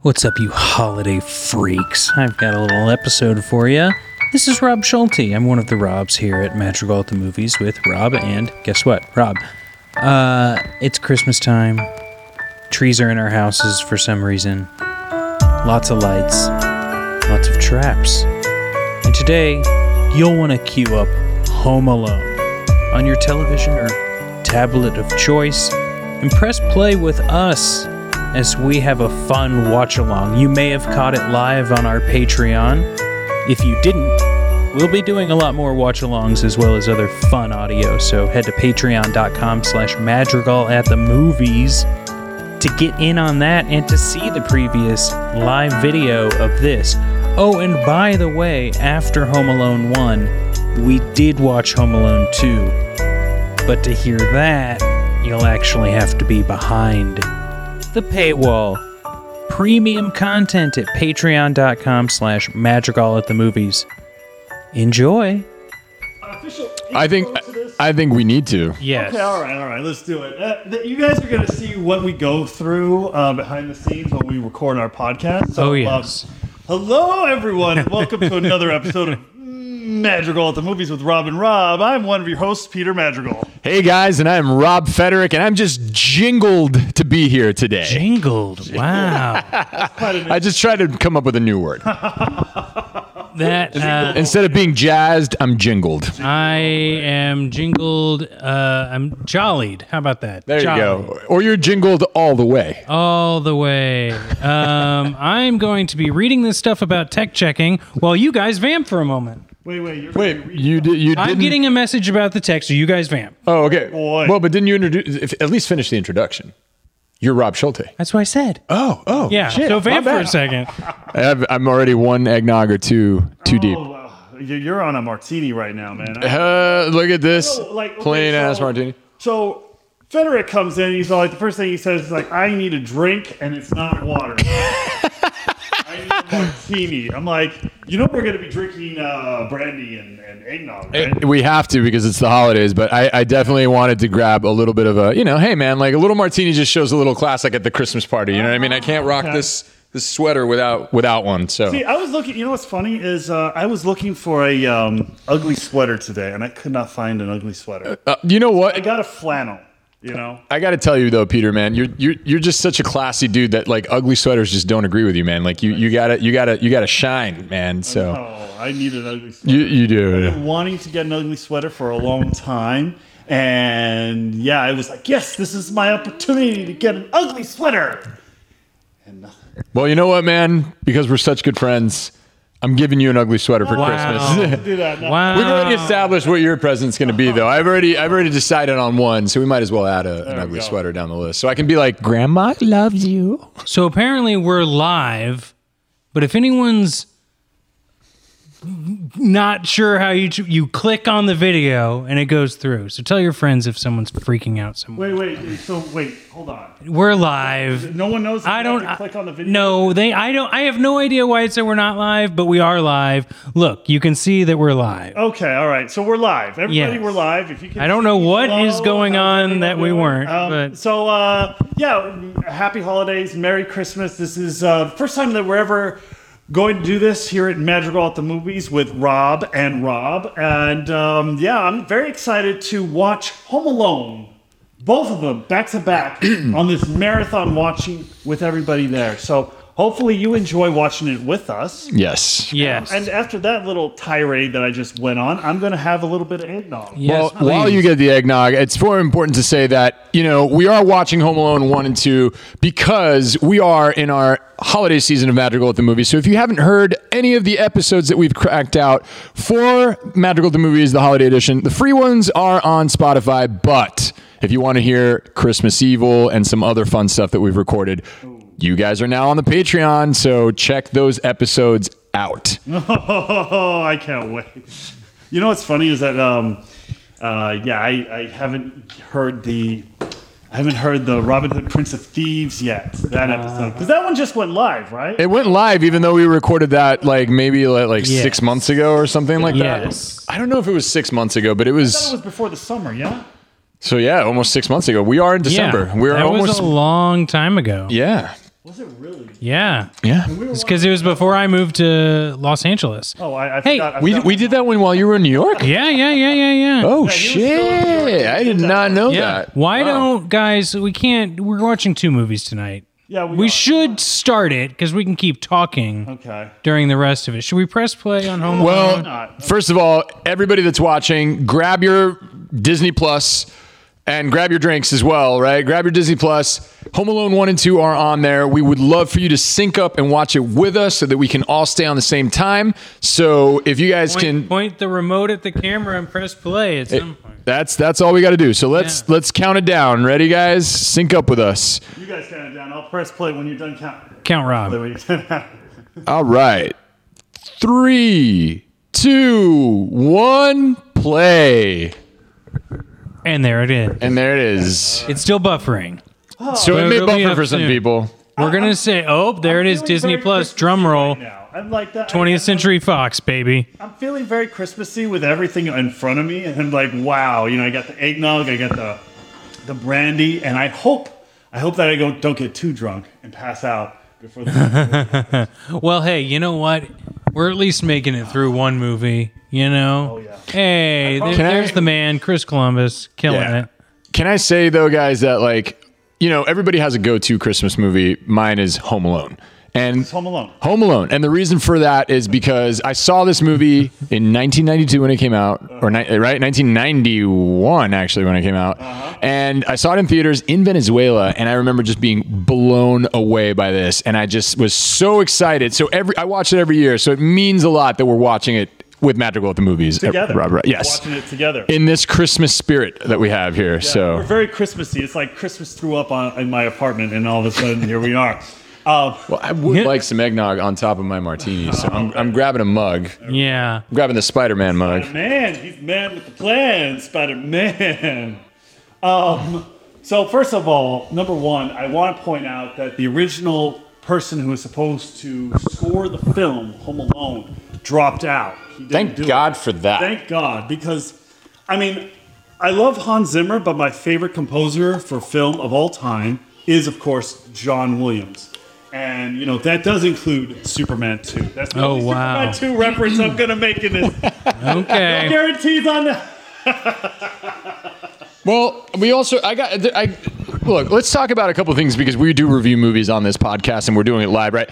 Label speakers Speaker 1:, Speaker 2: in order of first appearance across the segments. Speaker 1: What's up, you holiday freaks? I've got a little episode for you. This is Rob Schulte. I'm one of the Robs here at Madrigal at the Movies with Rob, and guess what? Rob. Uh, it's Christmas time. Trees are in our houses for some reason. Lots of lights, lots of traps. And today, you'll want to queue up Home Alone on your television or tablet of choice and press play with us as we have a fun watch along. You may have caught it live on our Patreon. If you didn't, we'll be doing a lot more watch alongs as well as other fun audio. So head to patreon.com slash madrigal at the movies to get in on that and to see the previous live video of this. Oh, and by the way, after Home Alone 1, we did watch Home Alone 2. But to hear that, you'll actually have to be behind the paywall. Premium content at patreon.com slash madrigal at the movies. Enjoy.
Speaker 2: I think I think we need to.
Speaker 1: Yes.
Speaker 3: Okay, all right, all right, let's do it. Uh, th- you guys are going to see what we go through uh, behind the scenes when we record our podcast. So,
Speaker 1: Oh,
Speaker 3: um,
Speaker 1: yes.
Speaker 3: hello, everyone. and Welcome to another episode of Madrigal at the Movies with Rob and Rob. I'm one of your hosts, Peter Madrigal.
Speaker 2: Hey guys, and I'm Rob Federick, and I'm just jingled to be here today.
Speaker 1: Jingled. Wow.
Speaker 2: I just tried to come up with a new word.
Speaker 4: That uh,
Speaker 2: Instead of being jazzed, I'm jingled.
Speaker 4: I am jingled. Uh, I'm jollied. How about that?
Speaker 2: There you
Speaker 4: Jolly.
Speaker 2: go. Or you're jingled all the
Speaker 3: Oh.
Speaker 2: way.
Speaker 4: All the way. Um, I'm going to be reading this stuff about tech checking while you guys vamp for a moment.
Speaker 3: Wait, wait, you're
Speaker 2: Wait, you did you
Speaker 4: I'm
Speaker 2: didn't-
Speaker 4: getting a message about the text, so you guys vamp.
Speaker 2: Oh, okay.
Speaker 3: Boy.
Speaker 2: Well, but didn't you introduce? If, at least finish the introduction. You're Rob Schulte.
Speaker 4: That's what I said.
Speaker 2: Oh, oh,
Speaker 4: yeah.
Speaker 2: shit,
Speaker 4: so
Speaker 2: my
Speaker 4: vamp for a
Speaker 2: bad.
Speaker 4: second.
Speaker 2: I have, I'm already one eggnog or two too deep.
Speaker 3: Oh, wow. You're- You're on a martini right now, man. I-
Speaker 2: Uh, look at this
Speaker 3: No, like, okay,
Speaker 2: plain ass
Speaker 3: so-
Speaker 2: martini.
Speaker 3: so. Federic comes in. He's like, the first thing he says is like, "I need a drink, and it's not water. I need a martini." I'm like, you know, we're gonna be drinking uh, brandy and, and eggnog, right?
Speaker 2: Eh, We have to because it's the holidays, but I, I definitely wanted to grab a little bit of a, you know, hey man, like a little martini just shows a little classic at the Christmas party. You know what I mean? I can't rock this this sweater without without one. So
Speaker 3: See, I was looking. You know what's funny is uh, I was looking for a um, ugly sweater today, and I could not find an ugly sweater.
Speaker 2: uh, you know
Speaker 3: I
Speaker 2: what?
Speaker 3: got a flannel. You know,
Speaker 2: I got to tell you though, Peter, man, you're you're you're just such a classy dude that like ugly sweaters just don't agree with you, man. Like you you gotta you gotta you gotta shine, man. So
Speaker 3: oh, I need an ugly sweater.
Speaker 2: you you do.
Speaker 3: Wanting to get an ugly sweater for a long time, and yeah, I was like, yes, this is my opportunity to get an ugly sweater. And nothing.
Speaker 2: Well, you know what, man? Because we're such good friends, I'm giving you an ugly sweater for
Speaker 4: Wow.
Speaker 2: Christmas.
Speaker 3: do that. no.
Speaker 4: Wow.
Speaker 2: We've already established what your present's going to be, though. I've already, I've already decided on one, so we might as well add a, an
Speaker 3: we
Speaker 2: ugly
Speaker 3: go.
Speaker 2: sweater down the list, so I can be like, "Grandma loves you."
Speaker 4: So apparently we're live, but if anyone's not sure how you you click on the video and it goes through. So tell your friends if someone's freaking out somewhere.
Speaker 3: Wait, wait. So wait, hold on.
Speaker 4: We're live.
Speaker 3: No one knows. if
Speaker 4: I
Speaker 3: you have
Speaker 4: don't
Speaker 3: to click on the video.
Speaker 4: No, they I don't I have no idea why it said we're not live, but we are live. Look, you can see that we're live.
Speaker 3: Okay, all right. So we're live. Everybody,
Speaker 4: Yes.
Speaker 3: we're live. If you can
Speaker 4: I don't know
Speaker 3: see,
Speaker 4: what
Speaker 3: hello,
Speaker 4: is going
Speaker 3: how's
Speaker 4: on
Speaker 3: everyone
Speaker 4: that we
Speaker 3: doing?
Speaker 4: weren't,
Speaker 3: Um,
Speaker 4: but-
Speaker 3: So uh, yeah, happy holidays, Merry Christmas. This is uh, the first time that we're ever going to do this here at Madrigal at the Movies with Rob and Rob, and um, yeah, I'm very excited to watch Home Alone. Both of them back to back on this marathon watching with everybody there. So hopefully you enjoy watching it with us.
Speaker 2: Yes.
Speaker 4: Yes.
Speaker 3: And after that little tirade that I just went on, I'm going to have a little bit of eggnog.
Speaker 2: Well,
Speaker 4: yes,
Speaker 2: while
Speaker 4: please.
Speaker 2: you get the eggnog, it's more important to say that, you know, we are watching Home Alone 1 and 2 because we are in our holiday season of Madrigal at the Movies. So if you haven't heard any of the episodes that we've cracked out for Madrigal at the Movies, the holiday edition, the free ones are on Spotify. But if you want to hear Christmas Evil and some other fun stuff that we've recorded, you guys are now on the Patreon. So check those episodes out.
Speaker 3: Oh, I can't wait. You know what's funny is that, um, uh, yeah, I, I haven't heard the. I haven't heard the Robin Hood Prince of Thieves yet, that episode. Because that one just went live, right?
Speaker 2: Ah. It went live, even though we recorded that like maybe like, like
Speaker 4: Yes.
Speaker 2: six months ago or something like
Speaker 4: Yes.
Speaker 2: that. I don't know if it was six months ago, but it
Speaker 3: That
Speaker 2: was.
Speaker 3: was before the summer, yeah?
Speaker 2: So yeah, almost six months ago. We are in December.
Speaker 4: Yeah,
Speaker 2: We're
Speaker 4: that
Speaker 2: almost.
Speaker 4: was a long time ago.
Speaker 2: yeah.
Speaker 3: Was it really?
Speaker 4: Yeah.
Speaker 2: Yeah.
Speaker 3: We were
Speaker 4: It's because it was before I moved to Los Angeles.
Speaker 3: Oh, I, I
Speaker 4: Hey,
Speaker 3: forgot. I
Speaker 2: We,
Speaker 3: forgot.
Speaker 2: we did that one while you were in New York?
Speaker 4: Yeah, yeah, yeah, yeah, yeah.
Speaker 2: Oh,
Speaker 3: still in New York.
Speaker 2: shit. I did not know
Speaker 4: yeah.
Speaker 2: that.
Speaker 4: Why
Speaker 2: Wow.
Speaker 4: don't guys? We can't. We're watching two movies tonight.
Speaker 3: Yeah, we,
Speaker 4: We
Speaker 3: are.
Speaker 4: should start it because we can keep talking
Speaker 3: Okay.
Speaker 4: during the rest of it. Should we press play on Home? Alone?
Speaker 2: Well,
Speaker 3: not?
Speaker 2: first of all, everybody that's watching, grab your Disney Plus and grab your drinks as well, right? Grab your Disney Plus. Home Alone 1 and 2 are on there. We would love for you to sync up and watch it with us so that we can all stay on the same time. So if you guys
Speaker 4: point,
Speaker 2: can
Speaker 4: point the remote at the camera and press play at some point.
Speaker 2: that's that's all we got to do. So let's
Speaker 4: Yeah.
Speaker 2: let's count it down. Ready guys? Sync up with us.
Speaker 3: You guys count it down. I'll press play when you're done counting.
Speaker 4: Count Rob.
Speaker 2: All right. 3 2 1 play.
Speaker 4: And there it is.
Speaker 2: And there it is.
Speaker 4: It's still buffering.
Speaker 2: So it
Speaker 4: Well,
Speaker 2: may
Speaker 4: it'll be
Speaker 2: buffer
Speaker 4: up
Speaker 2: for some
Speaker 4: soon.
Speaker 2: people.
Speaker 4: We're gonna say, oh, there it is. Disney Plus. Drum roll.
Speaker 3: now. I'm like that.
Speaker 4: 20th Century Fox, baby.
Speaker 3: I'm feeling very Christmassy with everything in front of me, and I'm like, wow, you know, I got the eggnog, I got the the brandy, and I hope, I hope that I go, don't get too drunk and pass out before the.
Speaker 4: Well, hey, you know what? We're at least making it through one movie. You know.
Speaker 3: Oh, yeah.
Speaker 4: Hey, there-
Speaker 2: Can I-
Speaker 4: there's the man, Chris Columbus, killing
Speaker 2: Yeah.
Speaker 4: it.
Speaker 2: Can I say though, guys, that like, you know, everybody has a go-to Christmas movie. Mine is Home Alone, and
Speaker 3: Home Alone.
Speaker 2: Home Alone, and the reason for that is because I saw this movie in 1992 when it came out, or ni- right 1991 actually when it came out,
Speaker 3: Uh-huh.
Speaker 2: and I saw it in theaters in Venezuela, and I remember just being blown away by this, and I just was so excited. So every I watch it every year, so it means a lot that we're watching it with Madrigal at the movies
Speaker 3: Together.
Speaker 2: Rob, right, yes.
Speaker 3: Watching it together.
Speaker 2: in this Christmas spirit that we have here. so
Speaker 3: We're very Christmassy. It's like Christmas threw up on, in my apartment, and all of a sudden, here we are. Um,
Speaker 2: Well, I would like some eggnog on top of my martini, so I'm, I'm grabbing a mug. I'm
Speaker 4: Yeah.
Speaker 2: grabbing the Spider-Man mug.
Speaker 3: Man, he's man with the plan, Spider Man. Um, so, first of all, number one, I want to point out that the original person who was supposed to score the film, Home Alone, dropped out. He didn't
Speaker 2: Thank
Speaker 3: do it.
Speaker 2: God for that.
Speaker 3: Thank God, because, I mean, I love Hans Zimmer, but my favorite composer for film of all time is, of course, John Williams. And, you know, that does include Superman 2. That's the
Speaker 4: Oh,
Speaker 3: only
Speaker 4: wow.
Speaker 3: Superman 2 reference I'm going to make in this
Speaker 4: Okay.
Speaker 3: guarantees on that.
Speaker 2: Well, we also I got I look. Let's talk about a couple of things because we do review movies on this podcast and we're doing it live, right?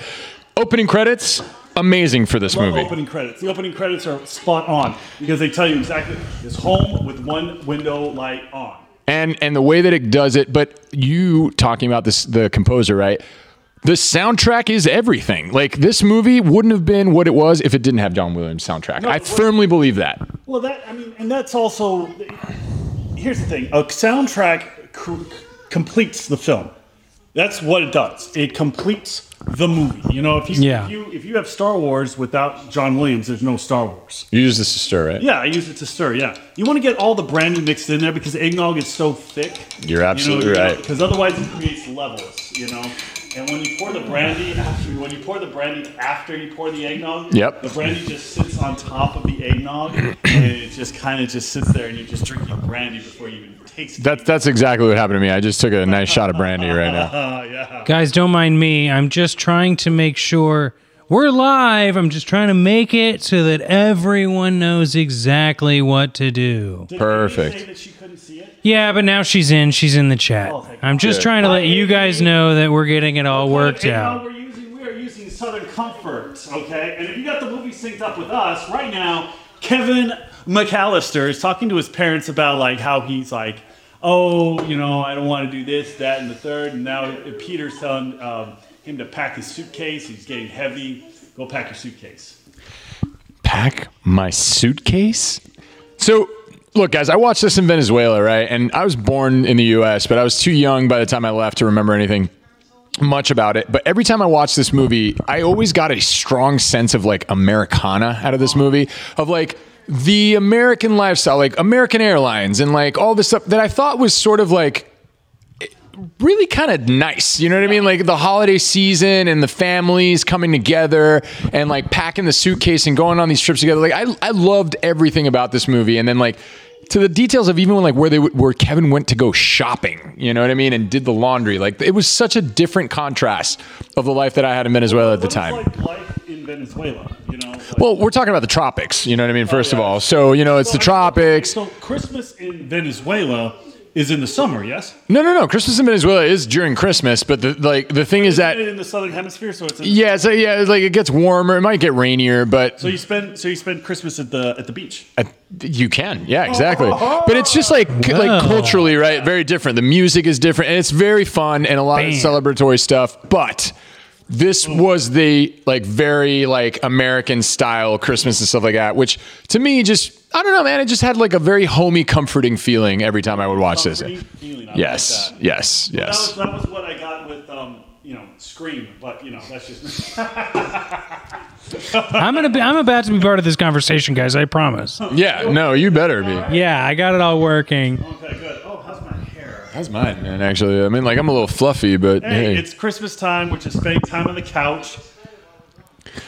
Speaker 2: Opening credits, amazing for this movie.
Speaker 3: Opening credits. The opening credits are spot on because they tell you exactly it's home with one window light on.
Speaker 2: and and the way that it does it but you talking about this the composer right the soundtrack is everything like this movie wouldn't have been what it was if it didn't have john williams soundtrack i
Speaker 3: it wouldn't.
Speaker 2: firmly believe that
Speaker 3: Well, that I mean, and that's also here's the thing: a soundtrack c- completes the film. That's what it does. It completes the movie. You know, if you
Speaker 4: Yeah.
Speaker 3: if you if you have Star Wars without John Williams, there's no Star Wars.
Speaker 2: you use this to stir right
Speaker 3: Yeah, I use it to stir. Yeah, you want to get all the brandy mixed in there because eggnog is so thick.
Speaker 2: You're absolutely right.
Speaker 3: Because otherwise, it creates levels. You know, and when you pour the brandy, after, when you pour the brandy after you pour the eggnog,
Speaker 2: Yep.
Speaker 3: the brandy just sits on top of the eggnog, and it just kind of just sits there, and you're just drinking brandy before you even taste it.
Speaker 2: That's that's exactly what happened to me. I just took a nice shot of brandy right now.
Speaker 3: Uh, yeah.
Speaker 4: Guys, don't mind me. I'm just trying to make sure we're live. I'm just trying to make it so that everyone knows exactly what to do.
Speaker 3: Did
Speaker 2: Perfect.
Speaker 3: Amy Say that she couldn't see it.
Speaker 4: Yeah, but now she's in. She's in the chat.
Speaker 3: Oh, thank
Speaker 4: I'm just
Speaker 2: Good.
Speaker 4: trying to let you guys know that we're getting it all worked
Speaker 3: And now
Speaker 4: out.
Speaker 3: We're using, we are using Southern Comfort, okay? And if you got the movie synced up with us right now, Kevin McAllister is talking to his parents about like how he's like, oh, you know, I don't want to do this, that, and the third. And now uh, Peter's telling um, him to pack his suitcase. He's getting heavy. Go pack your suitcase.
Speaker 2: Uh, Pack my suitcase. So, look, guys, I watched this in Venezuela, right? And I was born in the U.S., but I was too young by the time I left to remember anything much about it. But every time I watch this movie, I always got a strong sense of like Americana out of this movie, of like the American lifestyle, like American Airlines, and like all this stuff that I thought was sort of like really kind of nice. You know what I mean? Like the holiday season and the families coming together and like packing the suitcase and going on these trips together. Like I, I loved everything about this movie. And then like to the details of even like where they w- where Kevin went to go shopping, you know what I mean, and did the laundry. Like it was such a different contrast of the life that I had in Venezuela at
Speaker 3: What
Speaker 2: the
Speaker 3: is,
Speaker 2: time.
Speaker 3: like life in Venezuela, you know. Like,
Speaker 2: Well, we're talking about the tropics, you know what I mean, first
Speaker 3: yeah.
Speaker 2: of all. So, you know, it's the tropics.
Speaker 3: So Christmas in Venezuela is in the summer, yes?
Speaker 2: No, no, no. Christmas in Venezuela is during Christmas, but the like the thing is that
Speaker 3: in the southern hemisphere, so it's in,
Speaker 2: yeah, so yeah, it's like it gets warmer, it might get rainier, but
Speaker 3: so you spend so you spend Christmas at the at the beach.
Speaker 2: uh, you can. Yeah, exactly.
Speaker 3: Oh.
Speaker 2: But it's just like c- like
Speaker 4: Wow.
Speaker 2: culturally, right? Very different. The music is different and it's very fun and a lot of
Speaker 4: Bam.
Speaker 2: celebratory stuff, but this was the like very like American style Christmas and stuff like that, which to me just I don't know, man. It just had like a very homey, comforting feeling every time I would watch this.
Speaker 3: Pretty feeling, I
Speaker 2: Yes,
Speaker 3: Like that.
Speaker 2: yes,
Speaker 3: That, was,
Speaker 2: yes.
Speaker 3: that was what I got with um, you know, Scream, but you know, that's just
Speaker 4: I'm gonna be. I'm about to be part of this conversation, guys. I promise.
Speaker 2: Yeah, no, you better be.
Speaker 4: Yeah, I got it all working.
Speaker 3: okay, good. Oh, how's my hair?
Speaker 2: That's mine, man. Actually, I mean, like I'm a little fluffy, but
Speaker 3: Hey,
Speaker 2: hey,
Speaker 3: it's Christmas time, which is spending time on the couch.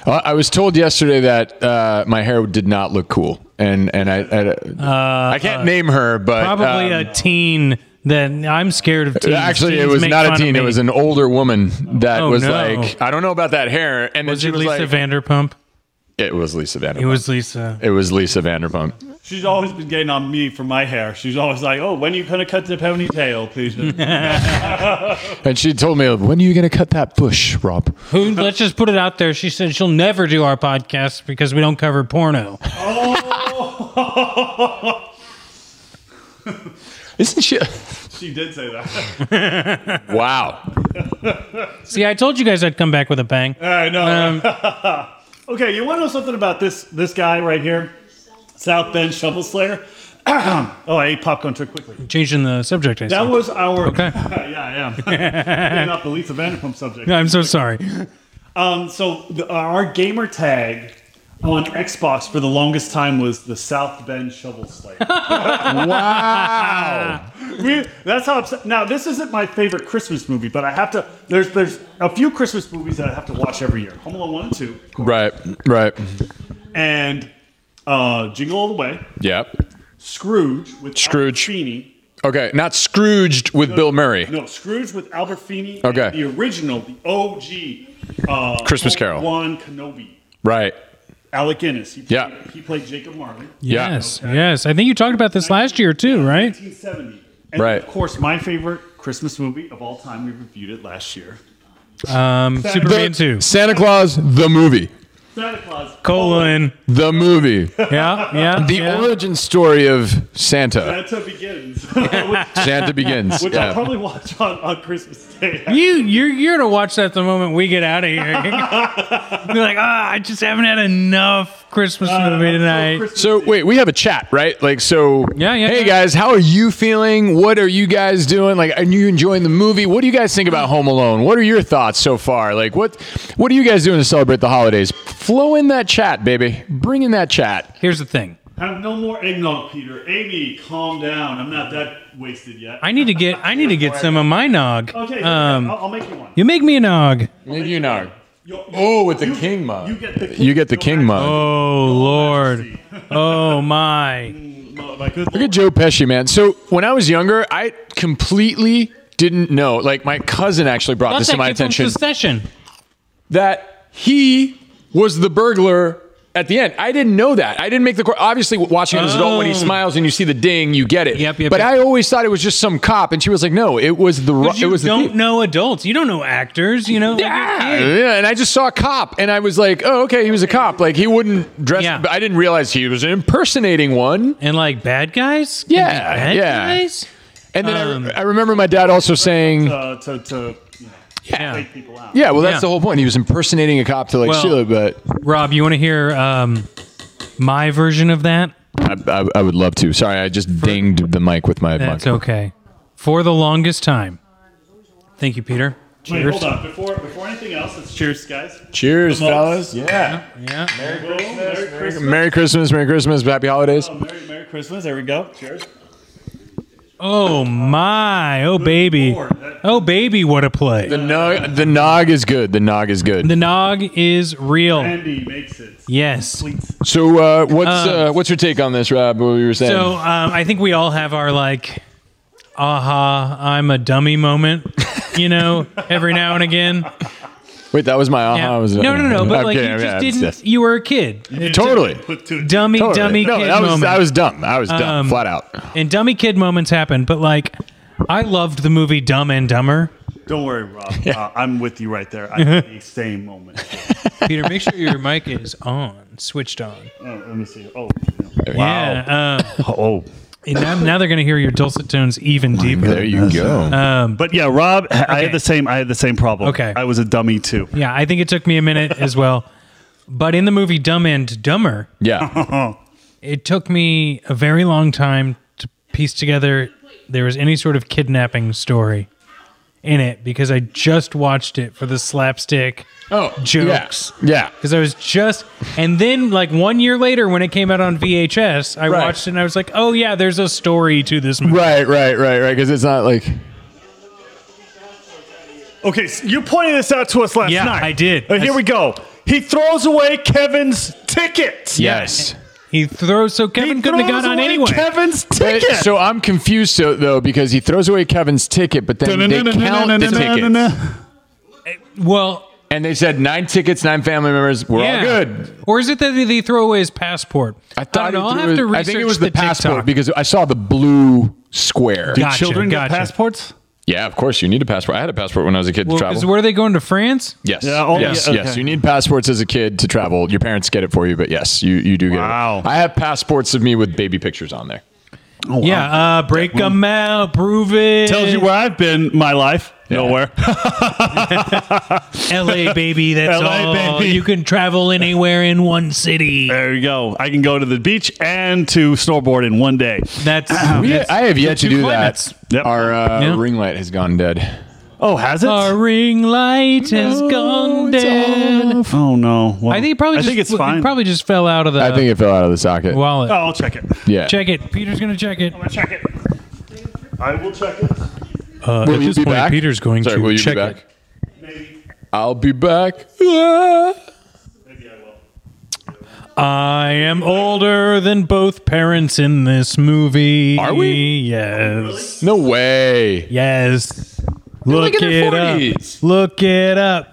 Speaker 2: I I was told yesterday that uh, my hair did not look cool, and and I I, I can't name her, but
Speaker 4: Uh, Probably
Speaker 2: um,
Speaker 4: a teen. That I'm scared of teens.
Speaker 2: Actually, it
Speaker 4: Teens
Speaker 2: was
Speaker 4: make
Speaker 2: not
Speaker 4: fun
Speaker 2: a
Speaker 4: of
Speaker 2: teen. It
Speaker 4: me.
Speaker 2: was an older woman that
Speaker 4: Oh,
Speaker 2: was
Speaker 4: no.
Speaker 2: like, I don't know about that hair. And then
Speaker 4: Was
Speaker 2: she
Speaker 4: it
Speaker 2: was
Speaker 4: Lisa
Speaker 2: like,
Speaker 4: Vanderpump?
Speaker 2: it was Lisa Vanderpump.
Speaker 4: It was Lisa.
Speaker 2: it was Lisa Vanderpump.
Speaker 3: She's always been getting on me for my hair. She's always like, "Oh, when are you gonna cut the ponytail, please?"
Speaker 2: And she told me, when are you going to cut that bush, Rob?
Speaker 4: Who? Let's just put it out there. She said she'll never do our podcast because we don't cover porno.
Speaker 2: Isn't she?
Speaker 3: she did say that.
Speaker 2: wow.
Speaker 4: See, I told you guys I'd come back with a bang.
Speaker 3: I know.
Speaker 2: Um,
Speaker 3: okay, you want to know something about this this guy right here, South Bend Shovel Slayer? oh, I ate popcorn too quickly.
Speaker 4: Changing the subject. I
Speaker 3: That
Speaker 4: said.
Speaker 3: was our.
Speaker 4: Okay.
Speaker 3: yeah, I am. Getting off the Lisa Vanderpump subject.
Speaker 4: I'm so sorry.
Speaker 3: Um, so the, our gamer tag on Xbox for the longest time was the South Bend Shovel Slayer.
Speaker 2: Wow.
Speaker 3: We- that's how upset. Now this isn't my favorite Christmas movie, but I have to. There's there's a few Christmas movies that I have to watch every year. Home Alone one and two,
Speaker 2: right, right.
Speaker 3: and uh, Jingle All the Way,
Speaker 2: Yep.
Speaker 3: Scrooge with
Speaker 2: Scrooge.
Speaker 3: Albert Feeney.
Speaker 2: Okay, not Scrooged with Bill Murray.
Speaker 3: No, Scrooge with Albert Feeney. and
Speaker 2: Okay.
Speaker 3: the original, the OG. Uh,
Speaker 2: Christmas Carol.
Speaker 3: One Kenobi.
Speaker 2: Right.
Speaker 3: Alec Guinness. He played,
Speaker 2: Yeah.
Speaker 3: He played Jacob Marley.
Speaker 2: Yeah.
Speaker 4: Yes, yes. I think you talked about this last year too, right?
Speaker 3: 1970. And
Speaker 2: Right.
Speaker 3: Of course, my favorite Christmas movie of all time. We reviewed it last year.
Speaker 4: Um, Superman two
Speaker 2: Santa Claus, the movie.
Speaker 3: Santa Claus.
Speaker 4: colon.
Speaker 2: The movie.
Speaker 4: Yeah, yeah.
Speaker 2: The
Speaker 4: yeah.
Speaker 2: origin story of Santa.
Speaker 3: Santa begins. which
Speaker 2: Santa begins.
Speaker 3: which
Speaker 2: Yeah.
Speaker 3: I'll probably watch on, on Christmas Day.
Speaker 4: You you're you're gonna watch that the moment we get out of here. You're like, ah, I just haven't had enough Christmas movie tonight.
Speaker 2: so wait, we have a chat, right? Like so
Speaker 4: Yeah, yeah,
Speaker 2: Hey
Speaker 4: yeah.
Speaker 2: guys, how are you feeling? What are you guys doing? Like are you enjoying the movie? What do you guys think about Home Alone? What are your thoughts so far? Like what what are you guys doing to celebrate the holidays? Flow in that chat, baby. Bring in that chat.
Speaker 4: Here's the thing.
Speaker 3: Have no more eggnog, Peter. Amy, calm down. I'm not that wasted yet.
Speaker 4: I need to get I need to get some of my nog.
Speaker 3: okay,
Speaker 4: Um,
Speaker 3: I'll, I'll make you one.
Speaker 4: you make me a nog.
Speaker 2: Maybe you know.
Speaker 3: You'll-
Speaker 2: Oh, with the king mug.
Speaker 3: You get the king,
Speaker 2: You get the
Speaker 3: Your
Speaker 2: king mug.
Speaker 4: Oh Lord. Oh my.
Speaker 3: Majesty. My- my good
Speaker 2: Look at
Speaker 3: lord.
Speaker 2: Joe Pesci, man. So when I was younger, I completely didn't know. Like my cousin actually brought this to my attention
Speaker 4: Session.
Speaker 2: that he was the burglar at the end. I didn't know that. I didn't make the cor- obviously watching it as an adult when he
Speaker 4: Oh.
Speaker 2: smiles and you see the ding, you get it.
Speaker 4: Yep, yep,
Speaker 2: but
Speaker 4: yep.
Speaker 2: I always thought it was just some cop, and she was like, "No, it was the ro-
Speaker 4: You
Speaker 2: it was the
Speaker 4: don't
Speaker 2: thief."
Speaker 4: know adults. You don't know actors. You know. like, you're
Speaker 2: Yeah,
Speaker 4: kids.
Speaker 2: yeah, and I just saw a cop, and I was like, "Oh, okay, he was a cop." Like he wouldn't dress.
Speaker 4: Yeah.
Speaker 2: But I didn't realize he was impersonating one.
Speaker 4: And like bad guys. Can
Speaker 2: Yeah,
Speaker 4: be Bad
Speaker 2: yeah.
Speaker 4: Guys?
Speaker 2: And then I-
Speaker 4: Um,
Speaker 2: I, remember my dad also saying,
Speaker 3: Uh, to, to you know,
Speaker 4: Yeah.
Speaker 3: take people out.
Speaker 2: "Yeah, well, that's
Speaker 4: yeah.
Speaker 2: the whole point. He was impersonating a cop to like
Speaker 4: Well-
Speaker 2: Sheila." But
Speaker 4: Rob, you want to hear um, my version of that?
Speaker 2: I, I, I would love to. Sorry, I just dinged the mic with my
Speaker 4: That's
Speaker 2: mic.
Speaker 4: okay. For the longest time. Thank you, Peter.
Speaker 3: Wait,
Speaker 4: Cheers.
Speaker 3: hold on. Before before anything else, let's cheers, guys.
Speaker 2: Cheers,
Speaker 3: Smokes.
Speaker 2: fellas. Yeah.
Speaker 4: Yeah.
Speaker 3: Merry Christmas. Merry Christmas.
Speaker 2: Merry Christmas, Merry Christmas, Happy Holidays.
Speaker 3: Oh, Merry, Merry Christmas. There we go. Cheers.
Speaker 4: Oh my! Oh baby! Oh baby! What a play!
Speaker 2: The nog, the nog is good. The nog is good.
Speaker 4: The nog is real.
Speaker 3: Andy makes it.
Speaker 4: Yes.
Speaker 2: So uh, what's uh, what's your take on this, Rob? What you were saying?
Speaker 4: So um, I think we all have our like, aha, I'm a dummy moment. You know, every now and again.
Speaker 2: Wait, that was my aha.
Speaker 4: Yeah.
Speaker 2: Was,
Speaker 4: no, no, no. But like,
Speaker 2: Okay,
Speaker 4: you
Speaker 2: yeah,
Speaker 4: just
Speaker 2: it's-
Speaker 4: didn't.
Speaker 2: yes.
Speaker 4: You were a kid.
Speaker 2: Totally.
Speaker 3: Put two.
Speaker 4: Dummy,
Speaker 2: Totally.
Speaker 4: dummy
Speaker 2: no,
Speaker 4: kid
Speaker 2: that was
Speaker 4: moment.
Speaker 2: I was dumb. I was dumb, flat out.
Speaker 4: and dummy kid moments happen, but like, I loved the movie Dumb and Dumber.
Speaker 3: Don't worry, Rob. Uh, I'm with you right there. I had the same moment.
Speaker 4: Peter, make sure your mic is on, switched on.
Speaker 3: Oh, let me see. Oh,
Speaker 4: Yeah. Uh,
Speaker 3: oh.
Speaker 4: and now, now they're going to hear your dulcet tones even deeper.
Speaker 2: Oh There you go.
Speaker 3: But yeah, Rob, I
Speaker 4: Okay.
Speaker 3: had the same. I had the same problem.
Speaker 4: Okay.
Speaker 3: I was a dummy too.
Speaker 4: Yeah, I think it took me a minute as well. But in the movie Dumb and Dumber,
Speaker 2: yeah.
Speaker 4: it took me a very long time to piece together there was any sort of kidnapping story in it because I just watched it for the slapstick
Speaker 2: Oh,
Speaker 4: jokes.
Speaker 2: Yeah.
Speaker 4: Because I was just, and then like one year later when it came out on VHS, I
Speaker 2: Right.
Speaker 4: watched it and I was like, oh yeah, there's a story to this movie.
Speaker 2: Right, right, right, right. Because it's not like
Speaker 3: Okay, so you pointed this out to us last
Speaker 4: Yeah,
Speaker 3: night.
Speaker 4: I did.
Speaker 3: Uh, here
Speaker 4: I-
Speaker 3: we go. He throws away Kevin's ticket.
Speaker 2: yes.
Speaker 4: He throws, so
Speaker 3: He
Speaker 4: Kevin couldn't
Speaker 3: throws
Speaker 4: have gotten on
Speaker 3: away
Speaker 4: anyway.
Speaker 3: Kevin's
Speaker 2: But-
Speaker 3: ticket.
Speaker 2: so I'm confused so, though because he throws away Kevin's ticket, but then they count the tickets,
Speaker 4: well,
Speaker 2: and they said nine tickets, nine family members. We're all good.
Speaker 4: Or is it that they throw away his passport?
Speaker 2: I thought
Speaker 4: don't know.
Speaker 2: he
Speaker 4: I'll
Speaker 2: threw
Speaker 4: have to
Speaker 2: his-
Speaker 4: research
Speaker 2: I think it was the,
Speaker 4: the,
Speaker 2: passport
Speaker 4: TikTok.
Speaker 2: because I saw the blue square.
Speaker 4: Gotcha,
Speaker 3: Children
Speaker 4: gotcha.
Speaker 3: got passports.
Speaker 2: Yeah, of course you need a passport. I had a passport when I was a kid
Speaker 4: Well,
Speaker 2: to
Speaker 4: 'cause
Speaker 2: travel.
Speaker 4: where are they going to France?
Speaker 2: Yes.
Speaker 3: Yeah, oh,
Speaker 2: yes.
Speaker 3: yeah,
Speaker 2: Yes.
Speaker 3: okay.
Speaker 2: You need passports as a kid to travel. Your parents get it for you, but yes, you, you do get
Speaker 3: Wow.
Speaker 2: it. I have passports of me with baby pictures on there. Oh,
Speaker 4: yeah, uh, break them out, prove it.
Speaker 3: Tells you where I've been my life. Nowhere.
Speaker 4: LA baby, that's
Speaker 3: LA,
Speaker 4: all.
Speaker 3: baby.
Speaker 4: You can travel anywhere in one city.
Speaker 3: there you go. I can go to the beach and to snowboard in one day.
Speaker 4: That's
Speaker 2: We-
Speaker 4: that's
Speaker 2: I have yet
Speaker 4: the
Speaker 2: to
Speaker 4: two
Speaker 2: do
Speaker 4: climates.
Speaker 2: that.
Speaker 3: Yep.
Speaker 2: Our uh,
Speaker 4: Yeah.
Speaker 2: ring light has gone dead.
Speaker 3: Oh, has it?
Speaker 4: Our ring light has gone dead.
Speaker 3: oh no. Well,
Speaker 4: I think it probably
Speaker 3: I
Speaker 4: just
Speaker 3: think it's
Speaker 4: it
Speaker 3: fine.
Speaker 4: probably just fell out of the
Speaker 2: I think it fell out of the socket.
Speaker 4: wallet.
Speaker 3: Oh, I'll check it.
Speaker 2: yeah.
Speaker 4: Check it. Peter's gonna check it.
Speaker 3: I'll check it. I will check it.
Speaker 4: Uh,
Speaker 2: Will you be back? Sorry, will you be back? I'll be back. Ah.
Speaker 3: Maybe I will.
Speaker 4: I am older than both parents in this movie.
Speaker 2: Are we?
Speaker 4: Yes.
Speaker 2: No way.
Speaker 4: Yes.
Speaker 2: like
Speaker 4: Look
Speaker 2: in
Speaker 4: it
Speaker 2: their
Speaker 4: up.
Speaker 2: 40s.
Speaker 4: Look it up.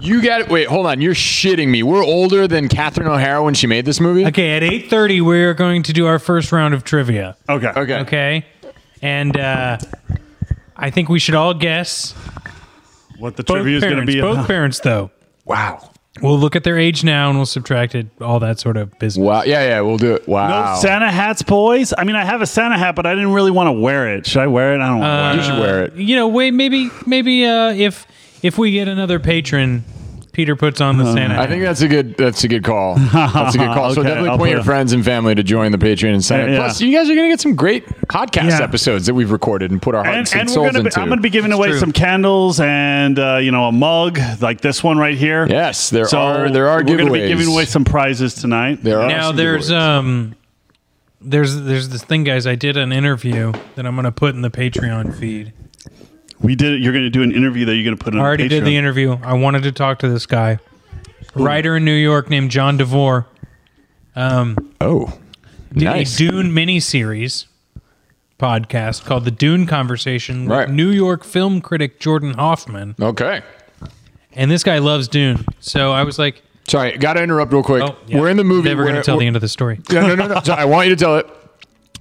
Speaker 2: You got it. Wait, hold on. You're shitting me. We're older than Catherine O'Hara when she made this movie.
Speaker 4: Okay, at 8:30 we're going to do our first round of trivia,
Speaker 3: Okay.
Speaker 2: Okay.
Speaker 4: okay? And uh I think we should all guess
Speaker 3: What the
Speaker 4: both
Speaker 3: trivia is going to
Speaker 4: parents.
Speaker 3: be
Speaker 4: both
Speaker 3: about.
Speaker 4: parents though.
Speaker 2: Wow.
Speaker 4: We'll look at their age now and we'll subtract it all that sort of business.
Speaker 2: Wow. Yeah, yeah. We'll do it. Wow.
Speaker 3: Santa hats, boys. I mean, I have a Santa hat, but I didn't really want to wear it. Should I wear it? I don't
Speaker 4: Uh,
Speaker 3: want to wear it.
Speaker 2: you should wear it.
Speaker 4: You know, wait maybe maybe uh if if we get another patron Peter puts on
Speaker 3: Uh-huh.
Speaker 4: the Santa.
Speaker 2: I
Speaker 4: hat.
Speaker 2: think that's a good that's a good call. That's a good call. so
Speaker 3: Okay,
Speaker 2: definitely
Speaker 3: I'll
Speaker 2: point
Speaker 3: put
Speaker 2: your
Speaker 3: a-
Speaker 2: friends and family to join the Patreon and sign up.
Speaker 3: Yeah.
Speaker 2: Plus, you guys are gonna get some great podcast
Speaker 3: Yeah.
Speaker 2: episodes that we've recorded and put our
Speaker 3: And,
Speaker 2: hearts and,
Speaker 3: and we're
Speaker 2: souls
Speaker 3: gonna be,
Speaker 2: into.
Speaker 3: I'm going to be giving away
Speaker 4: true.
Speaker 3: some candles and uh, you know a mug like this one right here.
Speaker 2: yes, there
Speaker 3: So
Speaker 2: are there are
Speaker 3: we're
Speaker 2: giveaways.
Speaker 3: gonna be giving away some prizes tonight.
Speaker 2: there are
Speaker 4: Now
Speaker 2: some
Speaker 4: there's
Speaker 2: giveaways.
Speaker 4: um there's there's this thing guys I did an interview that I'm going to put in the Patreon feed.
Speaker 3: We did. it. You're going to do an interview that you're going to put on.
Speaker 4: I already did the interview. I wanted to talk to this guy, writer in New York named John DeVore.
Speaker 2: oh
Speaker 4: Did
Speaker 2: nice.
Speaker 4: a Dune miniseries podcast called "The Dune Conversation"
Speaker 2: Right.
Speaker 4: with New York film critic Jordan Hoffman,
Speaker 2: okay.
Speaker 4: and this guy loves Dune. So I was like,
Speaker 2: Sorry, got to interrupt real quick.
Speaker 4: "Oh, yeah,
Speaker 2: We're in the movie.
Speaker 4: Never going to
Speaker 2: where-
Speaker 4: tell the end of the story."
Speaker 2: No, no, no, no. So I want you to tell it.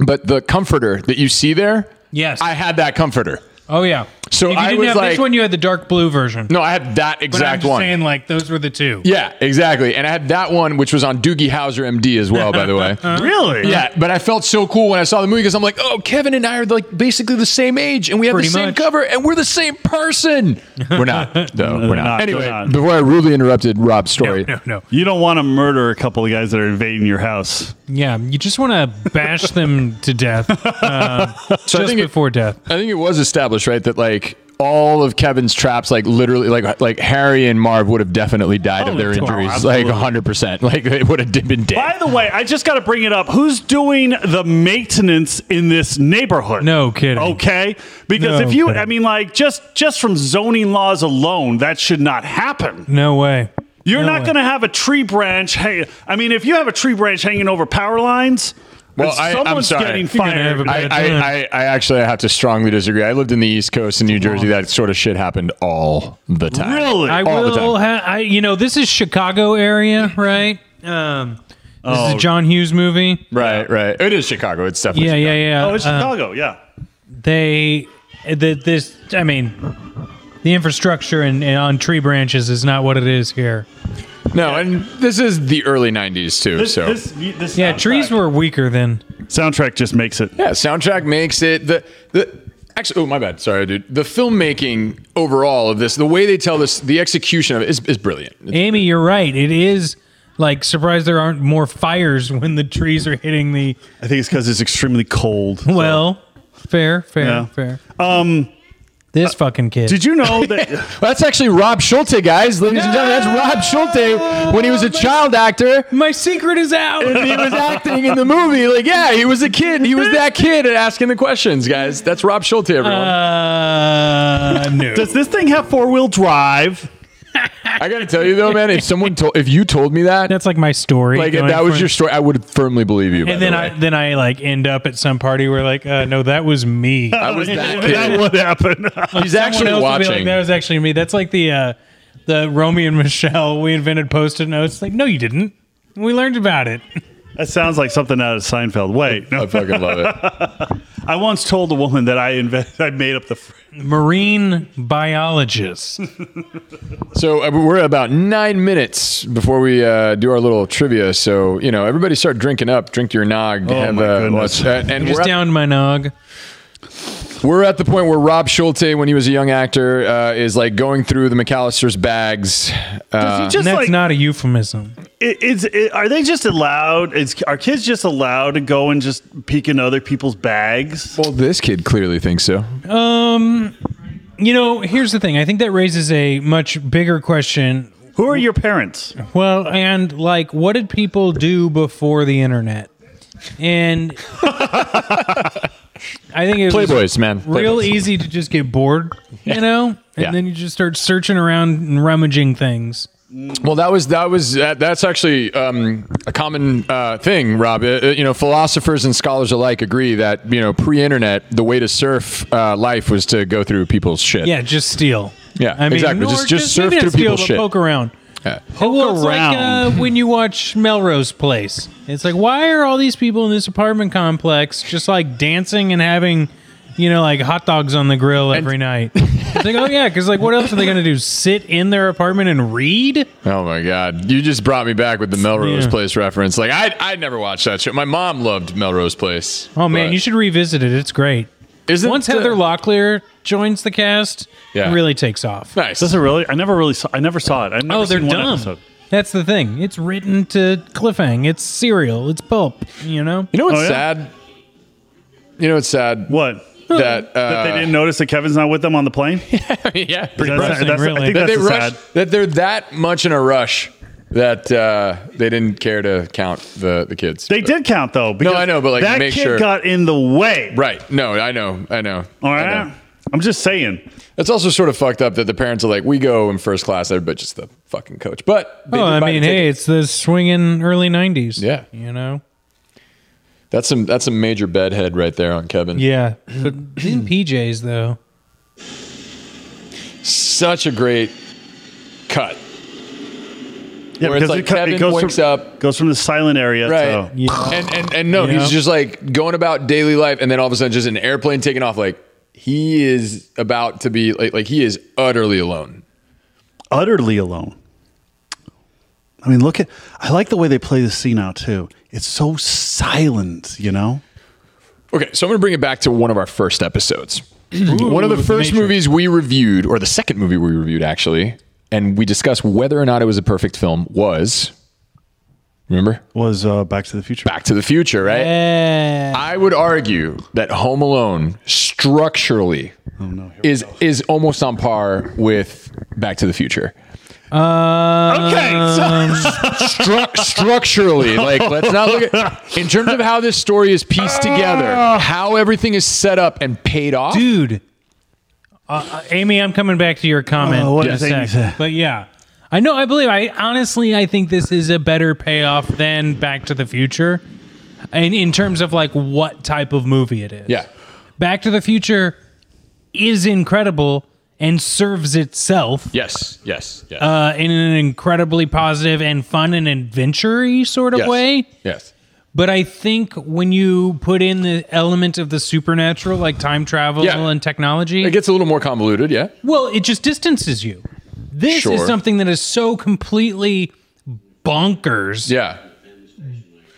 Speaker 2: But the comforter that you see there,
Speaker 4: Yes.
Speaker 2: I had that comforter.
Speaker 4: oh yeah.
Speaker 2: So
Speaker 4: if you
Speaker 2: I
Speaker 4: didn't
Speaker 2: was
Speaker 4: have
Speaker 2: like-
Speaker 4: this one, you had the dark blue version.
Speaker 2: No, I had that
Speaker 4: but I'm
Speaker 2: exact
Speaker 4: just
Speaker 2: one.
Speaker 4: saying, like those were the two.
Speaker 2: Yeah, exactly. And I had that one, which was on Doogie Howser, MD, as well, by the way.
Speaker 3: Uh-huh. Really?
Speaker 2: Yeah, but I felt so cool when I saw the movie because I'm like, oh, Kevin and I are like basically the same age, and we have
Speaker 4: Pretty
Speaker 2: the same
Speaker 4: much.
Speaker 2: cover, and we're the same person. We're not, though. we're not.
Speaker 3: not, they're
Speaker 2: Anyway,
Speaker 3: not.
Speaker 2: before I rudely interrupted Rob's story,
Speaker 4: No, no.
Speaker 3: You don't want to murder a couple of guys that are invading your house.
Speaker 4: Yeah, you just want to bash them to death uh,
Speaker 2: so I
Speaker 4: just
Speaker 2: think it-
Speaker 4: before death.
Speaker 2: I think it was established, right, that like all of Kevin's traps, like literally, like like Harry and Marv would have definitely died of
Speaker 3: Oh,
Speaker 2: their
Speaker 3: well,
Speaker 2: injuries,
Speaker 3: absolutely.
Speaker 2: like hundred percent. Like they would have been dead.
Speaker 3: By the way, I just got to bring it up. Who's doing the maintenance in this neighborhood?
Speaker 4: No kidding.
Speaker 3: Okay, because
Speaker 4: No
Speaker 3: if you,
Speaker 4: kidding.
Speaker 3: I mean, like just just from zoning laws alone, that should not happen.
Speaker 4: No way.
Speaker 3: You're
Speaker 4: No
Speaker 3: not
Speaker 4: way.
Speaker 3: going to have a tree branch. Hey, I mean, if you have a tree branch hanging over power lines,
Speaker 2: Well, I- I'm
Speaker 3: someone's
Speaker 2: sorry.
Speaker 3: getting
Speaker 2: You're
Speaker 4: gonna have
Speaker 3: fired.
Speaker 4: a
Speaker 2: I,
Speaker 4: bad
Speaker 2: I,
Speaker 4: time.
Speaker 2: I, I actually have to strongly disagree. I lived in the East Coast in New Jersey. That sort of shit happened all the time.
Speaker 3: Really?
Speaker 4: I
Speaker 2: all the
Speaker 4: will. Ha- I you know this is Chicago area, right? Um, this is
Speaker 3: Oh.
Speaker 4: a John Hughes movie.
Speaker 2: Right, right. It is Chicago. It's definitely
Speaker 4: Yeah, yeah, yeah.
Speaker 3: oh, it's
Speaker 4: Uh,
Speaker 3: Chicago. Yeah.
Speaker 4: they the, this i mean the infrastructure and, and on tree branches is not what it is here
Speaker 2: No, and this is the early '90s too.
Speaker 3: This,
Speaker 2: so
Speaker 3: this, this
Speaker 4: yeah
Speaker 3: soundtrack-
Speaker 4: trees were weaker then
Speaker 3: soundtrack just makes it.
Speaker 2: Yeah, soundtrack makes it the the actually. Oh my bad, sorry, dude. The filmmaking overall of this, the way they tell this, the execution of it is, is brilliant.
Speaker 4: amy you're right it is like surprised there aren't more fires when the trees are hitting the
Speaker 3: I think it's because it's extremely cold.
Speaker 4: well fair fair
Speaker 3: Yeah.
Speaker 4: fair um this fucking kid
Speaker 3: Did you know that?
Speaker 2: That's actually Rob Schulte, guys, ladies and gentlemen. That's Rob Schulte when he was a child actor.
Speaker 4: my secret is out
Speaker 2: And he was acting in the movie. Like, yeah, he was a kid. He was that kid asking the questions, guys. That's Rob Schulte, everyone.
Speaker 4: uh no
Speaker 3: Does this thing have four wheel drive?
Speaker 2: I gotta tell you though, man, if someone told if you told me that,
Speaker 4: that's like my story
Speaker 2: like if
Speaker 4: going
Speaker 2: that was
Speaker 4: for-
Speaker 2: your story, I would firmly believe you. by
Speaker 4: and then
Speaker 2: the
Speaker 4: I
Speaker 2: way.
Speaker 4: then I like end up at some party where like uh, no that was me
Speaker 2: I was that
Speaker 3: That
Speaker 2: kid.
Speaker 3: would happen.
Speaker 2: He's actually
Speaker 4: Someone else would be
Speaker 2: watching.
Speaker 4: Like, that was actually me. That's like the uh, the Romeo and Michelle. We invented post-it notes. Like, no, you didn't. We learned about it.
Speaker 3: that sounds like something out of Seinfeld. Wait,
Speaker 2: I
Speaker 3: no.
Speaker 2: fucking love it.
Speaker 3: I once told a woman that I invented, I made up the. phrase.
Speaker 4: Marine biologist.
Speaker 2: So uh, we're about nine minutes before we uh, do our little trivia. So you know, everybody start drinking up. Drink your nog.
Speaker 3: Oh, my goodness.
Speaker 2: uh, and we're
Speaker 4: Just
Speaker 2: at,
Speaker 4: down my nog.
Speaker 2: we're at the point where Rob Schulte, when he was a young actor, uh, is like going through the McAllister's bags.
Speaker 3: Is
Speaker 2: Uh,
Speaker 3: he
Speaker 4: And
Speaker 3: just
Speaker 4: that's
Speaker 3: like
Speaker 4: not a euphemism.
Speaker 3: it, it's. It, are they just allowed? Is, are kids just allowed to go and just peek in other people's bags?
Speaker 2: well, this kid clearly thinks so.
Speaker 4: You know, here's the thing. I think that raises a much bigger question.
Speaker 3: Who are your parents?
Speaker 4: Well, and like, what did people do before the internet? And I think it was
Speaker 2: Playboys, man.
Speaker 4: real e-
Speaker 2: Playboys.
Speaker 4: easy to just get bored, you know, and
Speaker 2: Yeah.
Speaker 4: then you just start searching around and rummaging things.
Speaker 2: Well, that was that was that, that's actually um, a common uh, thing, Rob. Uh, uh, you know, philosophers and scholars alike agree that you know pre-internet, the way to surf uh, life was to go through people's shit.
Speaker 4: Yeah, just steal.
Speaker 2: Yeah, exactly.
Speaker 4: or
Speaker 2: Just- just surf
Speaker 4: maybe not
Speaker 2: through
Speaker 4: steal,
Speaker 2: people's
Speaker 4: but
Speaker 2: shit.
Speaker 4: Poke around.
Speaker 2: Yeah.
Speaker 4: Poke well, it's
Speaker 3: around.
Speaker 4: like uh, when you watch Melrose Place. It's like, why are all these people in this apartment complex just like dancing and having, you know, like hot dogs on the grill every night? It's like, oh yeah, because like, what else are they gonna do? Sit in their apartment and read?
Speaker 2: Oh my God! You just brought me back with the Melrose
Speaker 4: Yeah.
Speaker 2: Place reference. Like I, I never watched that show. My mom loved Melrose Place.
Speaker 4: Oh man,
Speaker 2: but-
Speaker 4: you should revisit it. It's great.
Speaker 2: Isn't
Speaker 4: Once
Speaker 2: uh,
Speaker 4: Heather Locklear joins the cast,
Speaker 2: Yeah.
Speaker 4: it really takes off.
Speaker 2: nice.
Speaker 3: Does it really? I never really saw. I never saw it. I've never
Speaker 4: Oh, they're
Speaker 3: seen one
Speaker 4: dumb.
Speaker 3: episode.
Speaker 4: That's the thing. It's written to cliffhang. It's serial. It's pulp. You know.
Speaker 2: You know what's
Speaker 3: Oh, yeah.
Speaker 2: sad? You know what's sad?
Speaker 3: What?
Speaker 2: That, uh,
Speaker 3: That they didn't notice that Kevin's not with them on the plane. That's-
Speaker 2: yeah, pretty
Speaker 3: that's-
Speaker 2: much.
Speaker 4: depressing,
Speaker 3: that's- I
Speaker 4: really.
Speaker 3: think
Speaker 2: That
Speaker 3: that's a
Speaker 2: they rush.
Speaker 3: sad.
Speaker 2: That they're that much in a rush that uh, they didn't care to count the the kids.
Speaker 3: They
Speaker 2: But-
Speaker 3: did count though. because
Speaker 2: I know, but, like,
Speaker 3: that
Speaker 2: make
Speaker 3: kid
Speaker 2: sure-
Speaker 3: got in the way.
Speaker 2: Right. No, I know. I know.
Speaker 3: All
Speaker 2: I
Speaker 3: right.
Speaker 2: know.
Speaker 3: I'm just saying.
Speaker 2: That's also sort of fucked up that the parents are like, we go in first class, but just the fucking coach. But they
Speaker 4: Oh,
Speaker 2: did
Speaker 4: I
Speaker 2: buy the
Speaker 4: mean,
Speaker 2: ticket.
Speaker 4: hey, it's the swinging early '90s.
Speaker 2: Yeah.
Speaker 4: you know.
Speaker 2: that's some that's a major bedhead right there on Kevin.
Speaker 4: Yeah, but in PJs though.
Speaker 2: such a great cut.
Speaker 3: Yeah,
Speaker 2: Where it's
Speaker 3: because
Speaker 2: like
Speaker 3: it, cut-
Speaker 2: Kevin
Speaker 3: it goes
Speaker 2: wakes
Speaker 3: from,
Speaker 2: up-
Speaker 3: goes from the silent area. To,
Speaker 2: Right.
Speaker 4: Yeah.
Speaker 2: And, and and no,
Speaker 4: Oh. You
Speaker 2: he's
Speaker 4: know?
Speaker 2: just like going about daily life and then all of a sudden just an airplane taking off like he is about to be like like he is utterly alone.
Speaker 3: utterly alone. I mean, look at. I like the way they play this scene out too. It's so silent, you know.
Speaker 2: Okay, so I'm going to bring it back to one of our first episodes. one of the
Speaker 4: The
Speaker 2: first
Speaker 4: Matrix.
Speaker 2: movies we reviewed or the second movie we reviewed actually and we discussed whether or not it was a perfect film was Remember?
Speaker 3: was uh, Back to the Future.
Speaker 2: Back to the Future, right?
Speaker 4: Yeah.
Speaker 2: I would argue that Home Alone structurally
Speaker 4: Oh,
Speaker 2: is is almost on par with Back to the Future.
Speaker 3: Okay, so
Speaker 2: Stru- structurally, like let's not look at in terms of how this story is pieced together, how everything is set up and paid off.
Speaker 4: Ah. dude. Uh, uh, Amy, I'm coming back to your comment.
Speaker 3: Oh, what
Speaker 4: in a
Speaker 3: does Amy
Speaker 4: sec.
Speaker 3: say?
Speaker 4: But yeah, I know. I believe. I honestly, I think this is a better payoff than Back to the Future, and in terms of like what type of movie it is.
Speaker 2: Yeah.
Speaker 4: Back to the Future is incredible and serves itself
Speaker 2: Yes. Yes. Yes.
Speaker 4: uh, in an incredibly positive and fun and adventure-y sort of
Speaker 2: yes.
Speaker 4: way.
Speaker 2: Yes.
Speaker 4: But I think when you put in the element of the supernatural, like time travel
Speaker 2: Yeah.
Speaker 4: and technology,
Speaker 2: It gets a little more convoluted. Yeah.
Speaker 4: well, it just distances you. This
Speaker 2: Sure.
Speaker 4: is something that is so completely bonkers,
Speaker 2: Yeah.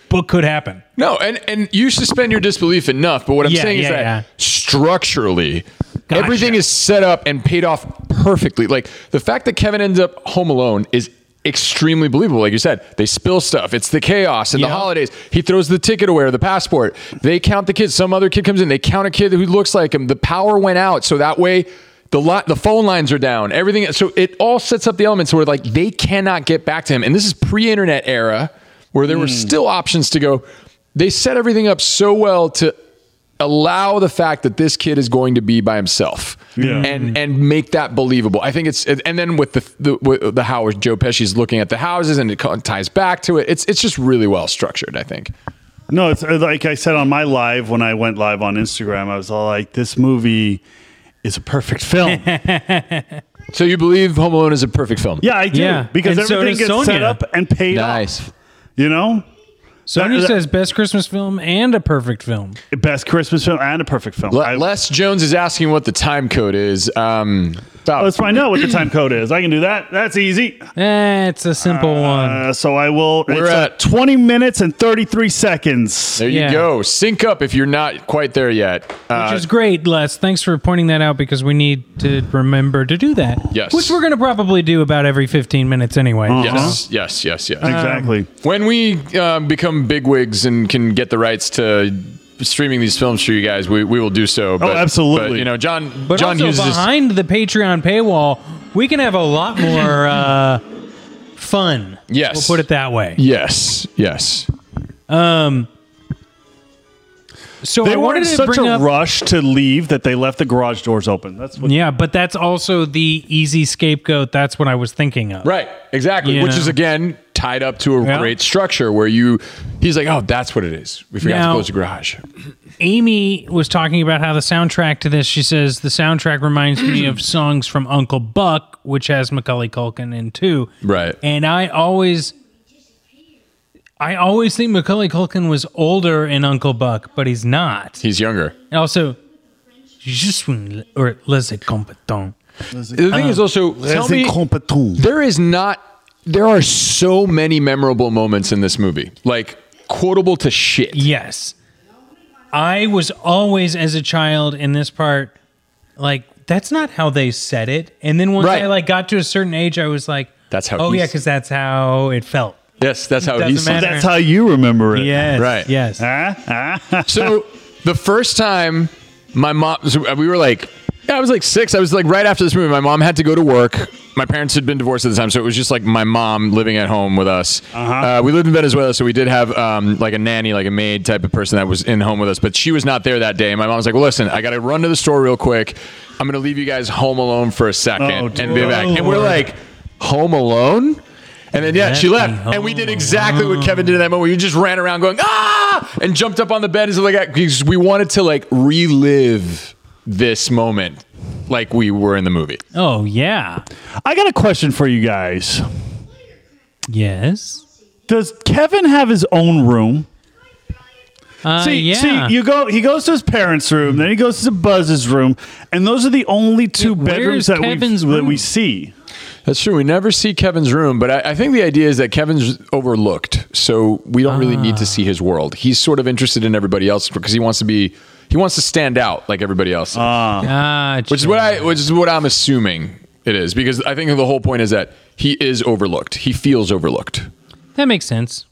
Speaker 4: but could happen.
Speaker 2: No, and and you suspend your disbelief enough. But what I'm
Speaker 4: Yeah,
Speaker 2: saying is
Speaker 4: yeah,
Speaker 2: that
Speaker 4: yeah.
Speaker 2: structurally,
Speaker 4: Gotcha.
Speaker 2: everything is set up and paid off perfectly. Like the fact that Kevin ends up home alone is extremely believable. Like you said, they spill stuff. It's the chaos and the
Speaker 4: Yeah.
Speaker 2: holidays. He throws the ticket away or the passport. They count the kids. Some other kid comes in. They count a kid who looks like him. The power went out, so that way. The, lot, the phone lines are down. Everything. So it all sets up the elements where like they cannot get back to him. And this is pre-internet era, where there were still options to go. They set everything up so well to allow the fact that this kid is going to be by himself
Speaker 3: Yeah.
Speaker 2: and and make that believable. I think it's and then with the the, with the how Joe Pesci's looking at the houses and it co- ties back to it. It's it's just really well structured. I think.
Speaker 3: no, it's uh, like I said on my live when I went live on Instagram. I was all like, "This movie is a perfect film."
Speaker 2: So you believe Home Alone is a perfect film?
Speaker 3: yeah, I do
Speaker 4: Yeah,
Speaker 3: because
Speaker 4: and so
Speaker 3: everything
Speaker 4: does
Speaker 3: gets set
Speaker 4: Sonya.
Speaker 3: up and paid off.
Speaker 2: Nice.
Speaker 3: You know,
Speaker 4: Sony
Speaker 3: That- that-
Speaker 4: says best Christmas film and a perfect film.
Speaker 3: best Christmas film and a perfect film.
Speaker 2: Le-
Speaker 3: I-
Speaker 2: Les Jones is asking what the time code is. Um, about-
Speaker 3: Let's find out what the time code is. I can do that. That's easy.
Speaker 4: Eh, it's a simple one.
Speaker 3: Uh, so I will.
Speaker 2: We're
Speaker 3: it's uh,
Speaker 2: at-
Speaker 3: 20 minutes and 33 seconds.
Speaker 2: there you
Speaker 4: yeah.
Speaker 2: go. Sync up if you're not quite there yet. Uh,
Speaker 4: Which is great, Les. Thanks for pointing that out because we need to remember to do that.
Speaker 2: Yes. Mm.
Speaker 4: Which we're going to probably do about every 15 minutes anyway.
Speaker 2: yes, yes, yes, yes.
Speaker 3: Um, Exactly.
Speaker 2: When we um, become bigwigs and can get the rights to streaming these films for you guys, we, we will do so. But,
Speaker 3: absolutely.
Speaker 2: but, you know, John.
Speaker 4: But
Speaker 2: John
Speaker 4: also
Speaker 2: uses
Speaker 4: behind the Patreon paywall, we can have a lot more uh, fun.
Speaker 2: Yes.
Speaker 4: we'll put it that way.
Speaker 2: Yes, yes.
Speaker 4: So
Speaker 3: they
Speaker 4: I
Speaker 3: were
Speaker 4: wanted
Speaker 3: in
Speaker 4: to
Speaker 3: such
Speaker 4: bring
Speaker 3: a
Speaker 4: up.
Speaker 3: rush to leave that they left the garage doors open. That's what.
Speaker 4: yeah, but that's also the easy scapegoat. That's what I was thinking of.
Speaker 2: Right, exactly.
Speaker 4: You
Speaker 2: Which
Speaker 4: know.
Speaker 2: is again tied up to a
Speaker 4: Yeah.
Speaker 2: great structure where you. He's like, oh, that's what it is. We forgot
Speaker 4: Now-
Speaker 2: to close the garage.
Speaker 4: Amy was talking about how the soundtrack to this. She says the soundtrack reminds me of songs from Uncle Buck, which has Macaulay Culkin in too.
Speaker 2: Right.
Speaker 4: And I always, I always think Macaulay Culkin was older in Uncle Buck, but he's not.
Speaker 2: He's younger.
Speaker 4: And also, je suis or les compétent.
Speaker 2: The
Speaker 4: Uh,
Speaker 2: thing is also tell me,
Speaker 3: Incompetent.
Speaker 2: there is not. There are so many memorable moments in this movie, like quotable to shit.
Speaker 4: Yes, I was always as a child in this part like that's not how they said it. And then once
Speaker 2: Right.
Speaker 4: I like got to a certain age, I was like,
Speaker 2: That's how
Speaker 4: Oh
Speaker 2: he
Speaker 4: yeah,
Speaker 2: s-
Speaker 4: because that's how it felt.
Speaker 2: Yes, that's how
Speaker 4: Doesn't
Speaker 2: he sees it.
Speaker 4: matter.
Speaker 3: That's how you remember it.
Speaker 4: Yes,
Speaker 2: Right.
Speaker 4: Yes.
Speaker 3: Huh? Huh?
Speaker 2: So the first time my mom, so uh, we were like, I was like six. I was like right after this movie, my mom had to go to work. My parents had been divorced at the time, so it was just like my mom living at home with us.
Speaker 3: Uh-huh.
Speaker 2: Uh, we lived in Venezuela, so we did have um, like a nanny, like a maid type of person that was in home with us, but she was not there that day. And my mom was like, "Well, listen, I got to run to the store real quick. I'm going to leave you guys home alone for a second
Speaker 3: Oh,
Speaker 2: and
Speaker 3: dear.
Speaker 2: be back." And we're
Speaker 4: Lord.
Speaker 2: like, "Home alone?" And then yeah, she
Speaker 4: Let
Speaker 2: left,
Speaker 4: me
Speaker 2: and we did
Speaker 4: home
Speaker 2: exactly what Kevin did in that moment. We just ran around going ah, and jumped up on the bed as like because we wanted to like relive this moment, like we were in the movie.
Speaker 4: Oh yeah.
Speaker 3: I got a question for you guys.
Speaker 4: Yes.
Speaker 3: Does Kevin have his own room?
Speaker 4: Uh,
Speaker 3: See,
Speaker 4: yeah.
Speaker 3: see, you go. He goes to his parents' room, then he goes to Buzz's room, and those are the only two
Speaker 4: Where's
Speaker 3: bedrooms that, we
Speaker 4: Kevin's
Speaker 3: that we
Speaker 4: room?
Speaker 3: see.
Speaker 2: That's true. We never see Kevin's room, but I, I think the idea is that Kevin's overlooked, so we don't really need to see his world. He's sort of interested in everybody else because he wants to be, he wants to stand out like everybody else.
Speaker 4: Gotcha.
Speaker 2: which is what I which is what I'm assuming it is because I think the whole point is that he is overlooked. He feels overlooked.
Speaker 4: that makes sense.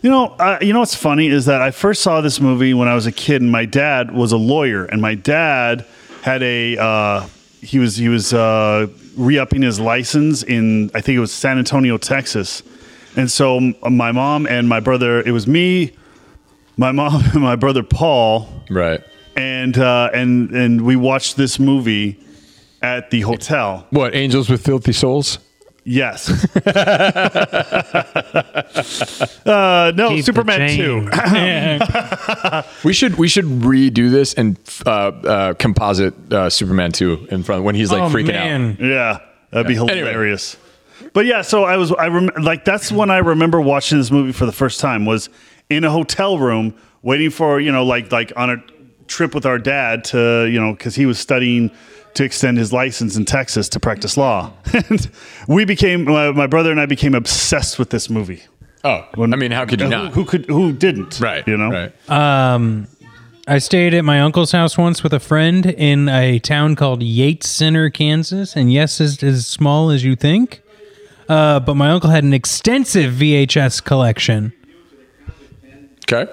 Speaker 3: You know, uh, you know what's funny is that I first saw this movie when I was a kid, and my dad was a lawyer, and my dad had a uh, he was he was uh, re-upping his license in I think it was San Antonio, Texas, and so m- my mom and my brother it was me, my mom and my brother Paul,
Speaker 2: Right.
Speaker 3: and uh, and and we watched this movie at the hotel.
Speaker 2: What, Angels with Filthy Souls?
Speaker 3: Yes. uh, no,
Speaker 4: Keep the
Speaker 3: Superman
Speaker 4: change.
Speaker 3: two.
Speaker 4: Yeah.
Speaker 2: We should we should redo this and uh, uh, composite uh, Superman 2 in front when he's like
Speaker 4: oh
Speaker 2: freaking out.
Speaker 4: man.
Speaker 3: Yeah, that'd be
Speaker 2: Anyway.
Speaker 3: hilarious. But yeah, so I was I rem- like that's when I remember watching this movie for the first time was in a hotel room waiting for you know like like on a trip with our dad to you know because he was studying to extend his license in Texas to practice law. and we became my, my brother and I became obsessed with this movie.
Speaker 2: Oh, I mean, how could you
Speaker 3: Who-
Speaker 2: not?
Speaker 3: Who, could who didn't?
Speaker 2: right.
Speaker 3: You know.
Speaker 2: Right.
Speaker 4: I stayed at my uncle's house once with a friend in a town called Yates Center, Kansas, and yes, it's as small as you think. Uh, but my uncle had an extensive VHS collection.
Speaker 2: Okay.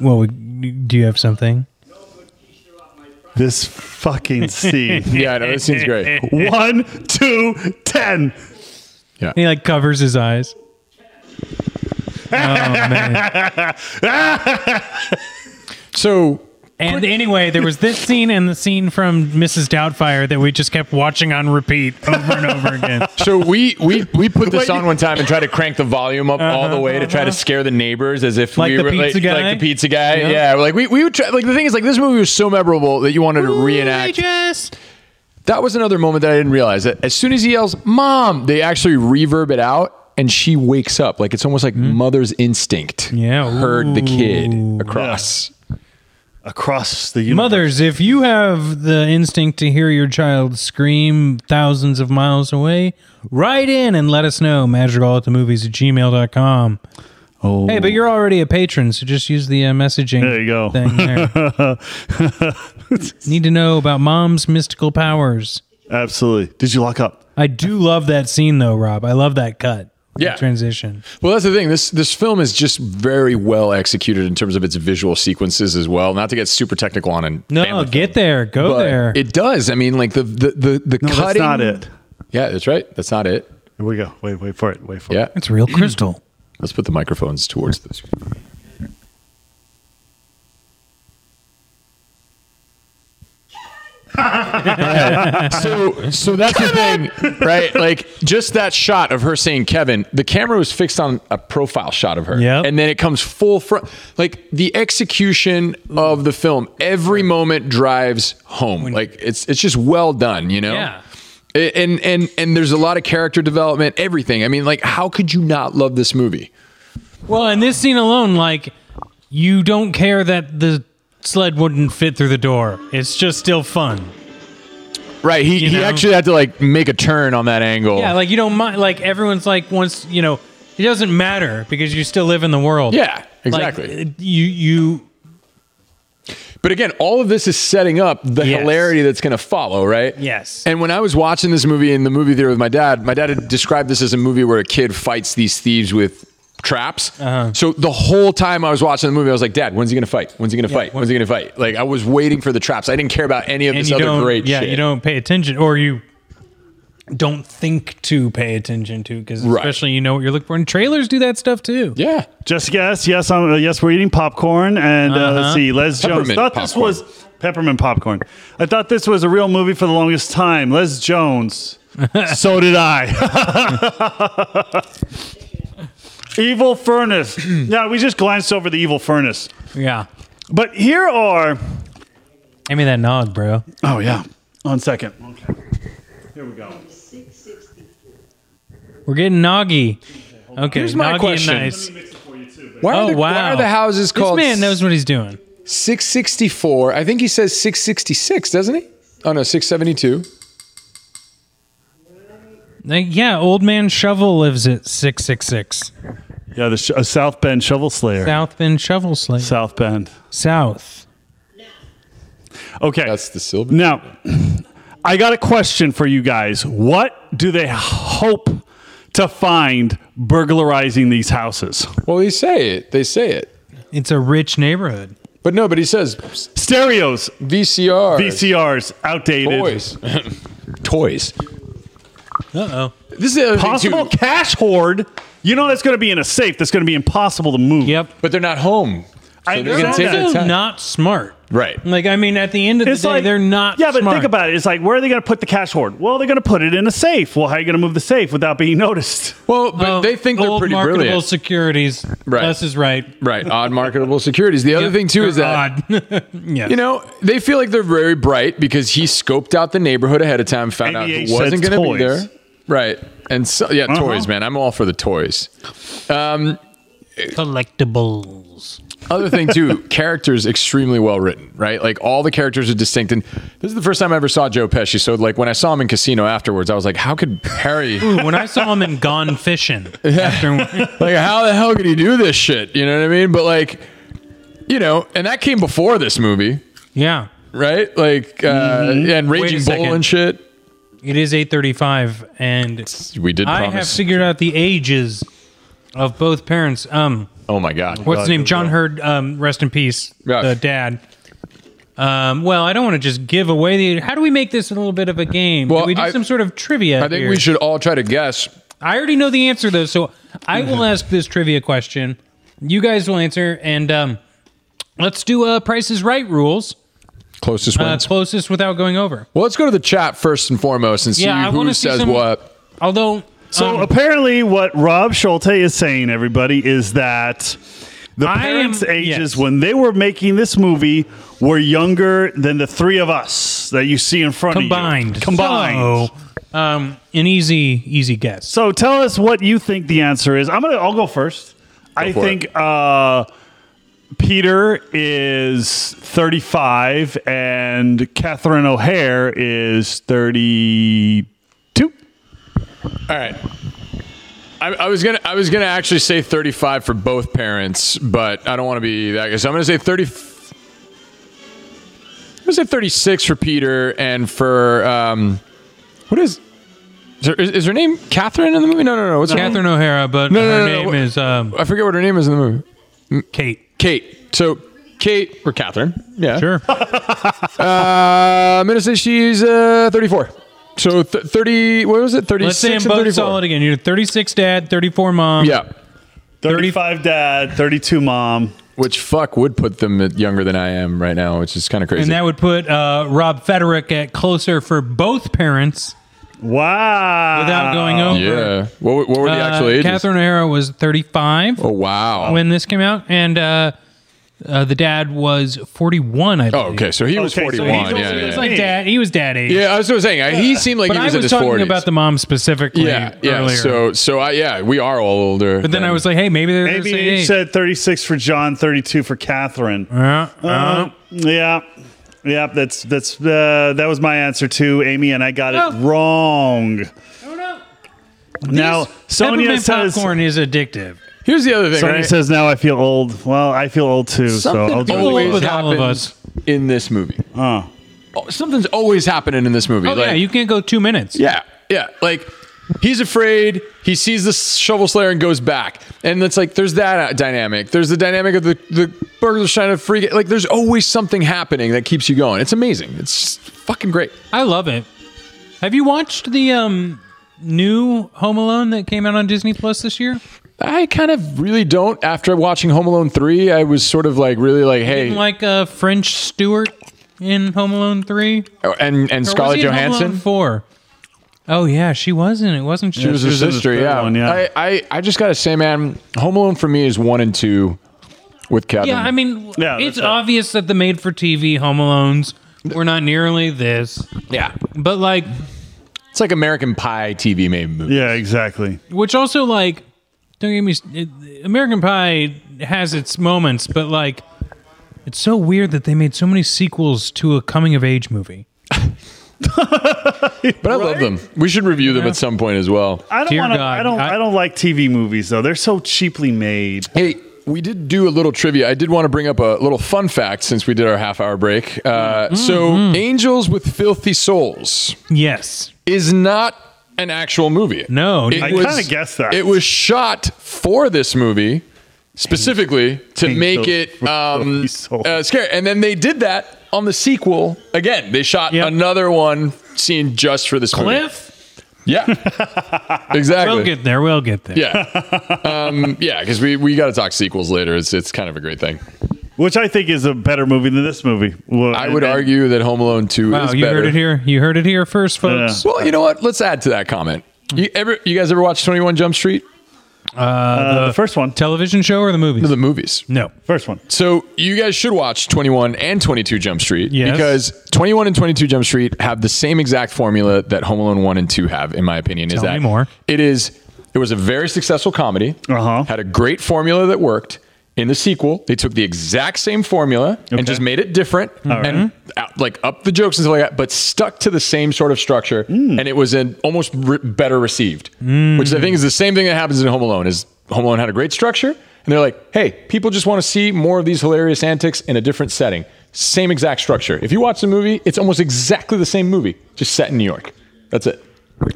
Speaker 4: Well, we- do you have something?
Speaker 3: This fucking scene.
Speaker 2: Yeah, I know. This seems great.
Speaker 3: One, two, ten.
Speaker 4: He like covers his eyes.
Speaker 2: So,
Speaker 4: And anyway, there was this scene and the scene from Mrs. Doubtfire that we just kept watching on repeat over and over again.
Speaker 2: so we we we put this on one time and tried to crank the volume up all the way to try to scare the neighbors as if
Speaker 4: Uh-huh, Like
Speaker 2: we
Speaker 4: the
Speaker 2: were
Speaker 4: pizza
Speaker 2: like,
Speaker 4: guy?
Speaker 2: like the pizza guy.
Speaker 4: Yeah.
Speaker 2: Yeah, we're like we we would try, like the thing is like this movie was so memorable that you wanted to reenact.
Speaker 4: VHS.
Speaker 2: That was another moment that I didn't realize that as soon as he yells "mom," they actually reverb it out and she wakes up. Like it's almost like mother's instinct.
Speaker 4: Hmm. Yeah,
Speaker 2: heard the kid across.
Speaker 3: Across the universe.
Speaker 4: Mothers, if you have the instinct to hear your child scream thousands of miles away, write in and let us know. Magical at the movies at gmail.com.
Speaker 3: Oh.
Speaker 4: Hey, but you're already a patron, so just use the uh, messaging
Speaker 3: There you go.
Speaker 4: thing there. Need to know about mom's mystical powers.
Speaker 3: Absolutely. Did you lock up?
Speaker 4: I do love that scene, though, Rob. I love that cut. that
Speaker 2: Yeah.
Speaker 4: transition.
Speaker 2: Well, that's the thing. This this film is just very well executed in terms of its visual sequences as well. Not to get super technical on and
Speaker 4: No,
Speaker 2: family
Speaker 4: get there. Go
Speaker 2: But
Speaker 4: there.
Speaker 2: It does. I mean, like the the the, the
Speaker 3: No,
Speaker 2: cutting.
Speaker 3: that's not it.
Speaker 2: Yeah, that's right. That's not it.
Speaker 3: Here we go. Wait, wait for it. Wait for it.
Speaker 2: Yeah.
Speaker 4: it's real crystal.
Speaker 2: Let's put the microphones towards this. so, so that's the thing, right? Like, just that shot of her saying Kevin, the camera was fixed on a profile shot of her.
Speaker 4: Yep.
Speaker 2: And then it comes full front. Like, the execution of the film, every moment drives home. Like, it's, it's just well done, you know?
Speaker 4: Yeah.
Speaker 2: A- and and and there's a lot of character development everything i mean like how could you not love this movie
Speaker 4: Well, in this scene alone, like you don't care that the sled wouldn't fit through the door. It's just still fun.
Speaker 2: right he, he
Speaker 4: know?
Speaker 2: actually had to like make a turn on that angle
Speaker 4: Yeah, like you don't mind. Like everyone's like once you know, it doesn't matter because you still live in the world.
Speaker 2: yeah
Speaker 4: Like, uh,
Speaker 2: exactly
Speaker 4: you you
Speaker 2: but again all of this is setting up the
Speaker 4: Yes.
Speaker 2: hilarity that's going to follow right
Speaker 4: Yes.
Speaker 2: and when i was watching this movie in the movie theater with my dad my dad had described this as a movie where a kid fights these thieves with traps
Speaker 4: Uh-huh.
Speaker 2: so the whole time i was watching the movie i was like dad when's he gonna fight when's he gonna fight when's he gonna fight like i was waiting for the traps i didn't care about any of
Speaker 4: and
Speaker 2: this
Speaker 4: you
Speaker 2: other
Speaker 4: don't
Speaker 2: great
Speaker 4: yeah
Speaker 2: shit
Speaker 4: you don't pay attention or you don't think to pay attention to because
Speaker 2: Right.
Speaker 4: especially you know what you're looking for and trailers do that stuff too.
Speaker 2: yeah
Speaker 3: Just guess. Yes, I'm, uh, yes, we're eating popcorn. And uh, let's see, Les Jones
Speaker 2: Peppermint
Speaker 3: thought this was peppermint popcorn. I thought this was a real movie for the longest time. Les Jones. so did I. evil furnace. yeah, we just glanced over the evil furnace.
Speaker 4: Yeah.
Speaker 3: But here are.
Speaker 4: Hand me that nog, bro.
Speaker 3: Oh yeah. One second. Okay. Here we go.
Speaker 4: We're getting noggy. Okay, Here's
Speaker 2: my question.
Speaker 4: Nice.
Speaker 2: Why are,
Speaker 4: Oh,
Speaker 2: the, why
Speaker 4: wow.
Speaker 2: are the houses
Speaker 4: This
Speaker 2: called
Speaker 4: man knows what he's doing.
Speaker 2: 664? I think he says 666, doesn't he? Oh no, 672.
Speaker 4: Like, yeah, old man Shovel lives at six six six
Speaker 3: Yeah, the sh- uh, South Bend Shovel Slayer.
Speaker 4: South Bend Shovel Slate.
Speaker 3: South Bend.
Speaker 4: South.
Speaker 3: Okay.
Speaker 2: That's the silver.
Speaker 3: Now, I got a question for you guys. What do they hope to find burglarizing these houses.
Speaker 2: Well, they say it. They say it.
Speaker 4: It's a rich neighborhood.
Speaker 2: But no, but he says
Speaker 3: Stereos,
Speaker 2: VCR.
Speaker 3: VCRs, outdated.
Speaker 2: Toys. Toys.
Speaker 4: Uh oh.
Speaker 2: This is the other
Speaker 3: Possible
Speaker 2: thing too,
Speaker 3: cash hoard. You know that's going to be in a safe. That's going to be impossible to move.
Speaker 4: Yep.
Speaker 2: but they're not home.
Speaker 3: I
Speaker 2: they're gonna
Speaker 3: understand
Speaker 2: take
Speaker 3: that.
Speaker 2: their
Speaker 4: Also
Speaker 2: time.
Speaker 4: not smart.
Speaker 2: Right.
Speaker 4: Like I mean, at the end of
Speaker 3: It's
Speaker 4: the day,
Speaker 3: like
Speaker 4: they're not.
Speaker 3: Yeah, but
Speaker 4: smart.
Speaker 3: think about it. It's like where are they going to put the cash hoard? Well, they're going to put it in a safe. Well, how are you going to move the safe without being noticed?
Speaker 2: Well, but
Speaker 4: Oh,
Speaker 2: they think they're
Speaker 4: old
Speaker 2: pretty
Speaker 4: marketable
Speaker 2: brilliant.
Speaker 4: securities.
Speaker 2: Right.
Speaker 4: Less is right.
Speaker 2: right. Odd marketable securities. The other thing too is that
Speaker 4: They're odd. yes.
Speaker 2: you know they feel like they're very bright because he scoped out the neighborhood ahead of time, found out
Speaker 3: NBA
Speaker 2: who wasn't
Speaker 3: said
Speaker 2: going to
Speaker 3: toys.
Speaker 2: be there. Right. And so yeah,
Speaker 4: Uh-huh.
Speaker 2: toys, man. I'm all for the toys.
Speaker 4: collectibles.
Speaker 2: Other thing too, characters extremely well written, right? Like all the characters are distinct. And this is the first time I ever saw Joe Pesci. So like when I saw him in Casino afterwards, I was like, how could Harry?
Speaker 4: when I saw him in Gone Fishing, after,
Speaker 2: like how the hell could he do this shit you know what i mean but like you know and that came before this movie
Speaker 4: yeah,
Speaker 2: right like uh and
Speaker 4: Mm-hmm. Wait a
Speaker 2: raging bull
Speaker 4: second.
Speaker 2: and shit
Speaker 4: it is eight thirty-five, and
Speaker 2: we did
Speaker 4: I have
Speaker 2: promise
Speaker 4: figured out the ages of both parents. Um,
Speaker 2: oh my god
Speaker 4: what's his name? John Hurd. Um, rest in peace,
Speaker 2: Yeah.
Speaker 4: the dad. Um, well, I don't want to just give away the. How do we make this a little bit of a game?
Speaker 2: Well,
Speaker 4: do we do
Speaker 2: I-
Speaker 4: some sort of trivia.
Speaker 2: i think
Speaker 4: here?
Speaker 2: we should all try to guess
Speaker 4: I already know the answer though, so I will ask this trivia question. You guys will answer, and um, let's do uh, Price is Right rules.
Speaker 2: closest
Speaker 4: Uh,
Speaker 2: ones
Speaker 4: closest without going over.
Speaker 2: well let's go to the chat first and foremost and see
Speaker 4: Yeah, I
Speaker 2: who
Speaker 4: wanna see
Speaker 2: says
Speaker 4: some-
Speaker 2: what
Speaker 4: Although,
Speaker 3: So
Speaker 4: um,
Speaker 3: apparently, what Rob Schulte is saying, everybody, is that the
Speaker 4: I am-
Speaker 3: parents' ages
Speaker 4: yes.
Speaker 3: when they were making this movie were younger than the three of us that you see in front of
Speaker 4: combined,
Speaker 3: you. Combined.
Speaker 4: So, um, an easy, easy guess.
Speaker 3: So tell us what you think the answer is. I'm gonna. I'll go first. I
Speaker 2: for
Speaker 3: think uh, Peter is 35 and Catherine O'Hare is 32.
Speaker 2: all right I, I was gonna, I was gonna actually say 35 for both parents, but I don't want to be that. So I'm gonna say 30. I'm gonna say 36 for Peter and for um, what is is her, is, is her name Catherine in the movie? No, no, no. What's her name?
Speaker 4: Catherine O'Hara, but
Speaker 2: No, no,
Speaker 4: her
Speaker 2: no, no,
Speaker 4: name
Speaker 2: what-
Speaker 4: is um,
Speaker 2: I forget what her name is in the movie.
Speaker 4: Kate.
Speaker 2: Kate. So Kate or Catherine? Yeah.
Speaker 4: Sure.
Speaker 2: Uh, I'm gonna say she's uh, 34. So th- 30. What was it? 36
Speaker 4: Let's say I'm
Speaker 2: and
Speaker 4: both
Speaker 2: 34.
Speaker 4: solid again. You're 36 dad, 34 mom.
Speaker 2: Yeah.
Speaker 3: 35 dad, 32 mom.
Speaker 2: Which fuck would put them at younger than I am right now, which is kind of crazy.
Speaker 4: And that would put uh, Rob Federick at closer for both parents
Speaker 3: Wow.
Speaker 4: without going over.
Speaker 2: Ah, Yeah. What, were- what were the
Speaker 4: Uh,
Speaker 2: actual ages?
Speaker 4: Catherine O'Hara was 35
Speaker 2: Oh wow.
Speaker 4: when this came out, and uh, uh, the dad was 41. I believe.
Speaker 2: oh, okay. So he was
Speaker 3: Okay, so he's
Speaker 2: 41.
Speaker 3: also-
Speaker 2: yeah,
Speaker 4: He
Speaker 2: yeah,
Speaker 4: was
Speaker 2: yeah.
Speaker 4: like dad. He was dad age.
Speaker 2: Yeah, I was, I was saying I, he seemed like
Speaker 4: but
Speaker 2: he
Speaker 4: I
Speaker 2: was,
Speaker 4: was,
Speaker 2: in his
Speaker 4: talking
Speaker 2: 40s.
Speaker 4: about the mom specifically.
Speaker 2: yeah, yeah.
Speaker 4: Earlier.
Speaker 2: So, so I, yeah, we are all older.
Speaker 4: but then I was like, hey, maybe they're the
Speaker 3: Maybe
Speaker 4: same
Speaker 3: you
Speaker 4: age.
Speaker 3: said 36 for John, 32 for Catherine.
Speaker 4: Uh, uh,
Speaker 3: Yeah. Yeah, that's that's uh, that was my answer too, Amy, and I got
Speaker 4: Oh.
Speaker 3: it wrong.
Speaker 4: oh, no.
Speaker 3: Now
Speaker 4: These
Speaker 3: Sonia
Speaker 4: peppermint
Speaker 3: says
Speaker 4: popcorn is addictive.
Speaker 2: here's the other thing.
Speaker 3: Sonia
Speaker 2: Right?
Speaker 3: says now I feel old. Well, I feel old too, so I'll
Speaker 2: Something
Speaker 3: do
Speaker 4: old
Speaker 3: it.
Speaker 2: always
Speaker 4: with all of
Speaker 2: happens
Speaker 4: us.
Speaker 2: in this movie.
Speaker 3: Uh,
Speaker 2: Oh, something's always happening in this movie.
Speaker 4: Oh,
Speaker 2: like,
Speaker 4: yeah, you can't go two minutes.
Speaker 2: Yeah, yeah. Like he's afraid. He sees the shovel slayer and goes back. And it's like there's that uh, dynamic. There's the dynamic of the the burglars trying to freak. Like there's always something happening that keeps you going. It's amazing. It's just fucking great.
Speaker 4: I love it. Have you watched the um, new Home Alone that came out on Disney Plus this year?
Speaker 2: I kind of really don't. After watching Home Alone three, I was sort of like really like hey,
Speaker 4: Like uh, French Stewart in Home Alone 3?
Speaker 2: and and
Speaker 4: Or was
Speaker 2: Scarlett
Speaker 4: he in Home Alone
Speaker 2: Johansson.
Speaker 4: Four. Oh yeah, she was in it, wasn't she?
Speaker 2: She was
Speaker 3: she was
Speaker 2: his
Speaker 3: in the
Speaker 2: sister,
Speaker 3: third
Speaker 2: yeah.
Speaker 3: one, yeah.
Speaker 2: I, I, I just gotta say, man, Home Alone for me is one and two with Kevin.
Speaker 4: yeah, I mean,
Speaker 3: Yeah, that's
Speaker 4: it's
Speaker 3: it.
Speaker 4: obvious that the made-for-TV Home Alones were not nearly this,
Speaker 2: yeah,
Speaker 4: but like,
Speaker 2: it's like American Pie TV made movie.
Speaker 3: yeah, exactly.
Speaker 4: which also like, don't get me. s- It, American Pie has its moments, but like, it's so weird that they made so many sequels to a coming-of-age movie.
Speaker 2: But I love them. We should review them at some point as well.
Speaker 3: I don't
Speaker 4: Dear
Speaker 3: want to.
Speaker 4: God,
Speaker 3: I don't.
Speaker 4: I-
Speaker 3: I, don't like TV movies though. They're so cheaply made.
Speaker 2: Hey, we did do a little trivia. I did want to bring up a little fun fact since we did our half hour break.
Speaker 4: Mm-hmm.
Speaker 2: Uh, So, Angels with Filthy Souls
Speaker 4: Yes,
Speaker 2: is not an actual movie.
Speaker 4: No,
Speaker 2: It
Speaker 4: I
Speaker 2: was-
Speaker 3: kinda guessed that.
Speaker 2: It was shot for this movie specifically to
Speaker 3: Hank
Speaker 2: make
Speaker 3: Hill-
Speaker 2: it um,
Speaker 3: He's so-
Speaker 2: uh, scary. And then they did that on the sequel again. They shot
Speaker 4: Yep.
Speaker 2: another one scene just for this movie.
Speaker 4: Cliff.
Speaker 2: Yeah,
Speaker 4: We'll
Speaker 2: exactly.
Speaker 4: get there. We'll get there.
Speaker 2: Yeah, um, yeah, because we, we got to talk sequels later. It's it's kind of a great thing.
Speaker 3: Which I think is a better movie than this movie. Well, uh,
Speaker 2: I would
Speaker 3: and-
Speaker 2: argue that Home Alone Two
Speaker 4: Wow,
Speaker 2: is
Speaker 4: you
Speaker 2: better.
Speaker 4: heard it here. You heard it here first, folks.
Speaker 2: Well, you know what? Let's add to that comment. You ever you guys ever watch Twenty One Jump Street?
Speaker 3: uh, the first one.
Speaker 4: Television show or the movies?
Speaker 2: The movies.
Speaker 4: no.
Speaker 3: First one.
Speaker 2: So you guys should watch 21 and 22 Jump Street
Speaker 4: Yes.
Speaker 2: because 21 and 22 Jump Street have the same exact formula that Home Alone 1 and 2 have in my opinion is
Speaker 4: Tell
Speaker 2: that
Speaker 4: me more.
Speaker 2: it is it was a very successful comedy.
Speaker 3: Uh-huh.
Speaker 2: Had a great formula that worked. In the sequel, they took the exact same formula and just made it different and out- like up the jokes and stuff like that, but stuck to the same sort of structure. And it was an almost re- better received, which I think is the same thing that happens in Home Alone. Is Home Alone had a great structure, and they're like, "Hey, people just want to see more of these hilarious antics in a different setting." Same exact structure. If you watch the movie, it's almost exactly the same movie, just set in New York. That's it,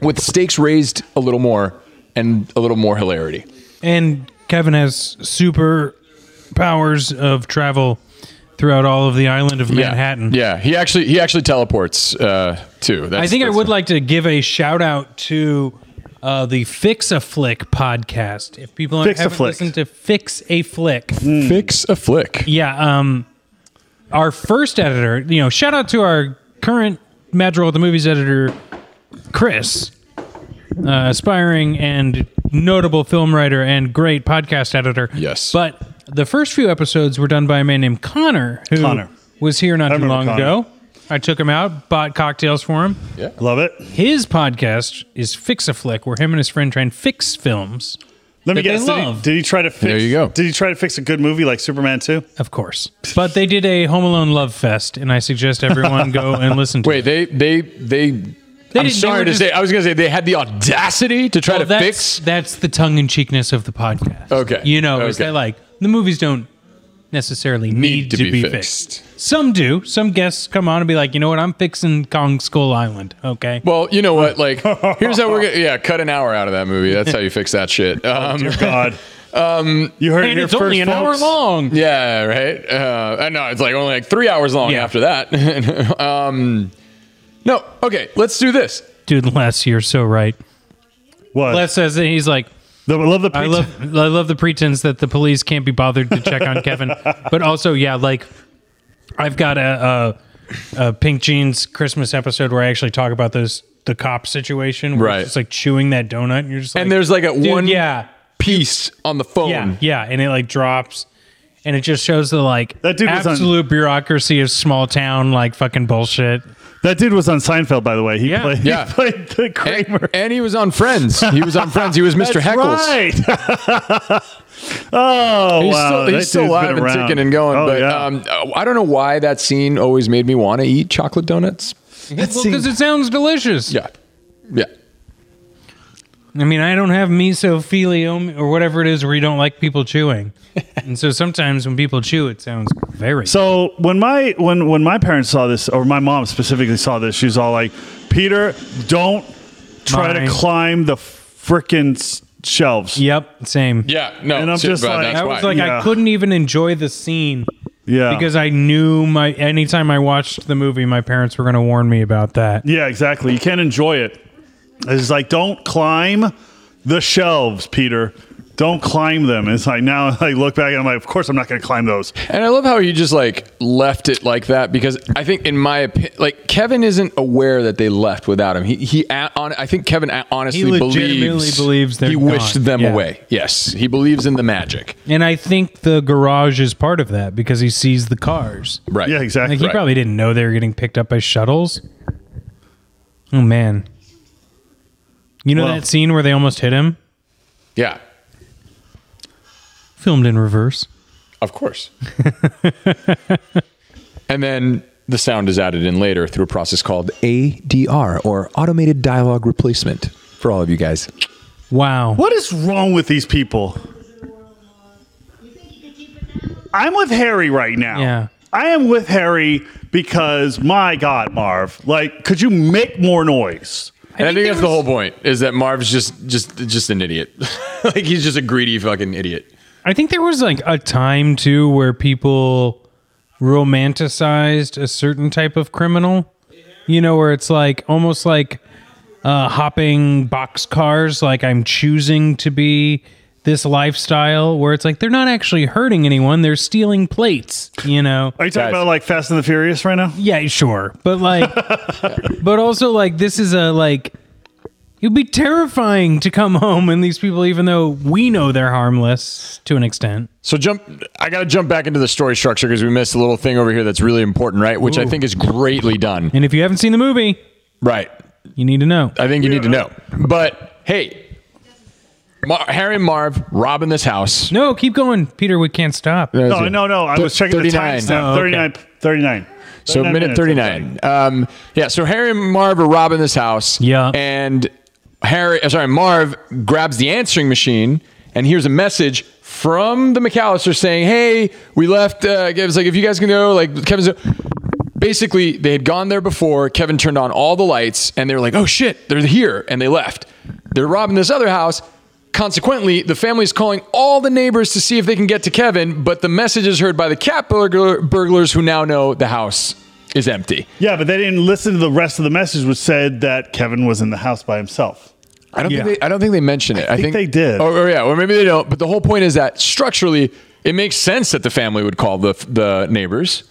Speaker 2: with stakes raised a little more and a little more hilarity.
Speaker 4: And Kevin has super powers of travel throughout all of the island of Manhattan.
Speaker 2: Yeah, he actually he actually teleports uh, too. That's,
Speaker 4: I think I
Speaker 2: that's-
Speaker 4: would like to give a shout out to uh, the Fix a Flick podcast. If people
Speaker 3: Fix a
Speaker 4: haven't
Speaker 3: Flick.
Speaker 4: listened to Fix a Flick,
Speaker 2: fix a flick.
Speaker 4: yeah, um, our first editor, you know, shout out to our current Madrigal at the Movies editor, Chris, uh, aspiring and notable film writer and great podcast editor.
Speaker 2: Yes.
Speaker 4: But the first few episodes were done by a man named Connor, who
Speaker 3: Connor.
Speaker 4: was here not too
Speaker 3: remember
Speaker 4: long
Speaker 3: Connor.
Speaker 4: ago. I took him out, bought cocktails for him.
Speaker 3: Love it.
Speaker 4: His podcast is Fix a Flick, where him and his friend try and fix films, That they
Speaker 3: Let me guess. Did he,
Speaker 4: love.
Speaker 3: did he try to fix?
Speaker 2: There you go.
Speaker 3: Did he try to fix a good movie like Superman 2?
Speaker 4: of course. But they did a Home Alone Love Fest, and I suggest everyone go and listen to
Speaker 2: Wait,
Speaker 4: it.
Speaker 2: they they they.
Speaker 4: didn't-
Speaker 2: I'm
Speaker 4: they
Speaker 2: sorry
Speaker 4: were
Speaker 2: to
Speaker 4: just-
Speaker 2: say. I was gonna say they had the audacity to try
Speaker 4: Well,
Speaker 2: to
Speaker 4: that's,
Speaker 2: fix.
Speaker 4: that's the tongue in cheekness of the podcast.
Speaker 2: Okay.
Speaker 4: You know, is
Speaker 2: Okay.
Speaker 4: that like the movies don't necessarily need, to, be, fixed. Some do. Some guests come on and be like, you know what, I'm fixing Kong Skull Island. Okay.
Speaker 2: Well, you know what? Like, here's how we're gonna. Yeah, cut an hour out of that movie. That's how you fix that shit. Um,
Speaker 3: Dear God. um, you heard it
Speaker 4: and
Speaker 3: here
Speaker 4: it's
Speaker 3: first,
Speaker 4: only an
Speaker 3: folks.
Speaker 4: hour long.
Speaker 2: yeah, right. Uh, I know it's like only like three hours long
Speaker 4: Yeah.
Speaker 2: after that. um, no, okay, let's do this.
Speaker 4: Dude, Les, you're so right.
Speaker 3: What?
Speaker 4: Les says that he's like,
Speaker 3: the, I love the.
Speaker 4: I
Speaker 3: pre-
Speaker 4: love I love the pretense that the police can't be bothered to check on Kevin, but also yeah, like I've got a, a, a pink jeans Christmas episode where I actually talk about those the cop situation, where it's
Speaker 2: Right.
Speaker 4: just like chewing that donut, and you're just like,
Speaker 2: And there's like a
Speaker 4: dude,
Speaker 2: one
Speaker 4: yeah,
Speaker 2: piece on the phone.
Speaker 4: yeah, yeah, and it like drops. And it just shows the like
Speaker 3: That dude was on-
Speaker 4: absolute bureaucracy of small town like fucking bullshit.
Speaker 3: that dude was on Seinfeld, by the way. He
Speaker 4: Yeah.
Speaker 3: played.
Speaker 2: Yeah.
Speaker 3: He played the Kramer.
Speaker 2: And, and he was on Friends. He was on Friends. He was Mr. Heckles.
Speaker 3: Right. oh
Speaker 2: He's
Speaker 3: wow.
Speaker 2: still,
Speaker 3: that
Speaker 2: he's still
Speaker 3: dude's
Speaker 2: alive
Speaker 3: been
Speaker 2: and
Speaker 3: around.
Speaker 2: ticking and going.
Speaker 3: Oh,
Speaker 2: but
Speaker 3: yeah.
Speaker 2: um, I don't know why that scene always made me want to eat chocolate donuts.
Speaker 4: Because it sounds delicious.
Speaker 2: Yeah. Yeah.
Speaker 4: I mean, I don't have mesothelioma or whatever it is where you don't like people chewing. and so sometimes when people chew, it sounds very.
Speaker 3: So when my when when my parents saw this, or my mom specifically saw this, she's all like, "Peter, don't try
Speaker 4: Mine.
Speaker 3: to climb the frickin' s- shelves."
Speaker 4: yep, same.
Speaker 2: Yeah. No.
Speaker 3: And I'm
Speaker 2: shit,
Speaker 3: just
Speaker 2: but
Speaker 3: like-
Speaker 2: that's
Speaker 4: I
Speaker 2: why.
Speaker 4: was like, I
Speaker 3: Yeah.
Speaker 4: couldn't even enjoy the scene
Speaker 3: Yeah.
Speaker 4: because I knew my. Anytime I watched the movie, my parents were going to warn me about that.
Speaker 3: yeah, exactly. You can't enjoy it. It's like, don't climb the shelves, Peter. Don't climb them. It's like now I look back and I'm like, of course I'm not going to climb those.
Speaker 2: And I love how you just like left it like that because I think in my opinion, like Kevin isn't aware that they left without him. He he a- on I think Kevin a- honestly
Speaker 4: legitimately
Speaker 2: believes,
Speaker 4: believes they're
Speaker 2: he wished
Speaker 4: gone.
Speaker 2: them
Speaker 4: Yeah.
Speaker 2: away. Yes, he believes in the magic.
Speaker 4: And I think the garage is part of that because he sees the cars.
Speaker 2: Right.
Speaker 3: Yeah, exactly.
Speaker 4: Like he
Speaker 2: Right.
Speaker 4: probably didn't know they were getting picked up by shuttles. Oh man. You know
Speaker 3: Well-
Speaker 4: that scene where they almost hit him?
Speaker 2: Yeah.
Speaker 4: Filmed in reverse.
Speaker 2: Of course. and then the sound is added in later through a process called ADR or automated dialogue replacement for all of you guys.
Speaker 4: Wow.
Speaker 3: What is wrong with these people? I'm with Harry right now.
Speaker 4: Yeah.
Speaker 3: I am with Harry because my God, Marv, like, could you make more noise?
Speaker 2: And I,
Speaker 4: think
Speaker 2: think
Speaker 4: there
Speaker 2: that's the
Speaker 4: was-
Speaker 2: whole point is that Marv's just just just an idiot. like he's just a greedy fucking idiot.
Speaker 4: I think there was like a time too where people romanticized a certain type of criminal. You know, where it's like almost like uh, hopping box cars. Like I'm choosing to be this lifestyle, where it's like they're not actually hurting anyone; they're stealing plates. You know?
Speaker 3: Are you talking
Speaker 2: Guys.
Speaker 3: about like Fast and the Furious right now?
Speaker 4: Yeah, sure, but like, but also like this is a like. It'd be terrifying to come home and these people, even though we know they're harmless to an extent.
Speaker 2: So jump. I got to jump back into the story structure because we missed a little thing over here that's really important, right? Which I think is greatly done.
Speaker 4: And if you haven't seen the movie,
Speaker 2: Right.
Speaker 4: You need to know.
Speaker 2: I think you need to know. But hey, Mar- Harry and Marv robbing this house.
Speaker 4: No, keep going, Peter. We can't stop.
Speaker 2: There's
Speaker 3: No,
Speaker 2: it.
Speaker 3: no, no. I
Speaker 2: Th-
Speaker 3: was checking the
Speaker 2: 39.
Speaker 3: timestamp.
Speaker 4: Oh, okay.
Speaker 3: 39, 39.
Speaker 2: So minute
Speaker 3: minutes, I'm
Speaker 2: thirty nine. Um, yeah. So Harry and Marv are robbing this house.
Speaker 4: Yeah.
Speaker 2: And Harry, uh, sorry, Marv grabs the answering machine and hears a message from the McAllister saying, "Hey, we left. Uh, it was like if you guys can go, like Kevin's." Basically, they had gone there before. Kevin turned on all the lights, and they were like, "Oh shit, they're here!" And they left. They're robbing this other house. Consequently, the family is calling all the neighbors to see if they can get to Kevin, but the message is heard by the cat burglar- burglars who now know the house is empty.
Speaker 3: Yeah, but they didn't listen to the rest of the message, which said that Kevin was in the house by himself.
Speaker 2: I don't
Speaker 3: Yeah.
Speaker 2: think they, I don't think they mention it. I,
Speaker 3: think they did.
Speaker 2: Oh, oh, yeah, or maybe they don't. But the whole point is that structurally, it makes sense that the family would call the the neighbors.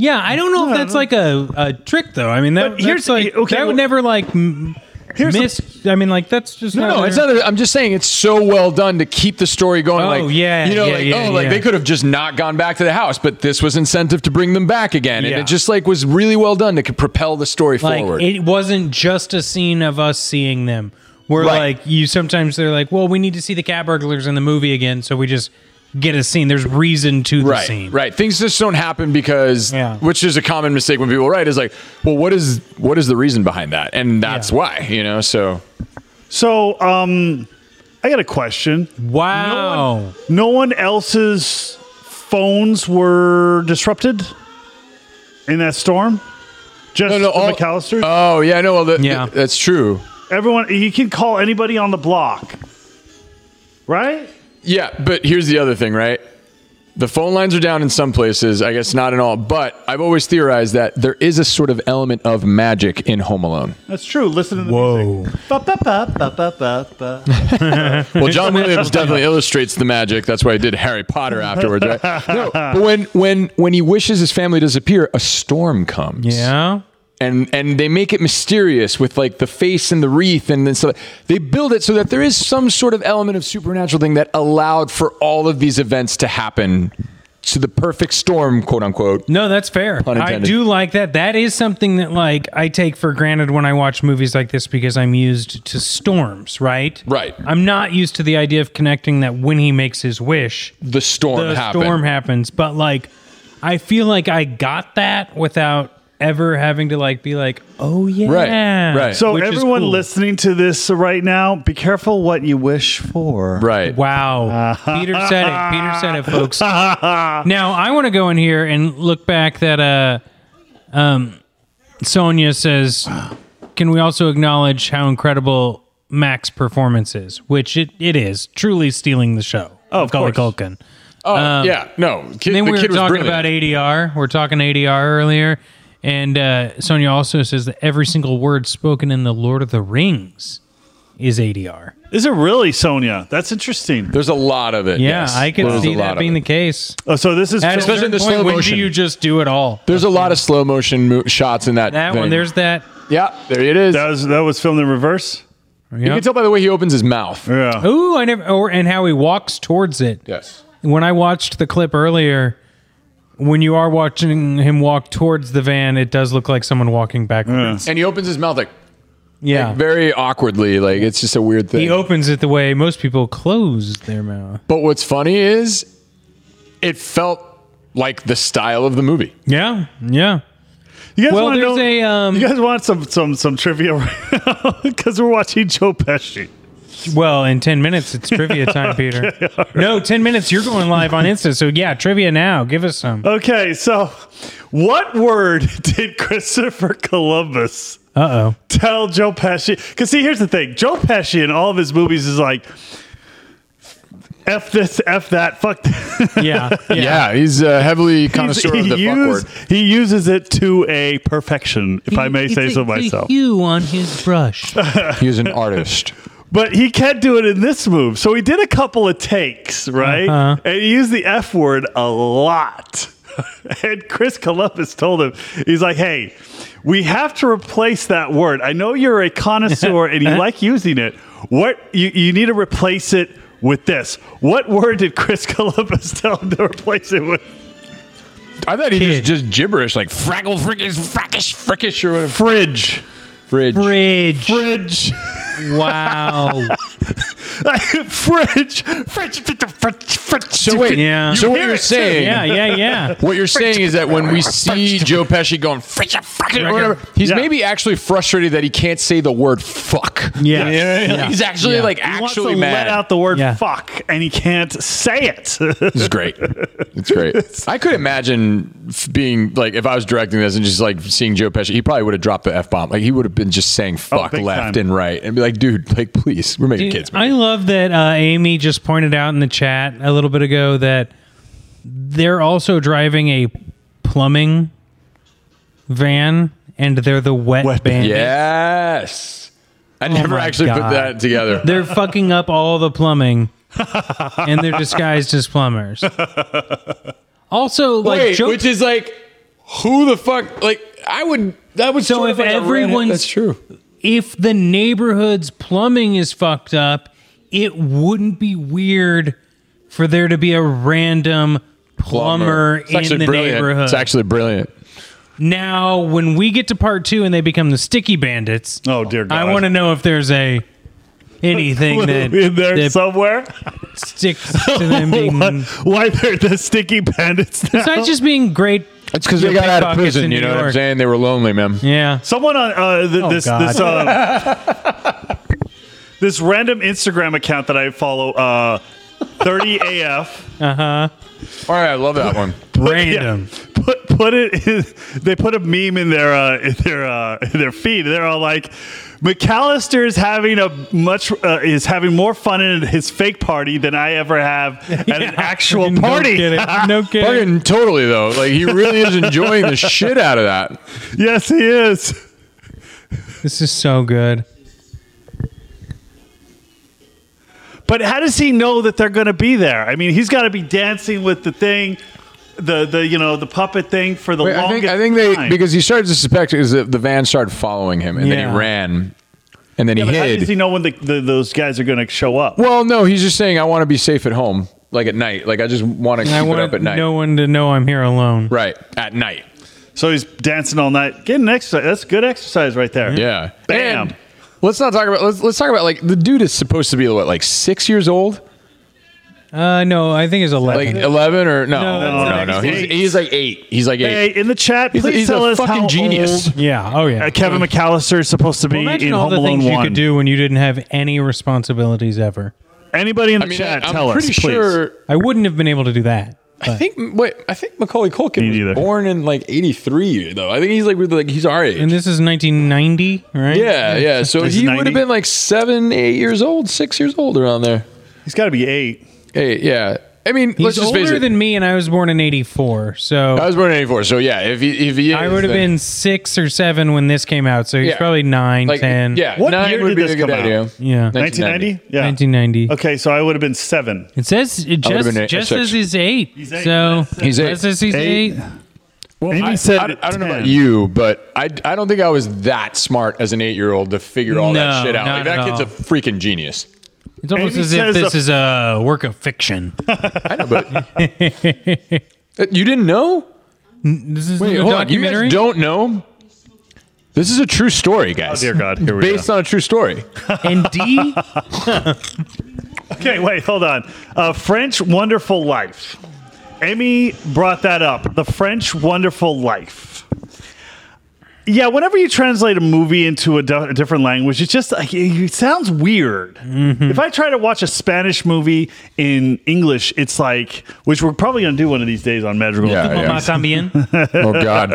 Speaker 4: Yeah, I don't know if that's like a, a trick though. I mean, that,
Speaker 3: But
Speaker 4: here's
Speaker 3: here's-
Speaker 4: like
Speaker 3: okay,
Speaker 4: that would
Speaker 3: well-
Speaker 4: never like m-
Speaker 3: the-
Speaker 4: miss. I mean, like that's just
Speaker 2: No, no,
Speaker 4: not
Speaker 2: it's not. that- I'm just saying it's so well done to keep the story going.
Speaker 4: Oh,
Speaker 2: like,
Speaker 4: yeah,
Speaker 2: you know,
Speaker 4: yeah,
Speaker 2: like
Speaker 4: yeah,
Speaker 2: oh, like
Speaker 4: yeah.
Speaker 2: they could have just not gone back to the house, but this was incentive to bring them back again,
Speaker 4: Yeah.
Speaker 2: and it just like was really well done to c- propel the story
Speaker 4: like
Speaker 2: forward.
Speaker 4: it wasn't just a scene of us seeing them. We're
Speaker 2: Right.
Speaker 4: like you. Sometimes they're like, well, we need to see the cat burglars in the movie again, so we just get a scene. There's reason to the
Speaker 2: right,
Speaker 4: scene.
Speaker 2: Right. Things just don't happen because
Speaker 4: Yeah.
Speaker 2: which is a common mistake when people write is like, well, what is what is the reason behind that? And that's
Speaker 4: Yeah.
Speaker 2: why, you know, so
Speaker 3: So, um, I got a question.
Speaker 4: Wow.
Speaker 3: No one else's phones were disrupted in that storm. Just
Speaker 2: No, no,
Speaker 3: the
Speaker 2: all-
Speaker 3: McAllister's.
Speaker 2: Oh yeah, no, well the,
Speaker 4: Yeah.
Speaker 2: the- that's true.
Speaker 3: Everyone, you can call anybody on the block, right?
Speaker 2: Yeah, but here's the other thing, right? The phone lines are down in some places, I guess not in all, but I've always theorized that there is a sort of element of magic in Home Alone.
Speaker 3: That's true. Listen to the
Speaker 4: Whoa.
Speaker 3: music. Ba, ba, ba, ba, ba, ba, ba.
Speaker 2: Well, John Williams definitely illustrates the magic. That's why he did Harry Potter afterwards, right? No, but when when when he wishes his family to disappear, a storm comes.
Speaker 4: Yeah.
Speaker 2: and and they make it mysterious with like the face and the wreath and then so they build it so that there is some sort of element of supernatural thing that allowed for all of these events to happen to the perfect storm quote unquote
Speaker 4: No, that's fair. I
Speaker 2: intended.
Speaker 4: do like that. That is something that like I take for granted when I watch movies like this because I'm used to storms, right?
Speaker 2: Right.
Speaker 4: I'm not used to the idea of connecting that when he makes his wish,
Speaker 2: the storm
Speaker 4: the
Speaker 2: happened
Speaker 4: storm happens. But like I feel like I got that without ever having to like be like, "Oh yeah."
Speaker 2: right.
Speaker 3: So,
Speaker 4: Which is
Speaker 3: everyone
Speaker 4: cool.
Speaker 3: listening to this right now, be careful what you wish for.
Speaker 2: right
Speaker 4: Wow. Peter said it. Peter said it, folks. now I want to go in here and look back that uh um Sonia says can we also acknowledge how incredible Mac's performance is, which it, it is, truly stealing the show.
Speaker 3: Oh, of
Speaker 4: Macaulay
Speaker 3: course.
Speaker 4: Culkin.
Speaker 2: oh yeah no kid,
Speaker 4: Um, Then
Speaker 2: the
Speaker 4: we were
Speaker 2: kid was
Speaker 4: talking
Speaker 2: brilliant.
Speaker 4: about ADR. We are talking ADR earlier. And uh, Sonia also says that every single word spoken in The Lord of the Rings is ADR.
Speaker 3: Is it really Sonia? That's interesting.
Speaker 2: there's a lot of it
Speaker 4: Yeah,
Speaker 2: yes.
Speaker 4: I can
Speaker 2: There's
Speaker 4: see
Speaker 2: a lot
Speaker 4: that
Speaker 2: of
Speaker 4: being
Speaker 2: it.
Speaker 4: the case.
Speaker 3: Oh, so this is
Speaker 4: At a
Speaker 3: filmed-
Speaker 2: Especially
Speaker 4: certain
Speaker 2: the
Speaker 4: point,
Speaker 2: slow
Speaker 4: when
Speaker 2: motion.
Speaker 4: do you just do it all?
Speaker 2: there's a lot of slow motion mo- shots in that
Speaker 4: that one.
Speaker 2: thing.
Speaker 4: There's that.
Speaker 2: yeah there it is
Speaker 3: that was that was filmed in reverse.
Speaker 2: you can tell by the way he opens his mouth
Speaker 3: Yeah.
Speaker 4: Ooh, I never. Or and how he walks towards it.
Speaker 2: yes
Speaker 4: When I watched the clip earlier, when you are watching him walk towards the van, it does look like someone walking backwards.
Speaker 2: and he opens his mouth like
Speaker 4: Yeah.
Speaker 2: very awkwardly like it's just a weird thing
Speaker 4: he opens it the way most people close their mouth.
Speaker 2: But what's funny is it felt like the style of the movie.
Speaker 4: Yeah, yeah.
Speaker 3: You guys
Speaker 4: Well,
Speaker 3: want to
Speaker 4: there's
Speaker 3: know?
Speaker 4: a, um,
Speaker 3: you guys want some some some trivia right now because we're watching Joe Pesci.
Speaker 4: Well, in ten minutes it's trivia time, Peter. No, ten minutes. You're going live on Insta, so yeah, trivia now. Give us some.
Speaker 3: Okay, so what word did Christopher Columbus
Speaker 4: Uh oh.
Speaker 3: tell Joe Pesci. Because see, here's the thing: Joe Pesci in all of his movies is like, f this, f that, fuck. This.
Speaker 4: Yeah. Yeah.
Speaker 2: Yeah, he's uh, heavily
Speaker 3: He's-
Speaker 2: connoisseur of the fuck
Speaker 3: use-
Speaker 2: word.
Speaker 3: he uses it to a perfection, if I may
Speaker 4: It's
Speaker 3: say
Speaker 4: a-
Speaker 3: so
Speaker 4: it's a
Speaker 3: myself.
Speaker 4: hue on his brush.
Speaker 2: He's an artist.
Speaker 3: But he can do it in this move. So he did a couple of takes, right?
Speaker 4: Uh-huh.
Speaker 3: And he used the F word a lot. and Chris Columbus told him, he's like, hey, we have to replace that word. I know you're a connoisseur and you like using it. What you, you need to replace it with this. What word did Chris Columbus tell him to replace it with?
Speaker 2: I thought he
Speaker 4: Kid.
Speaker 2: just just gibberish like fraggle frickish frackish frickish or whatever.
Speaker 3: Fridge.
Speaker 2: Fridge.
Speaker 4: Bridge.
Speaker 3: Fridge.
Speaker 4: Wow.
Speaker 3: Fridge. Fridge. Fridge. Fridge.
Speaker 2: So wait,
Speaker 4: Yeah.
Speaker 2: so
Speaker 4: You
Speaker 2: what
Speaker 3: hear
Speaker 2: you're
Speaker 3: it too.
Speaker 2: saying?
Speaker 4: Yeah. Yeah. Yeah.
Speaker 2: What you're saying is that when we see Joe Pesci going "Fritz, you fucking or whatever, he's
Speaker 3: Yeah.
Speaker 2: maybe actually frustrated that he can't say the word fuck.
Speaker 4: Yeah.
Speaker 2: You know what I mean?
Speaker 4: Yeah.
Speaker 2: he's actually
Speaker 4: Yeah.
Speaker 2: like
Speaker 3: He wants
Speaker 2: actually
Speaker 3: to
Speaker 2: mad.
Speaker 3: let out the word
Speaker 4: Yeah.
Speaker 3: fuck and he can't say it.
Speaker 2: This is great. It's great. I could imagine f- being like if I was directing this and just like seeing Joe Pesci, he probably would have dropped the f bomb. Like he would have been just saying fuck
Speaker 3: Oh, big
Speaker 2: left
Speaker 3: time.
Speaker 2: and right and be like, dude, like please, we're making
Speaker 4: Dude,
Speaker 2: kids.
Speaker 4: I love that uh, Amy just pointed out in the chat a little bit ago that they're also driving a plumbing van and they're the wet,
Speaker 3: Wet
Speaker 4: bandit.
Speaker 2: yes. I never
Speaker 4: Oh my
Speaker 2: actually put
Speaker 4: God.
Speaker 2: that together.
Speaker 4: They're fucking up all the plumbing and they're disguised as plumbers. Also, like
Speaker 2: Wait,
Speaker 4: Joe-
Speaker 2: which is like who the fuck? Like I would. That would.
Speaker 4: So
Speaker 2: sort of
Speaker 4: if
Speaker 2: like a rant-
Speaker 4: everyone's-
Speaker 2: that's true.
Speaker 4: if the neighborhood's plumbing is fucked up, it wouldn't be weird for there to be a random plumber,
Speaker 2: It's
Speaker 4: in
Speaker 2: actually
Speaker 4: the
Speaker 2: brilliant.
Speaker 4: neighborhood.
Speaker 2: It's actually brilliant.
Speaker 4: Now, when we get to part two and they become the sticky bandits,
Speaker 3: oh dear God!
Speaker 4: I want to know if there's a anything that,
Speaker 3: in there
Speaker 4: that
Speaker 3: somewhere.
Speaker 4: sticks to them being.
Speaker 3: Why, why they're the sticky bandits now?
Speaker 4: It's not just being great.
Speaker 2: It's because
Speaker 4: Yeah,
Speaker 2: they got out of
Speaker 4: pickpockets in
Speaker 2: prison. You
Speaker 4: New
Speaker 2: know what I'm
Speaker 4: York.
Speaker 2: saying? They were lonely, man.
Speaker 4: Yeah.
Speaker 3: Someone on uh, th-
Speaker 4: Oh,
Speaker 3: this
Speaker 4: God.
Speaker 3: this uh, this random Instagram account that I follow, uh, 30AF.
Speaker 2: All right, I love that one.
Speaker 4: Random.
Speaker 3: Put put it. In, they put a meme in their uh, in their uh, in their feed. They're all like. McAllister is having a much uh, is having more fun in his fake party than I ever have at an actual
Speaker 4: No
Speaker 3: party.
Speaker 4: kidding. No kidding.
Speaker 2: Fucking totally though. Like he really is enjoying the shit out of that.
Speaker 3: yes, he is.
Speaker 4: This is so good.
Speaker 3: But how does he know that they're going to be there? I mean, he's got to be dancing with the thing, the the you know the puppet thing for the
Speaker 2: Wait, I
Speaker 3: longest
Speaker 2: think I think they
Speaker 3: time.
Speaker 2: because he started to suspect is that the van started following him and then
Speaker 4: Yeah.
Speaker 2: he ran and then
Speaker 3: yeah,
Speaker 2: he
Speaker 3: but how
Speaker 2: hid.
Speaker 3: does he know when the, the, those guys are going to show up?
Speaker 2: well, no, he's just saying I want to be safe at home, like at night. Like I just want to keep
Speaker 4: I
Speaker 2: it up
Speaker 4: want
Speaker 2: at night.
Speaker 4: no one to know I'm here alone.
Speaker 2: Right at night.
Speaker 3: So he's dancing all night, getting exercise. That's good exercise right there.
Speaker 2: Yeah.
Speaker 3: Bam.
Speaker 2: And let's not talk about let's let's talk about like the dude is supposed to be what like six years old,
Speaker 4: Uh, no, I think it's
Speaker 2: like
Speaker 4: 11.
Speaker 2: eleven or no
Speaker 4: No,
Speaker 2: no no,
Speaker 4: no,
Speaker 2: no.
Speaker 4: no,
Speaker 2: He's,
Speaker 3: he's-
Speaker 2: he's like eight. He's like eight.
Speaker 3: Hey, in the chat,
Speaker 2: He's,
Speaker 3: please
Speaker 2: he's
Speaker 3: tell
Speaker 2: a
Speaker 3: us how
Speaker 2: fucking genius.
Speaker 3: old
Speaker 4: yeah. Oh, yeah.
Speaker 3: uh, Kevin McAllister is supposed to be
Speaker 4: Well,
Speaker 3: in
Speaker 4: imagine all
Speaker 3: Home
Speaker 4: the
Speaker 3: Alone
Speaker 4: things you
Speaker 3: One.
Speaker 4: could do when you didn't have any responsibilities ever.
Speaker 3: Anybody in the
Speaker 2: I mean,
Speaker 3: chat,
Speaker 2: I, am
Speaker 3: tell
Speaker 2: pretty
Speaker 3: us, please.
Speaker 2: sure.
Speaker 4: I wouldn't have been able to do that.
Speaker 2: I think wait, I think Macaulay Culkin
Speaker 3: Me
Speaker 2: was
Speaker 3: neither.
Speaker 2: born in like '83 though. I think he's like with- like he's our age.
Speaker 4: And this is 1990, right?
Speaker 2: yeah, yeah. So
Speaker 3: This is
Speaker 2: he would have
Speaker 3: 90.
Speaker 2: been like seven, eight years old, six years old around there.
Speaker 3: He's got to be eight.
Speaker 2: Hey, yeah. I mean,
Speaker 4: He's
Speaker 2: let's just face
Speaker 4: older
Speaker 2: it.
Speaker 4: than me, and I was born in '84,
Speaker 2: I
Speaker 4: so
Speaker 2: was born in '84, so yeah. If he, if he is,
Speaker 4: I would have
Speaker 2: then-
Speaker 4: been six or seven when this came out. So he's
Speaker 2: Yeah.
Speaker 4: probably nine,
Speaker 2: like
Speaker 4: ten.
Speaker 2: yeah.
Speaker 3: What
Speaker 2: nine
Speaker 3: year
Speaker 2: would
Speaker 3: did
Speaker 2: be
Speaker 3: this
Speaker 2: a good
Speaker 3: come out?
Speaker 2: idea.
Speaker 4: yeah.
Speaker 3: 1990? Yeah.
Speaker 4: 1990.
Speaker 3: Okay, so I would have been seven.
Speaker 4: It says it
Speaker 2: would've
Speaker 4: just
Speaker 2: been eight-
Speaker 4: just
Speaker 2: six.
Speaker 4: says he's eight.
Speaker 3: He's eight.
Speaker 4: So
Speaker 2: He's eight.
Speaker 4: just says he's
Speaker 3: Eight.
Speaker 4: eight.
Speaker 3: Well, Amy
Speaker 2: I,
Speaker 3: said
Speaker 2: I,
Speaker 3: at
Speaker 2: I don't know about
Speaker 3: 10.
Speaker 2: you, but I, I don't think I was that smart as an eight year old to figure all that
Speaker 4: No,
Speaker 2: shit out.
Speaker 4: not
Speaker 2: Like, that
Speaker 4: at
Speaker 2: kid's
Speaker 4: all.
Speaker 2: a freaking genius.
Speaker 4: It's almost
Speaker 3: Amy
Speaker 4: as if
Speaker 3: says
Speaker 4: this
Speaker 3: a-
Speaker 4: is a work of fiction.
Speaker 2: I know, but Uh, you didn't know?
Speaker 4: This is
Speaker 2: Wait,
Speaker 4: a
Speaker 2: hold on. You
Speaker 4: documentary.
Speaker 2: guys don't know? This is a true story,
Speaker 3: Oh
Speaker 2: guys.
Speaker 3: dear God, here we go.
Speaker 2: Based on a true story.
Speaker 4: and D.
Speaker 3: Okay, wait, hold on. Uh, French Wonderful Life. Amy brought that up. The French Wonderful Life. yeah, whenever you translate a movie into a, di- a different language, it's just like, it it sounds weird.
Speaker 2: Mm-hmm.
Speaker 3: If I try to watch a Spanish movie in English, it's like, which we're probably going to do one of these days on Madrigal.
Speaker 2: Yeah, yeah.
Speaker 4: Mamá también.
Speaker 2: Oh God,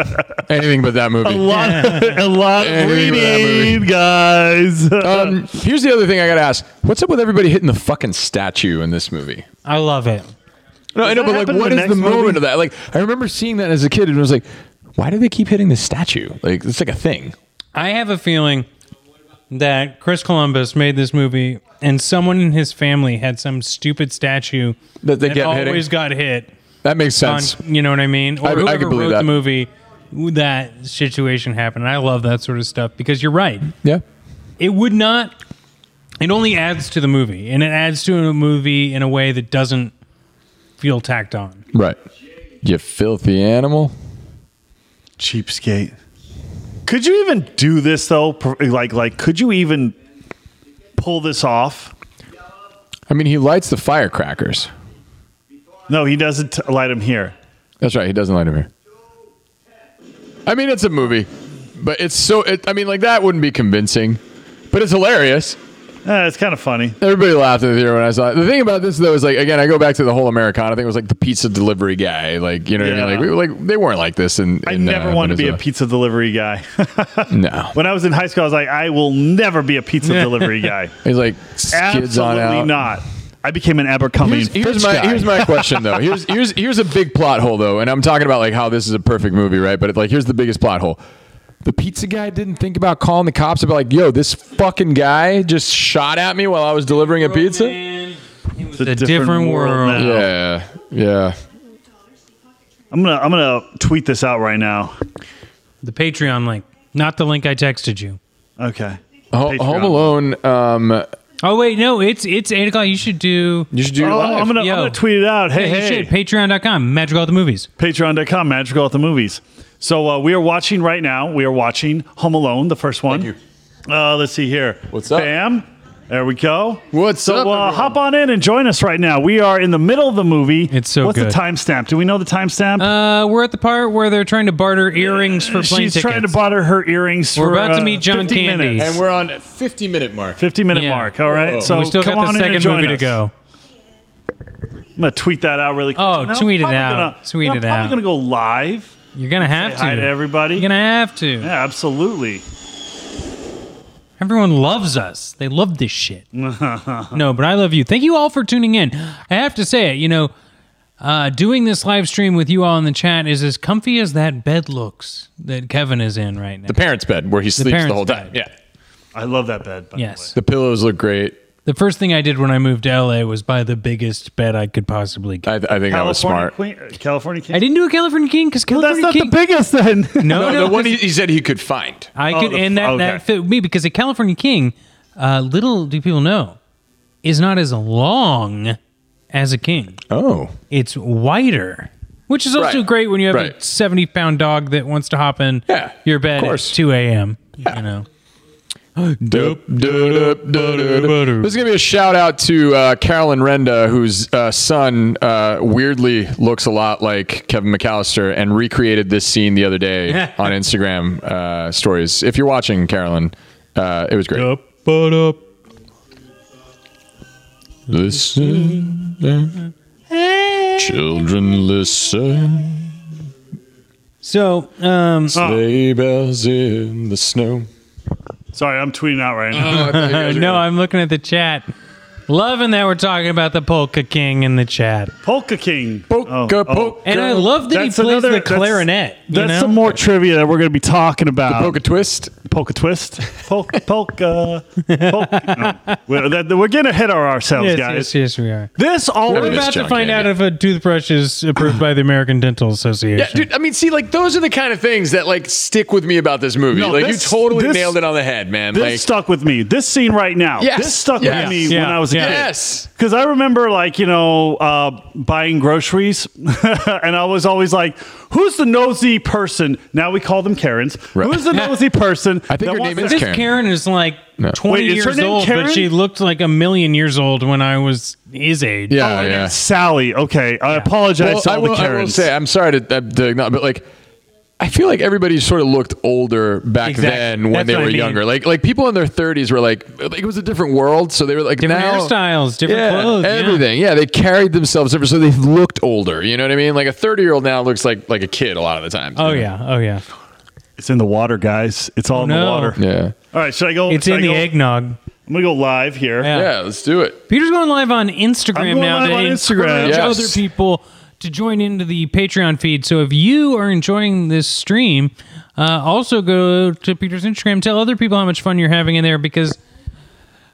Speaker 2: anything but that movie.
Speaker 3: A lot, a lot of
Speaker 2: Anything with that movie.
Speaker 3: reading, guys.
Speaker 2: Um, here's the other thing I gotta ask: What's up with everybody hitting the fucking statue in this movie?
Speaker 4: I love it.
Speaker 2: No, I know,
Speaker 3: that happen
Speaker 2: but like,
Speaker 3: in
Speaker 2: what
Speaker 3: the
Speaker 2: is the
Speaker 3: next
Speaker 2: moment
Speaker 3: movie?
Speaker 2: of that? Like, I remember seeing that as a kid, and I was like, why do they keep hitting the statue? Like, it's like a thing.
Speaker 4: I have a feeling that Chris Columbus made this movie, and someone in his family had some stupid statue
Speaker 2: That they kept hitting?
Speaker 4: always got hit.
Speaker 2: That makes
Speaker 4: On,
Speaker 2: sense.
Speaker 4: you know what I mean? Or
Speaker 2: I- I
Speaker 4: whoever
Speaker 2: could believe
Speaker 4: wrote
Speaker 2: that.
Speaker 4: the movie, that situation happened. I love that sort of stuff because you're right.
Speaker 2: yeah,
Speaker 4: It would not. It only adds to the movie, and it adds to a movie in a way that doesn't feel tacked on.
Speaker 2: right. You filthy animal.
Speaker 3: Cheapskate. Could you even do this though? Pr- Like, like, could you even pull this off?
Speaker 2: I mean, he lights the firecrackers.
Speaker 3: No, he doesn't t- light him here.
Speaker 2: That's right. He doesn't light him here. I mean, it's a movie, but it's so. It, I mean, like that wouldn't be convincing, but it's hilarious.
Speaker 3: Eh, it's kind of funny.
Speaker 2: Everybody laughed at the theater when I saw it. The thing about this though is like again, I go back to the whole Americana thing. It was like the pizza delivery guy, like you know what I mean.
Speaker 3: Yeah.
Speaker 2: Like we were like they weren't like this. And
Speaker 3: I never wanted to be a pizza delivery guy.
Speaker 2: No,
Speaker 3: when I was in high school, I was like, I will never be a pizza delivery guy.
Speaker 2: he's like skids on
Speaker 3: Absolutely
Speaker 2: out.
Speaker 3: not. I became an Abercrombie
Speaker 2: Here's,
Speaker 3: and
Speaker 2: here's
Speaker 3: Fitch
Speaker 2: my
Speaker 3: guy.
Speaker 2: here's my question though. Here's here's here's a big plot hole though, and I'm talking about like how this is a perfect movie, right? But like here's the biggest plot hole. The pizza guy didn't think about calling the cops about like, yo, this fucking guy just shot at me while I was delivering a pizza.
Speaker 4: It was a, different, world.
Speaker 3: now.
Speaker 2: Yeah, yeah.
Speaker 3: I'm gonna I'm gonna tweet this out right now.
Speaker 4: The Patreon link, not the link I texted you.
Speaker 3: Okay.
Speaker 2: Ho-
Speaker 3: Patreon.
Speaker 2: Home Alone. Um,
Speaker 4: Oh wait, no, it's it's eight o'clock. You should do
Speaker 2: you should do. it
Speaker 3: Oh,
Speaker 2: live.
Speaker 3: I'm gonna
Speaker 4: Yo.
Speaker 3: I'm gonna tweet it out. Hey,
Speaker 4: Hey,
Speaker 3: hey,
Speaker 4: shit, patreon.com, magical at the movies.
Speaker 3: patreon.com magical at the movies so uh, we are watching right now we are watching home alone the first one Uh, let's see here
Speaker 2: What's up?
Speaker 3: bam there we go
Speaker 2: What's
Speaker 3: so,
Speaker 2: up,
Speaker 3: uh,
Speaker 2: everyone?
Speaker 3: hop on in and join us right now we are in the middle of the movie
Speaker 4: It's so
Speaker 3: what's
Speaker 4: good.
Speaker 3: the timestamp do we know the timestamp
Speaker 4: Uh, we're at the part where they're trying to barter earrings for plane
Speaker 3: she's
Speaker 4: tickets.
Speaker 3: trying to barter her earrings
Speaker 4: We're
Speaker 3: for,
Speaker 4: about to
Speaker 3: uh,
Speaker 4: meet John
Speaker 3: 50
Speaker 4: Candy.
Speaker 3: minutes.
Speaker 2: And we're on 50 minute mark.
Speaker 3: 50 minute
Speaker 4: Yeah.
Speaker 3: mark all right
Speaker 2: Whoa.
Speaker 3: so
Speaker 4: we still
Speaker 3: come
Speaker 4: got
Speaker 3: on
Speaker 4: the
Speaker 3: in
Speaker 4: second
Speaker 3: and join
Speaker 4: movie to
Speaker 3: us.
Speaker 4: go.
Speaker 3: i'm gonna tweet that out really quick
Speaker 4: Oh,
Speaker 3: And I'm
Speaker 4: tweet it
Speaker 3: probably
Speaker 4: out.
Speaker 3: gonna-
Speaker 4: Tweet
Speaker 3: I'm
Speaker 4: it
Speaker 3: probably
Speaker 4: out.
Speaker 3: gonna go live
Speaker 4: You're gonna have
Speaker 3: hi
Speaker 4: to.
Speaker 3: to everybody
Speaker 4: You're gonna have to.
Speaker 3: yeah absolutely
Speaker 4: Everyone loves us. They love this shit. no, but I love you. Thank you all for tuning in. I have to say it. You know, uh, doing this live stream with you all in the chat is as comfy as that bed looks that Kevin is in right now.
Speaker 2: The parents' bed where he sleeps the
Speaker 4: parents'
Speaker 2: whole time.
Speaker 4: bed.
Speaker 2: Yeah.
Speaker 3: i love that bed by the way.
Speaker 4: yes.
Speaker 2: The pillows look great.
Speaker 4: The first thing I did when I moved to LA was buy the biggest bed I could possibly get.
Speaker 2: I, I think that was smart.
Speaker 3: Queen, uh, California King.
Speaker 4: I didn't do a California King because
Speaker 3: That's
Speaker 4: California
Speaker 3: not
Speaker 4: King.
Speaker 3: the biggest then.
Speaker 4: no,
Speaker 2: No,
Speaker 4: no,
Speaker 2: the one
Speaker 4: 'cause
Speaker 2: he, he said he could find.
Speaker 4: I
Speaker 3: Oh,
Speaker 4: could
Speaker 3: the-
Speaker 4: and that
Speaker 3: okay.
Speaker 4: that fit me because a California King, uh, little do people know, is not as long as a king.
Speaker 2: Oh.
Speaker 4: It's wider, which is also
Speaker 2: Right.
Speaker 4: great when you have a
Speaker 2: Right.
Speaker 4: seventy-pound dog that wants to hop in
Speaker 2: Yeah,
Speaker 4: your
Speaker 2: of
Speaker 4: bed at
Speaker 2: course.
Speaker 4: two a.m. You know,
Speaker 2: This is going to be a shout out to uh, Carolyn Renda, whose uh, son uh, weirdly looks a lot like Kevin McAllister and recreated this scene the other day on Instagram uh, stories. If you're watching, Carolyn, uh, it was great. Listen, children, listen.
Speaker 4: so um,
Speaker 3: Oh.
Speaker 2: Sleigh bells in the snow.
Speaker 3: Sorry, I'm tweeting out right
Speaker 4: Uh,
Speaker 3: now.
Speaker 4: no, I'm looking at the chat. Loving that we're talking about the Polka King in the chat.
Speaker 3: Polka King. Oh,
Speaker 2: Polka,
Speaker 3: oh.
Speaker 2: polka.
Speaker 4: And I love that
Speaker 3: That's
Speaker 4: he plays
Speaker 3: another-
Speaker 4: the
Speaker 3: that's-
Speaker 4: clarinet. you
Speaker 3: That's
Speaker 4: know?
Speaker 3: some more trivia that we're going to be talking about. uh,
Speaker 2: Polka twist.
Speaker 3: polka twist. Polka. polka. polka. No. We're, that, we're getting ahead of ourselves,
Speaker 4: yes,
Speaker 3: guys.
Speaker 4: yes, yes, we are.
Speaker 3: This
Speaker 2: Look
Speaker 4: We're
Speaker 2: at
Speaker 3: always.
Speaker 2: this
Speaker 4: about to
Speaker 2: junk,
Speaker 4: find
Speaker 2: Andy.
Speaker 4: out if a toothbrush is approved by the American Dental Association.
Speaker 2: Yeah, dude. I mean, see, like those are the kind of things that like stick with me about this movie.
Speaker 3: No,
Speaker 2: like
Speaker 3: this-
Speaker 2: you totally
Speaker 3: this-
Speaker 2: nailed it on the head, man.
Speaker 3: This
Speaker 2: Like
Speaker 3: stuck with me. This scene right now.
Speaker 2: Yes,
Speaker 3: This stuck
Speaker 2: yes,
Speaker 3: with me
Speaker 4: yeah,
Speaker 3: when I was a
Speaker 4: yeah.
Speaker 3: kid.
Speaker 2: yes,
Speaker 3: Because I remember, like, you know, uh, buying groceries, and I was always like, who's the nosy person? Now we call them Karens.
Speaker 2: Right.
Speaker 3: Who's the nosy person?
Speaker 2: I think
Speaker 3: that
Speaker 2: her
Speaker 3: wants
Speaker 2: name
Speaker 3: to-
Speaker 4: This
Speaker 2: Karen.
Speaker 4: Karen. is like 20
Speaker 3: Wait, is her
Speaker 4: years
Speaker 3: name
Speaker 4: old,
Speaker 3: Karen?
Speaker 4: but she looked like a million years old when I was his age.
Speaker 2: yeah,
Speaker 3: Oh,
Speaker 2: yeah.
Speaker 3: Sally. Okay. I apologize
Speaker 2: Well,
Speaker 3: to all
Speaker 2: I will,
Speaker 3: the
Speaker 2: I will
Speaker 3: Karens.
Speaker 2: uh, say, I'm sorry to, to, to not, but like. I feel like everybody sort of looked older back
Speaker 4: Exactly.
Speaker 2: then when
Speaker 4: That's
Speaker 2: they
Speaker 4: what I
Speaker 2: were
Speaker 4: mean.
Speaker 2: younger. Like like people in their 30s were like, like it was a different world, so they were like
Speaker 4: Different
Speaker 2: now
Speaker 4: hairstyles, different
Speaker 2: yeah,
Speaker 4: clothes, yeah.
Speaker 2: everything. Yeah. they carried themselves different, so they looked older. You know what I mean? Like a 30 year old now looks like like a kid a lot of the times.
Speaker 4: Oh
Speaker 2: you know?
Speaker 4: yeah, oh yeah.
Speaker 3: It's in the water, guys. It's all in the
Speaker 4: Oh, no.
Speaker 3: water.
Speaker 2: yeah,
Speaker 3: All right, should I go?
Speaker 4: It's
Speaker 3: should
Speaker 4: in
Speaker 3: I
Speaker 4: the
Speaker 3: go-
Speaker 4: eggnog.
Speaker 3: I'm gonna go live here.
Speaker 4: Yeah.
Speaker 2: yeah. Let's do it.
Speaker 4: Peter's going live on Instagram
Speaker 3: I'm going
Speaker 4: now
Speaker 3: live
Speaker 4: to
Speaker 3: on Instagram.
Speaker 4: encourage
Speaker 2: Yes.
Speaker 4: other people to join into the Patreon feed. So if you are enjoying this stream, uh, also go to Peter's Instagram. Tell other people how much fun you're having in there because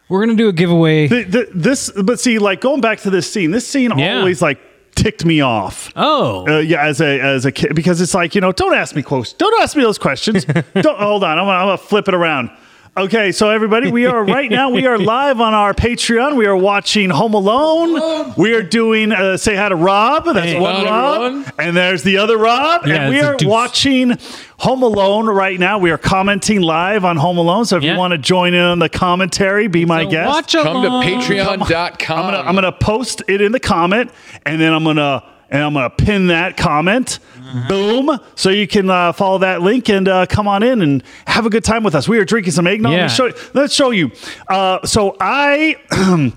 Speaker 4: we're gonna do a giveaway.
Speaker 3: Th- th- this, but see, like going back to this scene, this scene
Speaker 4: Yeah.
Speaker 3: always like ticked me off.
Speaker 4: Oh,
Speaker 3: Uh, yeah, as a as a kid, because it's like you know, don't ask me quotes, don't ask me those questions. don't hold on, I'm gonna, I'm gonna flip it around. Okay, so everybody, we are right now. We are live on our Patreon. We are watching Home Alone. We are doing uh, say hi to Rob. That's
Speaker 4: Hey.
Speaker 2: Hi
Speaker 3: one
Speaker 2: to
Speaker 3: Rob,
Speaker 2: Ron.
Speaker 3: and there's the other Rob.
Speaker 4: Yeah,
Speaker 3: and we
Speaker 4: it's a
Speaker 3: are
Speaker 4: deuce.
Speaker 3: watching Home Alone right now. We are commenting live on Home Alone. So if
Speaker 4: Yeah.
Speaker 3: you want to join in on the commentary, be my
Speaker 4: So
Speaker 3: guest.
Speaker 4: Watch
Speaker 2: Come to
Speaker 4: along.
Speaker 2: Patreon.com.
Speaker 3: I'm gonna I'm gonna post it in the comment, and then I'm gonna and I'm gonna pin that comment. Boom! So you can uh, follow that link and uh, come on in and have a good time with us. We are drinking some eggnog.
Speaker 4: Yeah.
Speaker 3: Let's show let's show you. Uh, so I.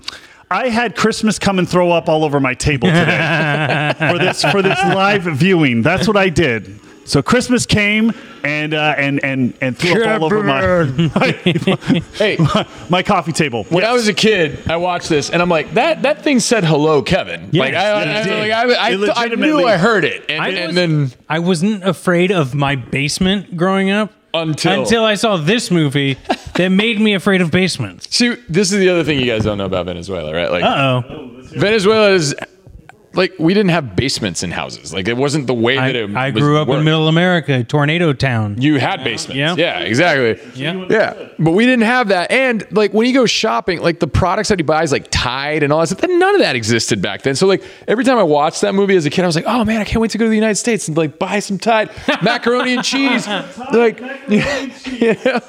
Speaker 3: I had Christmas come and throw up all over my table today for this for this live viewing. That's what I did. So Christmas came and uh, and and and threw up all over my
Speaker 2: hey,
Speaker 3: my coffee table.
Speaker 2: When I was a kid, I watched this and I'm like, that that thing said hello, Kevin. like I, I,
Speaker 3: it
Speaker 2: I-
Speaker 3: did.
Speaker 2: like, I- I
Speaker 3: It
Speaker 2: th- I knew
Speaker 3: legitimately-
Speaker 2: I heard it, and,
Speaker 4: I,
Speaker 2: and
Speaker 4: was,
Speaker 2: then
Speaker 4: I wasn't afraid of my basement growing up
Speaker 2: Until-
Speaker 4: until I saw this movie that made me afraid of basements.
Speaker 2: see, this is the other thing you guys don't know about Venezuela, right? Like
Speaker 4: Oh,
Speaker 2: Venezuela is like we didn't have basements in houses. Like it wasn't the way that
Speaker 4: I,
Speaker 2: it.
Speaker 4: I
Speaker 2: was
Speaker 4: grew up
Speaker 2: worked.
Speaker 4: in Middle America, tornado town.
Speaker 2: You had basements.
Speaker 4: Yeah.
Speaker 2: Yeah, exactly.
Speaker 4: yeah.
Speaker 2: Yeah, but we didn't have that. And like when you go shopping, like the products that he buys, like Tide and all that stuff, then none of that existed back then. So like every time I watched that movie as a kid, I was like, oh man, I can't wait to go to the United States and like buy some Tide, macaroni and cheese, like, you know?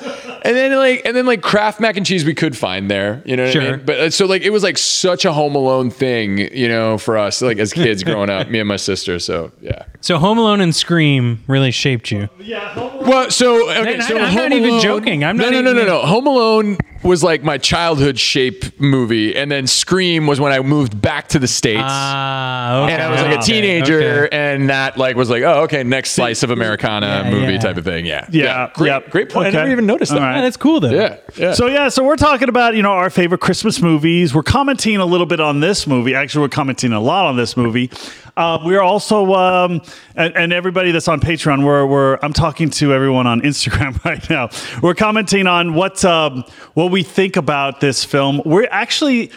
Speaker 2: and then like and then like Kraft mac and cheese we could find there, you know. What I
Speaker 4: Sure.
Speaker 2: mean? But uh, so like it was like such a Home Alone thing, you know, for us like as kids growing up, me and my sister. So yeah.
Speaker 4: So Home Alone and Scream really shaped you.
Speaker 2: Well, so okay,
Speaker 4: Man, I-
Speaker 2: so
Speaker 4: I'm not
Speaker 2: Home
Speaker 4: even
Speaker 2: Alone-
Speaker 4: joking. I'm
Speaker 2: no,
Speaker 4: not
Speaker 2: no,
Speaker 4: even-
Speaker 2: no, no, no. Home Alone was like my childhood shape movie, and then Scream was when I moved back to the states.
Speaker 4: Ah, okay.
Speaker 2: and I was like a
Speaker 4: okay,
Speaker 2: teenager,
Speaker 4: okay.
Speaker 2: and that like was like, oh, okay, next slice of Americana
Speaker 4: Yeah,
Speaker 2: movie
Speaker 4: yeah.
Speaker 2: type of thing. Yeah,
Speaker 3: Yeah,
Speaker 2: great,
Speaker 3: yeah.
Speaker 2: great point.
Speaker 3: Okay.
Speaker 2: I never even noticed
Speaker 3: All
Speaker 2: that.
Speaker 3: right.
Speaker 4: Yeah, that's cool though.
Speaker 2: Yeah, yeah.
Speaker 3: So yeah, so we're talking about you know our favorite Christmas movies. We're commenting a little bit on this movie. Actually, we're commenting a lot on this movie. Uh, we're also um, and, and everybody that's on Patreon. We're, we're I'm talking to everyone on Instagram right now. We're commenting on what um, what we think about this film. We're actually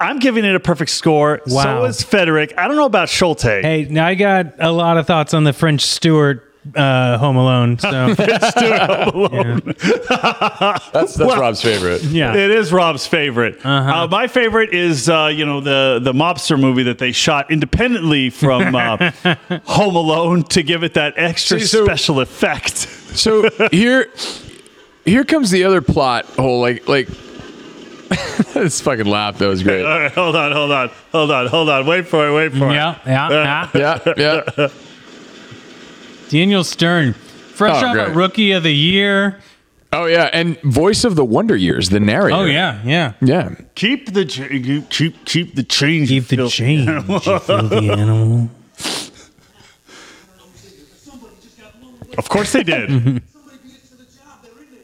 Speaker 3: I'm giving it a perfect score. So
Speaker 4: Wow.
Speaker 3: is Frederick. I don't know about Schulte.
Speaker 4: Hey, now I got a lot of thoughts on the French Stewart uh, Home Alone. So
Speaker 2: that's that's
Speaker 3: Well-
Speaker 2: Rob's favorite.
Speaker 4: yeah, Uh-huh.
Speaker 3: It is Rob's favorite. Uh, my favorite is uh, you know the the mobster movie that they shot independently from uh, Home Alone to give it that extra
Speaker 2: See, so-
Speaker 3: special effect.
Speaker 2: So here, here comes the other plot hole. Like, like this fucking laugh that was great.
Speaker 3: All right, hold on, hold on, hold on, hold on. Wait for it, wait for
Speaker 4: yeah, yeah, yeah.
Speaker 2: Yeah, yeah.
Speaker 4: Daniel Stern, fresh
Speaker 2: Oh,
Speaker 4: off a
Speaker 2: great.
Speaker 4: Rookie of the Year.
Speaker 2: Oh yeah, and voice of the Wonder Years, the narrator.
Speaker 4: Oh yeah, yeah.
Speaker 2: yeah.
Speaker 3: it. Keep the ch- keep keep the change.
Speaker 4: Keep the
Speaker 3: Phil.
Speaker 4: change, you filthy animal.
Speaker 3: Of course they did.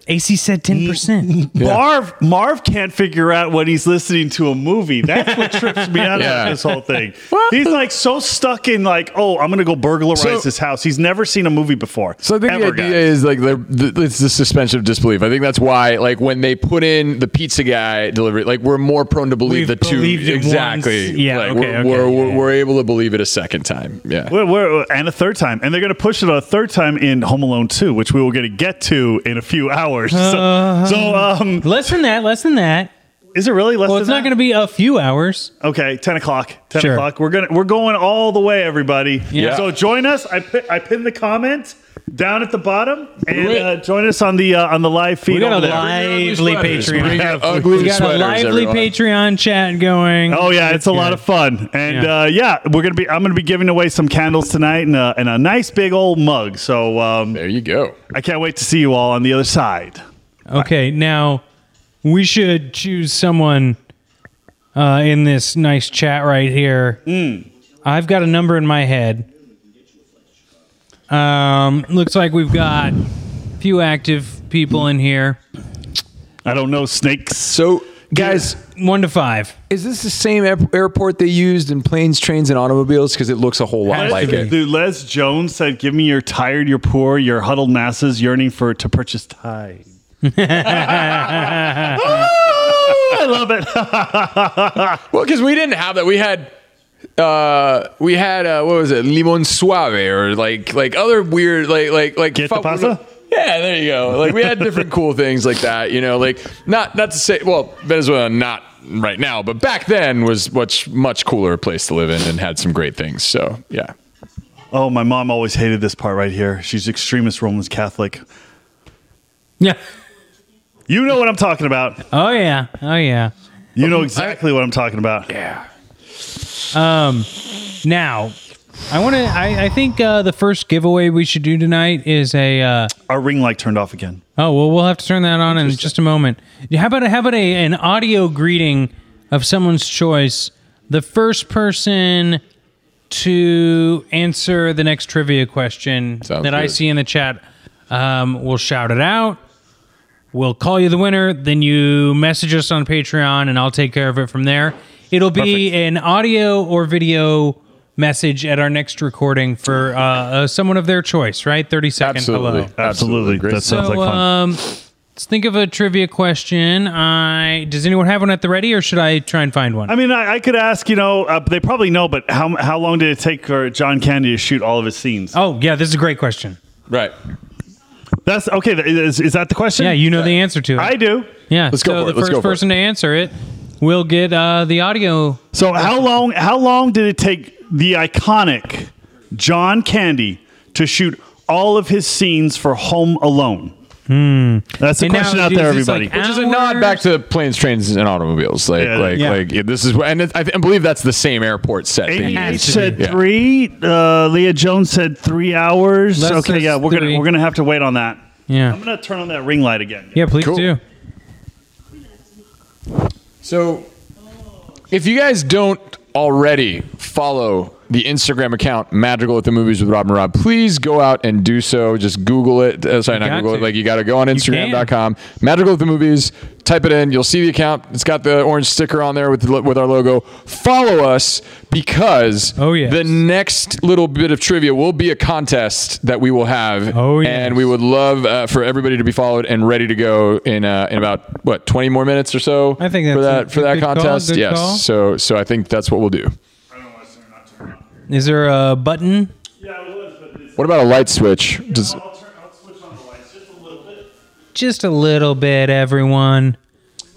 Speaker 4: AC said ten percent.
Speaker 3: Marv Marv can't figure out when he's listening to a movie. That's what trips me out
Speaker 2: Yeah.
Speaker 3: about this whole thing. He's like so stuck in like, oh, I'm gonna go burglarize
Speaker 2: So-
Speaker 3: this house. He's never seen a movie before.
Speaker 2: So I think
Speaker 3: ever,
Speaker 2: the idea
Speaker 3: guys.
Speaker 2: is like the, the it's the suspension of disbelief. I think that's why like when they put in the pizza guy delivery, like we're more prone to believe
Speaker 4: We've
Speaker 2: the two
Speaker 4: believed it
Speaker 2: exactly.
Speaker 4: once. Yeah,
Speaker 2: like,
Speaker 4: okay,
Speaker 2: we're,
Speaker 4: okay,
Speaker 2: we're,
Speaker 4: yeah,
Speaker 2: we're,
Speaker 4: yeah.
Speaker 2: we're able to believe it a second time. Yeah.
Speaker 3: We're- we're- and a third time, and they're going to push it a third time in Home Alone Two, which
Speaker 2: Uh-huh.
Speaker 3: we will going to get to in a few hours. So, so um,
Speaker 4: Less than that. Less than that.
Speaker 3: Is it really less
Speaker 4: Well, it's
Speaker 3: than
Speaker 4: not
Speaker 3: that?
Speaker 4: going to be a few hours.
Speaker 3: Okay, ten o'clock. Ten
Speaker 4: Sure.
Speaker 3: o'clock. We're gonna we're going all the way, everybody.
Speaker 4: Yeah.
Speaker 3: So join us. I pi- I pinned the comment down at the bottom, and
Speaker 2: it.
Speaker 3: uh, join us on the uh, on the live feed.
Speaker 4: We got
Speaker 3: over
Speaker 4: a
Speaker 3: there.
Speaker 4: lively
Speaker 2: sweaters.
Speaker 4: Patreon.
Speaker 2: Bring out
Speaker 4: We
Speaker 2: ugly
Speaker 4: got a
Speaker 2: sweaters,
Speaker 4: lively
Speaker 2: everyone.
Speaker 4: Patreon chat going.
Speaker 3: Oh yeah, it's a lot of fun, and
Speaker 4: Yeah.
Speaker 3: yeah. Uh, yeah, we're gonna be. I'm gonna be giving away some candles tonight and a, and a nice big old mug. So um,
Speaker 2: There you go.
Speaker 3: I can't wait to see you all on the other side.
Speaker 4: Okay, now we should choose someone uh, in this nice chat right here. I've got a number in my head. Um, looks like we've got a few active people in here.
Speaker 3: I don't know snakes.
Speaker 2: So, guys,
Speaker 4: One to five.
Speaker 2: is this the same air- airport they used in planes, trains, and automobiles? Because it looks a whole lot
Speaker 4: Has to
Speaker 2: like
Speaker 4: be.
Speaker 2: it.
Speaker 3: Dude, Les Jones said, "Give me your tired, your poor, your huddled masses yearning for to purchase time." I love it.
Speaker 2: Well, because we didn't have that. We had, uh, we had uh, what was it, limon suave, or like like other weird like like like
Speaker 3: Get the pasta?
Speaker 2: Yeah, there you go. Like we had different cool things like that. You know, like not not to say well Venezuela not right now, but back then was much much cooler place to live in and had some great things. So yeah,
Speaker 3: Oh, my mom always hated this part right here. She's extremist Roman Catholic.
Speaker 4: Yeah.
Speaker 3: You know what I'm talking about.
Speaker 4: Oh yeah. Oh yeah.
Speaker 3: You
Speaker 4: Oh,
Speaker 3: know exactly what I'm talking about.
Speaker 2: yeah.
Speaker 4: Now, I want to. I, I think uh, the first giveaway we should do tonight is a. Uh,
Speaker 3: Our ring light turned off again.
Speaker 4: Oh well, we'll have to turn that on in just a moment. Yeah, How about how about a, an audio greeting of someone's choice? The first person to answer the next trivia question
Speaker 2: Sounds
Speaker 4: that I
Speaker 2: good.
Speaker 4: see in the chat, um, we'll shout it out. We'll call you the winner. Then you message us on Patreon, and I'll take care of it from there. It'll be an audio or video message at our next recording for uh, uh, someone of their choice, right? Thirty second.
Speaker 2: Absolutely.
Speaker 4: Hello.
Speaker 3: Absolutely.
Speaker 2: Great
Speaker 3: That
Speaker 2: stuff.
Speaker 3: sounds like
Speaker 4: So,
Speaker 3: fun.
Speaker 4: um, let's think of a trivia question. I does anyone have one at the ready, or should I try and find one?
Speaker 3: I mean, I, I could ask, you know, uh, they probably know, but how, how long did it take for John Candy to shoot all of his scenes?
Speaker 4: oh yeah, this is a great question.
Speaker 2: Right.
Speaker 3: That's okay. th- Is, is that the question?
Speaker 4: Yeah, you know the answer to it.
Speaker 3: I do.
Speaker 4: yeah,
Speaker 2: Let's go
Speaker 4: so
Speaker 2: for it,
Speaker 4: the
Speaker 2: let's
Speaker 4: first
Speaker 2: go for it.
Speaker 4: person to answer it will get uh, the audio.
Speaker 3: So how long how long did it take the iconic John Candy to shoot all of his scenes for Home Alone? That's the
Speaker 4: Hmm. And now
Speaker 3: question out
Speaker 4: is
Speaker 3: there,
Speaker 4: this like
Speaker 3: everybody.
Speaker 2: Which is a nod back
Speaker 4: hours?
Speaker 2: to planes, trains, and automobiles. Like,
Speaker 3: Yeah.
Speaker 2: like,
Speaker 4: Yeah.
Speaker 2: like yeah, this is, what- and it, I, th- I believe that's the same airport set.
Speaker 4: has
Speaker 2: they
Speaker 3: Amy
Speaker 2: used.
Speaker 4: to
Speaker 3: said
Speaker 2: be. Yeah.
Speaker 3: three. Uh, Leah Jones said three hours.
Speaker 4: Les
Speaker 3: okay,
Speaker 4: says
Speaker 3: yeah, we're
Speaker 4: three.
Speaker 3: gonna we're gonna have to wait on that. I'm
Speaker 4: Yeah,
Speaker 3: gonna turn on that ring light again.
Speaker 4: yeah, please
Speaker 2: Cool.
Speaker 4: do.
Speaker 2: So, if you guys don't already follow the Instagram account Madrigal at the Movies with Rob and Rob, please go out and do so. Just Google it. Uh, sorry, not
Speaker 4: got
Speaker 2: Google it.
Speaker 4: to.
Speaker 2: Like you got to go on
Speaker 4: can.
Speaker 2: Instagram.com, Madrigal at the Movies. Type it in. You'll see the account. It's got the orange sticker on there with the, lo- with our logo. Follow us because
Speaker 4: Oh, yes.
Speaker 2: the next little bit of trivia will be a contest that we will have.
Speaker 4: Oh, yes.
Speaker 2: and we would love uh, for everybody to be followed and ready to go in uh, in about what 20 more minutes or so.
Speaker 4: I think
Speaker 2: for
Speaker 4: that's
Speaker 2: that
Speaker 4: a
Speaker 2: for that
Speaker 4: good call,
Speaker 2: contest.
Speaker 4: good
Speaker 2: yes.
Speaker 4: call.
Speaker 2: So so I think that's what we'll do.
Speaker 4: Is there a button?
Speaker 3: Yeah, it was, but
Speaker 2: What about a light switch? Does,
Speaker 3: I'll, turn, I'll switch on the lights just a little bit.
Speaker 4: Just a little bit, everyone.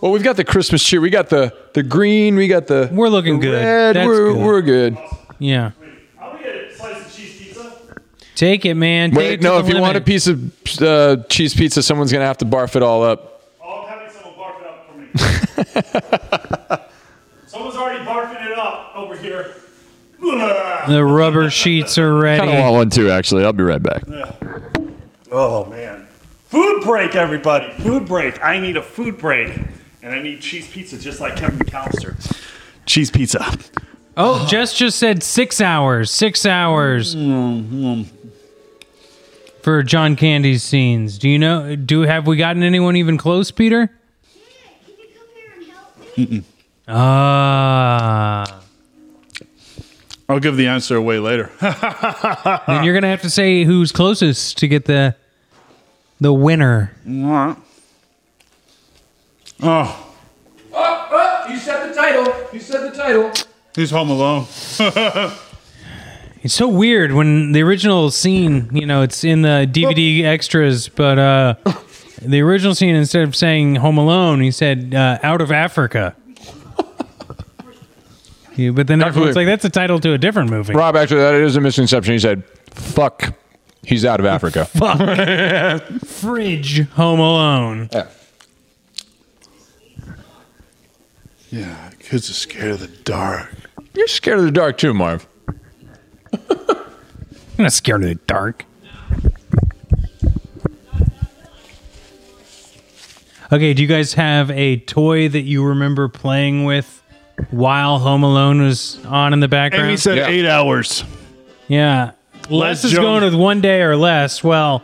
Speaker 2: well, we've got the Christmas cheer. We got the the green. We got the
Speaker 4: We're looking
Speaker 2: the
Speaker 4: good.
Speaker 2: Red.
Speaker 4: That's
Speaker 2: we're
Speaker 4: good.
Speaker 2: we're good.
Speaker 4: Yeah,
Speaker 3: I'll get a slice of cheese pizza.
Speaker 4: take it, man. Take it
Speaker 2: Wait,
Speaker 4: to
Speaker 2: no.
Speaker 4: the
Speaker 2: If you
Speaker 4: limit.
Speaker 2: want a piece of uh, cheese pizza, someone's gonna have to barf it all up.
Speaker 3: Oh, I'm having someone barf it up for me. Someone's already barfing it up over here.
Speaker 4: the rubber sheets are
Speaker 2: Kind of
Speaker 4: ready.
Speaker 2: want one too, actually. I'll be right back.
Speaker 3: Oh man. Food break, everybody. Food break. I need a food break. And I need cheese pizza just like Kevin McAllister. Cheese pizza.
Speaker 4: Oh, Jess just said six hours. Six hours. For John Candy's scenes. Do you know do have we gotten anyone even close, Peter?
Speaker 5: Can you come here and help me?
Speaker 4: Ah.
Speaker 3: I'll give the answer away later.
Speaker 4: then you're gonna have to say who's closest to get the the winner.
Speaker 3: oh,
Speaker 6: Uh, You said the title. You said the title.
Speaker 3: he's home alone.
Speaker 4: It's so weird when the original scene, you know, it's in the DVD extras, but uh the original scene, instead of saying Home Alone, he said uh, Out of Africa. Yeah, but then everyone's
Speaker 2: Absolutely.
Speaker 4: like, that's a title to a different movie.
Speaker 2: Rob, actually, that is a misconception. He said, fuck, he's out of Africa.
Speaker 4: Fridge Home Alone.
Speaker 2: Yeah.
Speaker 7: Yeah, kids are scared of the dark.
Speaker 2: You're scared of the dark too, Marv.
Speaker 4: I'm not scared of the dark. Okay, do you guys have a toy that you remember playing with while Home Alone was on in the background?
Speaker 7: Amy said
Speaker 2: Yeah.
Speaker 7: eight hours.
Speaker 4: yeah.
Speaker 3: Les
Speaker 4: This is going with one day or less. Well,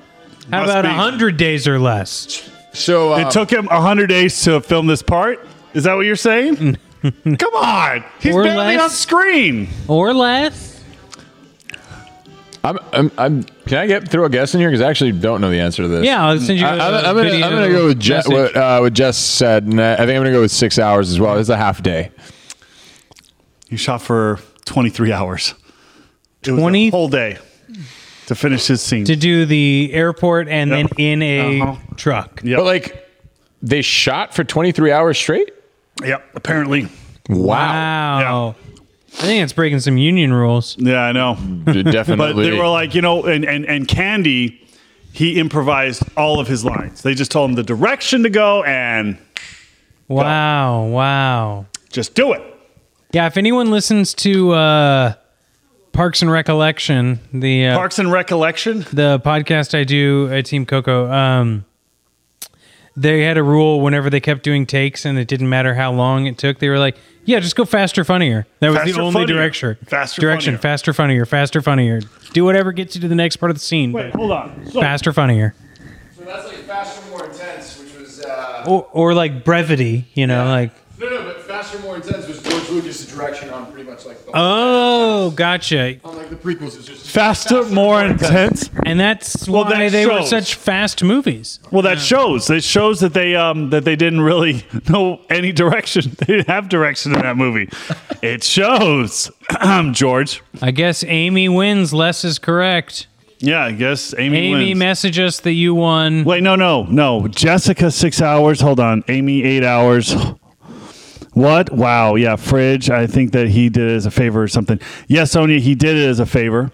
Speaker 4: how
Speaker 7: Must
Speaker 4: about
Speaker 7: be.
Speaker 4: a hundred days or less?
Speaker 2: So, uh,
Speaker 3: It took him 100 days to film this part. Is that what you're saying? Come on. He's
Speaker 4: Or
Speaker 3: barely
Speaker 4: less.
Speaker 3: on screen.
Speaker 4: Or less?
Speaker 2: I'm, I'm, I'm, can I get throw a guess in here? Because I actually don't know the answer to this.
Speaker 4: Yeah, I'll send you.
Speaker 2: I,
Speaker 4: a
Speaker 2: I'm, I'm gonna,
Speaker 4: video
Speaker 2: I'm gonna go with Je-
Speaker 4: message.
Speaker 2: what, uh, what Jess said, and I I think I'm gonna go with six hours as well. It's a half day.
Speaker 7: He shot for 23 hours.
Speaker 3: It was a
Speaker 4: 20?
Speaker 3: whole day to finish his scene.
Speaker 4: to do the airport and then in a
Speaker 3: Uh-huh.
Speaker 4: truck.
Speaker 3: Yep.
Speaker 2: But like, they shot for 23 hours straight.
Speaker 3: yep, apparently.
Speaker 2: Wow,
Speaker 4: Wow. I think it's breaking some union rules.
Speaker 3: Yeah, I know.
Speaker 2: Dude, definitely.
Speaker 3: But they were like, you know, and, and, and Candy, he improvised all of his lines. They just told him the direction to go and
Speaker 4: Wow, wow.
Speaker 3: just do it.
Speaker 4: Yeah, if anyone listens to uh, Parks and Recollection, the uh,
Speaker 3: Parks and Recollection.
Speaker 4: the podcast I do at Team Coco, um, they had a rule whenever they kept doing takes and it didn't matter how long it took, they were like, "Yeah, just go faster, funnier." That was the
Speaker 3: Faster,
Speaker 4: only
Speaker 3: funnier.
Speaker 4: direction.
Speaker 3: Faster,
Speaker 4: direction,
Speaker 3: funnier.
Speaker 4: faster, funnier, faster, funnier. Do whatever gets you to the next part of the scene.
Speaker 3: Wait,
Speaker 4: but
Speaker 3: hold on. So,
Speaker 4: faster, funnier.
Speaker 6: So that's like faster, more intense, which was. Uh,
Speaker 4: or, or like brevity, you know, like
Speaker 6: no, no, but faster, more intense was George Lucas' direction on pretty much like the.
Speaker 4: oh, gotcha,
Speaker 6: on like the prequels, it's just
Speaker 3: faster, more intense.
Speaker 4: and that's
Speaker 3: Well,
Speaker 4: why
Speaker 3: that
Speaker 4: they were
Speaker 3: shows.
Speaker 4: such fast movies.
Speaker 3: Well, that shows. It shows that they um that they didn't really know any direction. They didn't have direction in that movie. it shows. George.
Speaker 4: I guess Amy wins. Less is correct.
Speaker 3: Yeah, I guess Amy.
Speaker 4: Amy,
Speaker 3: wins.
Speaker 4: message us that you won.
Speaker 3: Wait, no, no, no. Jessica six hours. Hold on. Amy eight hours. What? Wow. Yeah, fridge. I think that he did it as a favor or something. Yes, Sonia, he did it as a favor.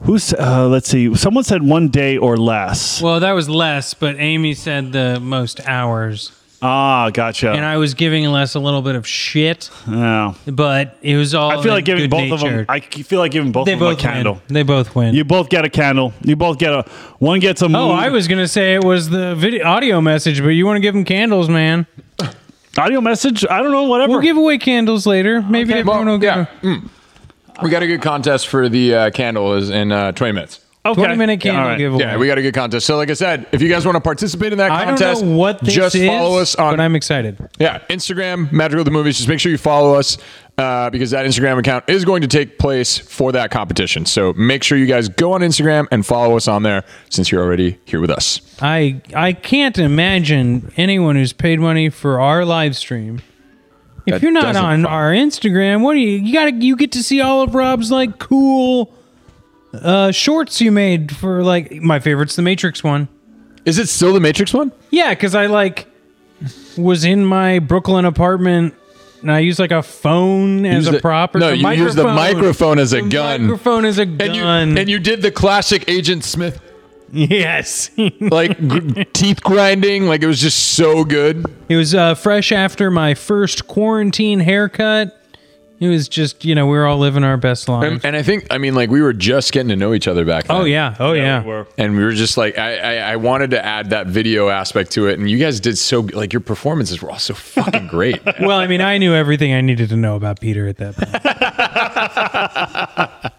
Speaker 3: Who's? Uh, let's see. Someone said one day or less.
Speaker 4: Well, that was less, but Amy said the most hours,
Speaker 3: Ah, gotcha.
Speaker 4: and I was giving less a little bit of shit,
Speaker 3: yeah.
Speaker 4: but it was all.
Speaker 3: I feel like giving both of
Speaker 4: good-natured.
Speaker 3: them. I feel like giving both
Speaker 4: they
Speaker 3: of them
Speaker 4: both
Speaker 3: a candle.
Speaker 4: win. They both win.
Speaker 3: You both get a candle. You both get a one gets a moon.
Speaker 4: oh, I was gonna say it was the video audio message, but you want to give them candles, man.
Speaker 3: audio message. I don't know. Whatever.
Speaker 4: We'll give away candles later. Maybe everyone will
Speaker 2: Well,
Speaker 4: get
Speaker 2: yeah. Mm. We got a good contest for the uh, candle is in uh, 20 minutes.
Speaker 3: Mm, okay.
Speaker 4: 20 minute candle
Speaker 3: All right.
Speaker 4: giveaway.
Speaker 2: Yeah, we got a good contest. So, like I said, if you guys want to participate in that
Speaker 4: I
Speaker 2: contest,
Speaker 4: don't know what this
Speaker 2: just
Speaker 4: is,
Speaker 2: follow us
Speaker 4: but
Speaker 2: on
Speaker 4: I'm excited.
Speaker 2: yeah Instagram, Magical the Movies. Just make sure you follow us uh, because that Instagram account is going to take place for that competition. So make sure you guys go on Instagram and follow us on there since you're already here with us.
Speaker 4: I I can't imagine anyone who's paid money for our live stream. If
Speaker 2: That
Speaker 4: you're not
Speaker 2: doesn't
Speaker 4: on
Speaker 2: follow.
Speaker 4: our Instagram, what do you you got? to You get to see all of Rob's like cool uh shorts you made for like my favorite's the Matrix one.
Speaker 2: Is it still the Matrix one?
Speaker 4: Yeah, because I like was in my Brooklyn apartment and I used like a phone as
Speaker 2: Use
Speaker 4: a
Speaker 2: the-
Speaker 4: prop or
Speaker 2: no,
Speaker 4: some
Speaker 2: you use the microphone as a
Speaker 4: The
Speaker 2: gun.
Speaker 4: Microphone is a
Speaker 2: And you,
Speaker 4: gun.
Speaker 2: and you did the classic Agent Smith
Speaker 4: yes.
Speaker 2: like gr- teeth grinding. Like it was just so good.
Speaker 4: It was uh, fresh after my first quarantine haircut. It was just, you know, we were all living our best lives.
Speaker 2: And, and I think I mean like we were just getting to know each other back then.
Speaker 4: Oh yeah, oh yeah.
Speaker 2: And we were just like I, I I wanted to add that video aspect to it, and you guys did so like your performances were all so fucking great. man.
Speaker 4: Well, I mean, I knew everything I needed to know about Peter at that point.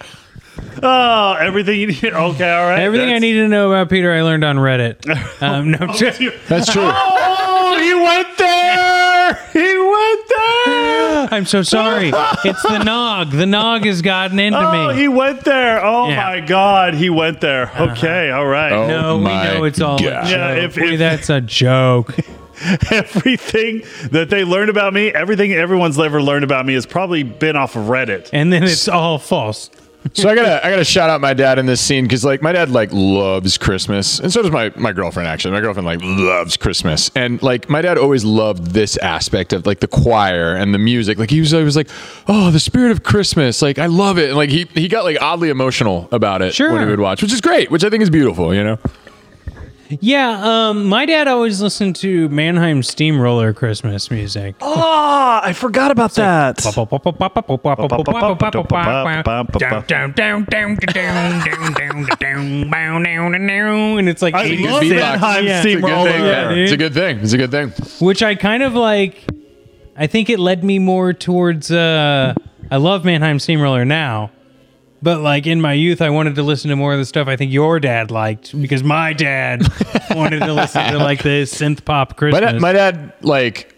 Speaker 3: Oh, everything you need. Okay, all right.
Speaker 4: Everything I
Speaker 3: That's-
Speaker 4: needed to know about Peter, I learned on Reddit. Um, no, I'm just-
Speaker 2: That's true.
Speaker 3: Oh, he went there. He went there.
Speaker 4: I'm so sorry. It's the nog. The nog has gotten into
Speaker 3: Oh,
Speaker 4: me.
Speaker 3: he went there. Oh
Speaker 4: Yeah.
Speaker 3: my God, he went there. Okay, all right.
Speaker 2: Oh.
Speaker 4: no, we
Speaker 2: my
Speaker 4: know it's all
Speaker 2: God.
Speaker 4: a joke.
Speaker 3: Yeah, if-
Speaker 4: Boy,
Speaker 3: if-
Speaker 4: that's a joke.
Speaker 3: Everything that they learned about me, everything everyone's ever learned about me, has probably been off of Reddit.
Speaker 4: And then it's all false.
Speaker 2: So I gotta I gotta shout out my dad in this scene because like my dad like loves Christmas and so does my my girlfriend actually my girlfriend like loves Christmas and like my dad always loved this aspect of like the choir and the music like he was always like oh the spirit of Christmas like I love it and like he he got like oddly emotional about it when
Speaker 4: Sure.
Speaker 2: he would watch which is great which I think is beautiful you know
Speaker 4: Yeah, um, my dad always listened to Mannheim Steamroller Christmas music.
Speaker 8: Ah, I forgot about that.
Speaker 4: And it's like
Speaker 3: I
Speaker 4: eight
Speaker 3: love
Speaker 2: beatbox.
Speaker 3: Mannheim
Speaker 4: Yeah.
Speaker 2: it's a good
Speaker 3: Steamroller.
Speaker 2: thing
Speaker 4: Yeah, dude.
Speaker 2: it's a good thing it's a good thing
Speaker 4: which I kind of like. I think it led me more towards. Uh, I love Mannheim Steamroller now, but like in my youth, I wanted to listen to more of the stuff I think your dad liked because my dad wanted to listen to like the synth pop
Speaker 2: my
Speaker 4: Christmas.
Speaker 2: dad, my dad like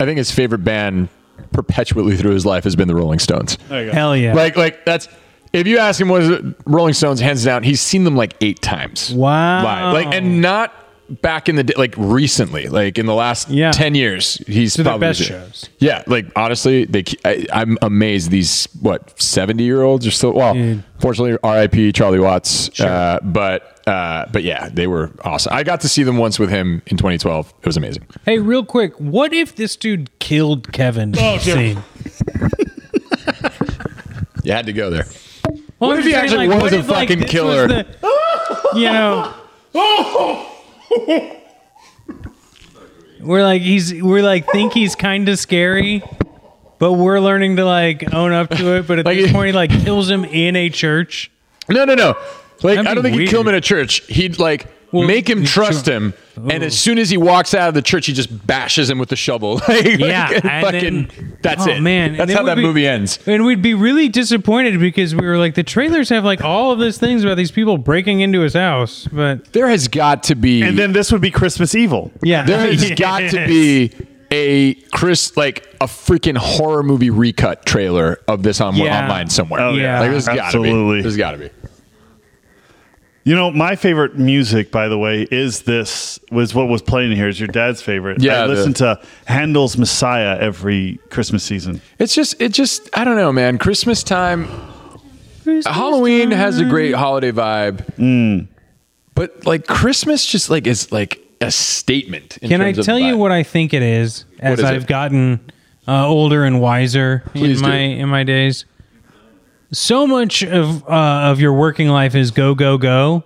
Speaker 2: I think his favorite band perpetually through his life has been the Rolling Stones.
Speaker 4: Hell yeah!
Speaker 2: Like like that's if you ask him what is it, Rolling Stones hands down, he's seen them like eight times.
Speaker 4: Wow.
Speaker 2: Live. Like and not back in the day, like recently, like in the last
Speaker 4: Yeah.
Speaker 2: ten years, he's
Speaker 4: To the
Speaker 2: probably
Speaker 4: best
Speaker 2: did.
Speaker 4: shows.
Speaker 2: Yeah, like honestly, they ke- I, I'm amazed these what seventy year olds are still. Well,
Speaker 4: Dude.
Speaker 2: fortunately, R.I.P. Charlie Watts. Uh, but uh, but yeah, they were awesome. I got to see them once with him in 2012. It was amazing.
Speaker 4: hey, real quick, what if this dude killed Kevin?
Speaker 2: Oh,
Speaker 4: in the scene?
Speaker 2: You had to go there.
Speaker 4: Well,
Speaker 2: What
Speaker 4: I'm
Speaker 2: if he
Speaker 4: just
Speaker 2: actually
Speaker 4: saying, like,
Speaker 2: was
Speaker 4: what
Speaker 2: a
Speaker 4: if, like,
Speaker 2: fucking
Speaker 4: this was
Speaker 2: killer?
Speaker 4: the- you know. we're like he's we're like think he's kind of scary, but we're learning to like own up to it. But at
Speaker 2: Like,
Speaker 4: this point, he like kills him in a church.
Speaker 2: No, no, no. Like
Speaker 4: That'd
Speaker 2: I don't
Speaker 4: be
Speaker 2: think he'd kill him
Speaker 4: weird.
Speaker 2: in a church. He'd like
Speaker 4: Well,
Speaker 2: make him
Speaker 4: he'd Oh.
Speaker 2: trust
Speaker 4: tr-
Speaker 2: him, and as soon as he walks out of the church, he just bashes him with the shovel. like,
Speaker 4: Yeah,
Speaker 2: like,
Speaker 4: and
Speaker 2: fucking.
Speaker 4: then-
Speaker 2: that's
Speaker 4: oh,
Speaker 2: it,
Speaker 4: man, and
Speaker 2: That's
Speaker 4: it
Speaker 2: how
Speaker 4: would
Speaker 2: that
Speaker 4: be-
Speaker 2: movie ends.
Speaker 4: And we'd be really disappointed because we were like the trailers have like all of these things about these people breaking into his house, but
Speaker 2: There has got to be.
Speaker 3: And then this would be Christmas Evil.
Speaker 4: yeah,
Speaker 2: There has got to be a Chris like a freaking horror movie recut trailer of this on
Speaker 4: Yeah.
Speaker 2: online somewhere.
Speaker 3: Oh,
Speaker 4: yeah.
Speaker 2: like, there's got to be.
Speaker 3: Absolutely.
Speaker 2: There's got to be.
Speaker 3: You know, my favorite music, by the way, is this was what was playing here. Is your dad's favorite?
Speaker 2: Yeah,
Speaker 3: I
Speaker 2: the-
Speaker 3: listen to Handel's Messiah every Christmas season.
Speaker 2: It's just it just I don't know, man. Christmas time. Halloween has a great
Speaker 4: Mm.
Speaker 2: holiday vibe. But like Christmas just like is like a statement. In
Speaker 4: Can I
Speaker 2: terms of
Speaker 4: tell you
Speaker 2: vibe.
Speaker 4: what I think it is as
Speaker 2: is
Speaker 4: I've
Speaker 2: it?
Speaker 4: gotten uh, older and wiser
Speaker 2: Please
Speaker 4: in
Speaker 2: do.
Speaker 4: my in my days? So much of uh, of your working life is go go go,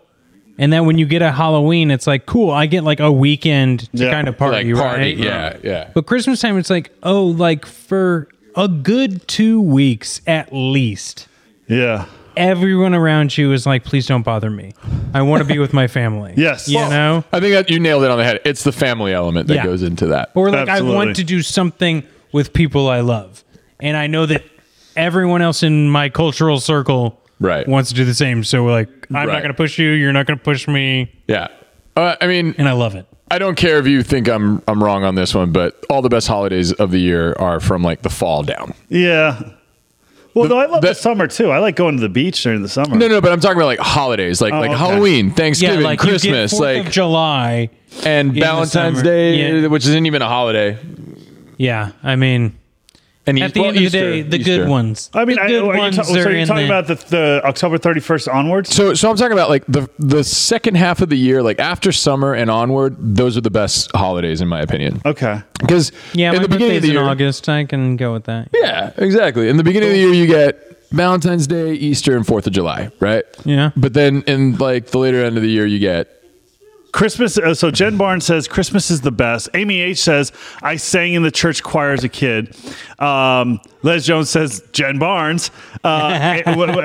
Speaker 4: and then when you get a Halloween, it's like cool. I get like a weekend to
Speaker 3: Yeah,
Speaker 4: kind of party,
Speaker 2: like party?
Speaker 4: right?
Speaker 2: Yeah, yeah.
Speaker 4: But Christmas time, it's like oh, like for a good two weeks at least.
Speaker 3: Yeah.
Speaker 4: Everyone around you is like, please don't bother me. I want to be with my family.
Speaker 3: Yes.
Speaker 4: you
Speaker 3: Well,
Speaker 4: know.
Speaker 2: I think that you nailed it on the head. It's the family element that
Speaker 4: Yeah.
Speaker 2: goes into that.
Speaker 4: or like I
Speaker 3: Absolutely.
Speaker 4: want to do something with people I love, and I know that everyone else in my cultural circle
Speaker 2: Right.
Speaker 4: wants to do the same. So we're like, I'm
Speaker 2: Right.
Speaker 4: not going to push you. You're not going to push me,
Speaker 2: yeah. Uh, I mean,
Speaker 4: and I love it.
Speaker 2: I don't care if you think I'm I'm wrong on this one, but all the best holidays of the year are from like the fall down.
Speaker 3: Yeah. Well, though I love
Speaker 2: the-
Speaker 3: the, summer too. I like going to the beach during the summer.
Speaker 2: No, no, but I'm talking about like holidays, like like
Speaker 3: okay.
Speaker 2: Halloween,
Speaker 4: Oh, Yeah,
Speaker 2: Thanksgiving,
Speaker 4: like you get
Speaker 2: Christmas,
Speaker 4: Fourth of
Speaker 2: like
Speaker 4: July.
Speaker 2: and
Speaker 4: the
Speaker 2: Valentine's
Speaker 4: summer.
Speaker 2: Day,
Speaker 4: Yeah.
Speaker 2: which isn't even a holiday.
Speaker 4: Yeah, I mean,
Speaker 2: And
Speaker 4: at the end of the day, the good ones.
Speaker 3: I mean,
Speaker 4: the
Speaker 3: I, oh,
Speaker 4: good
Speaker 3: are you
Speaker 4: ones
Speaker 3: ta- so
Speaker 4: are
Speaker 3: you're
Speaker 4: in
Speaker 3: talking
Speaker 4: the-
Speaker 3: about the, the October 31st onwards?
Speaker 2: So, so I'm talking about like the the second half of the year, like after summer and onward. Those are the best holidays, in my opinion,
Speaker 3: Okay.
Speaker 2: because
Speaker 4: yeah.
Speaker 2: in
Speaker 4: my
Speaker 2: the beginning
Speaker 4: birthday's
Speaker 2: of the
Speaker 4: in
Speaker 2: year,
Speaker 4: August. I can go with that.
Speaker 2: yeah, exactly. In the beginning of the year, you get Valentine's Day, Easter, and Fourth of July, right?
Speaker 4: Yeah.
Speaker 2: But then in like the later end of the year, you get
Speaker 3: Christmas. Uh, so Jen Barnes says Christmas is the best. Amy H says I sang in the church choir as a kid. Um, Les Jones says Jen Barnes. Uh, eh, what- what-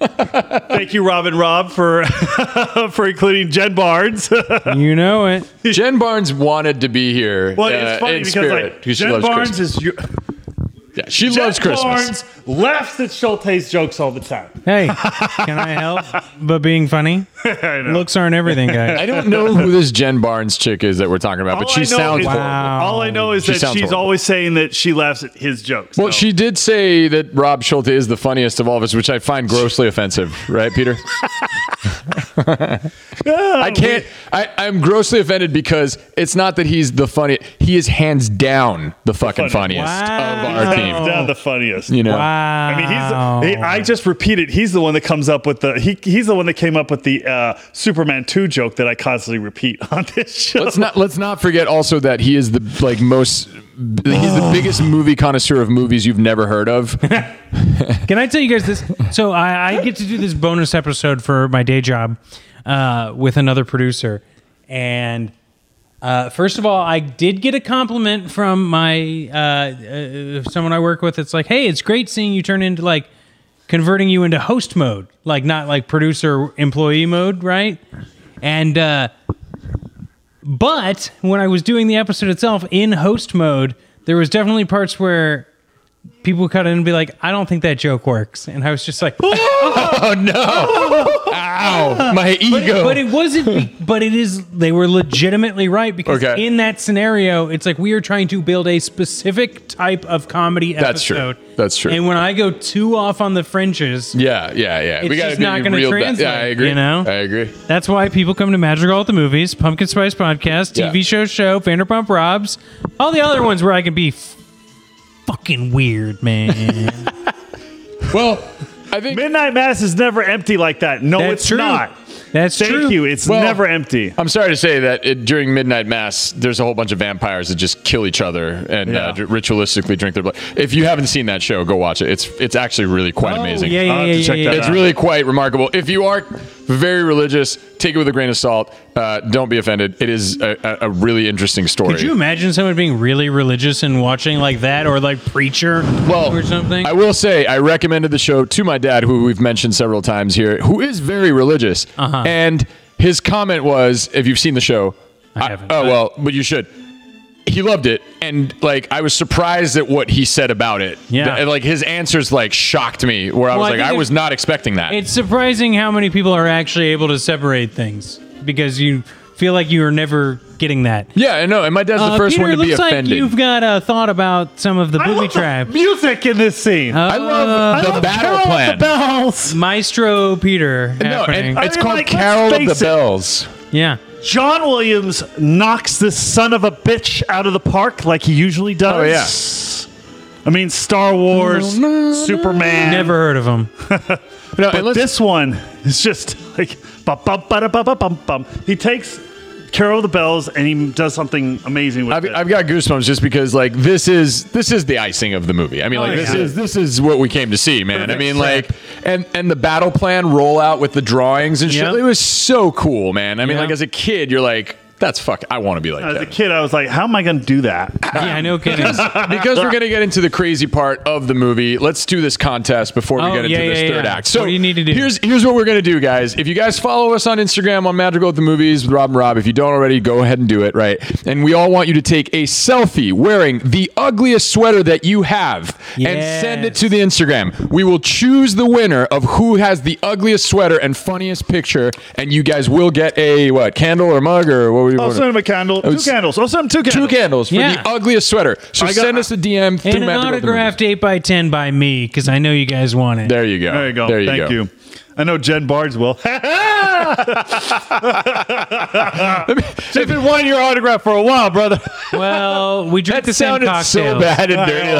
Speaker 3: eh. thank you, Robin Rob, for for including Jen Barnes.
Speaker 4: You know it.
Speaker 2: Jen Barnes wanted to be here.
Speaker 3: well,
Speaker 2: uh,
Speaker 3: it's funny
Speaker 2: in
Speaker 3: because
Speaker 2: spirit,
Speaker 3: like
Speaker 2: 'cause she
Speaker 3: Jen
Speaker 2: loves
Speaker 3: Barnes
Speaker 2: Christmas.
Speaker 3: is your,
Speaker 2: Yeah, she
Speaker 3: Jen
Speaker 2: loves Christmas.
Speaker 3: Barnes laughs at Schulte's jokes all the time.
Speaker 4: Hey, can I help? But being funny, looks aren't everything, guys.
Speaker 2: I don't know who this Jen Barnes chick is that we're talking about, but
Speaker 3: All
Speaker 2: she
Speaker 3: I know
Speaker 2: sounds.
Speaker 3: is-
Speaker 4: Wow.
Speaker 3: All I know is
Speaker 2: She
Speaker 3: that
Speaker 2: sounds
Speaker 3: she's
Speaker 2: horrible.
Speaker 3: always saying that she laughs at his jokes.
Speaker 2: Well,
Speaker 3: so-
Speaker 2: she did say that Rob Schulte is the funniest of all of us, which I find grossly offensive, right, Peter? I can't. I, I'm grossly offended because it's not that he's the funniest. He is hands down the fucking
Speaker 4: funny-
Speaker 2: funniest
Speaker 4: Wow.
Speaker 2: of our
Speaker 4: Wow.
Speaker 2: team.
Speaker 4: Oh.
Speaker 9: Down the funniest.
Speaker 2: You know,
Speaker 4: Wow.
Speaker 9: I mean, he's. He, I just repeated. He's the one that comes up with the. He, he's the one that came up with the uh, Superman two joke that I constantly repeat on this show.
Speaker 2: let's not let's not forget also that he is the like most. He's the biggest movie connoisseur of movies you've never heard of.
Speaker 4: Can I tell you guys this? So I, I get to do this bonus episode for my day job uh, with another producer, and uh, first of all, I did get a compliment from my uh, uh, someone I work with. It's like, hey, it's great seeing you turn into like converting you into host mode, like not like producer employee mode, right? And uh, but when I was doing the episode itself in host mode, there was definitely parts where people would cut in and be like, "I don't think that joke works," and I was just like, "But,
Speaker 2: Oh no! Ow! My ego.
Speaker 4: but it wasn't." be- But it is. They were legitimately right because
Speaker 2: Okay.
Speaker 4: in that scenario, it's like we are trying to build a specific type of comedy
Speaker 2: That's true.
Speaker 4: episode.
Speaker 2: That's true.
Speaker 4: And when I go too off on the fringes,
Speaker 2: yeah, yeah, yeah.
Speaker 4: It's
Speaker 2: gotta
Speaker 4: just
Speaker 2: be
Speaker 4: not gonna
Speaker 2: reeled back.
Speaker 4: translate,
Speaker 2: Yeah, I agree.
Speaker 4: you know?
Speaker 2: I agree.
Speaker 4: That's why people come to Madrigal at the Movies, Pumpkin Spice Podcast, TV
Speaker 2: Yeah.
Speaker 4: Show Show, Vanderpump Robs, all the other ones where I can be f- fucking weird, man.
Speaker 2: Well, I think
Speaker 9: Midnight Mass is never empty like that. No,
Speaker 4: That's
Speaker 9: it's
Speaker 4: true.
Speaker 9: not.
Speaker 4: That's
Speaker 9: Thank
Speaker 4: true.
Speaker 9: you. It's
Speaker 2: Well-
Speaker 9: never empty.
Speaker 2: I'm sorry to say that it, during midnight mass, there's a whole bunch of vampires that just kill each other and uh, dr- ritualistically drink their blood. If you haven't seen that show, go watch it. It's it's actually really quite
Speaker 4: Oh,
Speaker 2: amazing.
Speaker 4: Yeah, yeah,
Speaker 9: I'll
Speaker 4: yeah,
Speaker 9: have to
Speaker 4: yeah,
Speaker 9: check
Speaker 4: yeah,
Speaker 9: that
Speaker 4: yeah.
Speaker 2: It's really quite remarkable. If you are very religious, take it with a grain of salt. Uh, don't be offended. It is a, a, a really interesting story.
Speaker 4: Could you imagine someone being really religious and watching like that, or like preacher,
Speaker 2: well,
Speaker 4: or something?
Speaker 2: I will say I recommended the show to my dad, who we've mentioned several times here, who is very religious,
Speaker 4: Uh-huh.
Speaker 2: and his comment was, "If you've seen the show,
Speaker 4: I haven't,
Speaker 2: oh
Speaker 4: but-
Speaker 2: well, but you should." He loved it, and like I was surprised at what he said about it.
Speaker 4: Yeah.
Speaker 2: Th- like his answers like shocked me, where I
Speaker 4: Well,
Speaker 2: was
Speaker 4: I
Speaker 2: like,
Speaker 4: think
Speaker 2: I
Speaker 4: it-
Speaker 2: was not expecting that.
Speaker 4: it's surprising how many people are actually able to separate things because you feel like you are never getting that.
Speaker 2: yeah, I know, and my dad's
Speaker 4: Uh,
Speaker 2: the first
Speaker 4: Peter,
Speaker 2: one to
Speaker 4: looks
Speaker 2: be offended.
Speaker 4: like you've got a thought about some of the
Speaker 3: I
Speaker 4: booby Uh,
Speaker 3: love the
Speaker 4: trap.
Speaker 3: music in this scene.
Speaker 2: I love the battle
Speaker 3: Carol
Speaker 2: plan.
Speaker 3: with the bells.
Speaker 4: Maestro Peter
Speaker 2: no,
Speaker 4: happening.
Speaker 2: and it's
Speaker 3: mean,
Speaker 2: called
Speaker 3: like, let's
Speaker 2: Carol of
Speaker 3: face
Speaker 2: the
Speaker 3: it.
Speaker 2: Bells.
Speaker 4: yeah.
Speaker 3: John Williams knocks this son of a bitch out of the park like he usually does. Oh yeah. I mean, Star Wars, Superman.
Speaker 4: Never heard of him.
Speaker 2: No, and
Speaker 9: But
Speaker 2: let's-
Speaker 9: this one,
Speaker 3: It's just like bum, bum, ba, da, ba, ba, bum, bum. He takes Carol of the Bells and he does something amazing with
Speaker 2: I've,
Speaker 3: it.
Speaker 2: I've got goosebumps just because like this is this is the icing of the movie. I mean, like this
Speaker 3: Oh, yeah.
Speaker 2: is this is what we came to see, man. I mean, like and and the battle plan rollout with the drawings and
Speaker 4: Yeah.
Speaker 2: shit. It was so cool, man. I mean,
Speaker 4: Yeah.
Speaker 2: like as a kid, you're like, that's fuck. I want to be like
Speaker 3: As a
Speaker 2: that.
Speaker 3: kid, I was like, how am I going to do that?
Speaker 4: Yeah, I know kidding.
Speaker 2: Because we're gonna get into the crazy part of the movie. Let's do this contest before we
Speaker 4: Oh,
Speaker 2: get into
Speaker 4: yeah,
Speaker 2: this
Speaker 4: yeah,
Speaker 2: third
Speaker 4: yeah.
Speaker 2: act. So
Speaker 4: What do you need to do?
Speaker 2: Here's here's what we're gonna do, guys. If you guys follow us on Instagram on Madrigal at the Movies with Rob and Rob, if you don't already, go ahead and do it, right? And we all want you to take a selfie wearing the ugliest sweater that you have and send it
Speaker 4: Yes.
Speaker 2: to the Instagram. We will choose the winner of who has the ugliest sweater and funniest picture, and you guys will get a what candle or mug or what were you?
Speaker 3: I'll Oh, send him a candle. Two
Speaker 2: was-
Speaker 3: candles. I'll send him two
Speaker 2: Two
Speaker 3: candles.
Speaker 2: candles for
Speaker 4: Yeah.
Speaker 2: the ugliest sweater. So
Speaker 3: I got-
Speaker 2: send us a DM through
Speaker 4: and an
Speaker 2: Madrigal at the Movies.
Speaker 4: autographed 8x10 by me because I know you guys want it.
Speaker 2: There you go.
Speaker 3: There you go.
Speaker 2: There you
Speaker 3: Thank
Speaker 2: go.
Speaker 3: you. I know Jen Barnes will. She's been wanting your autograph for a while, brother.
Speaker 4: Well, we drink
Speaker 2: That
Speaker 4: the same
Speaker 2: sounded
Speaker 4: cocktails.
Speaker 2: so bad and dirty.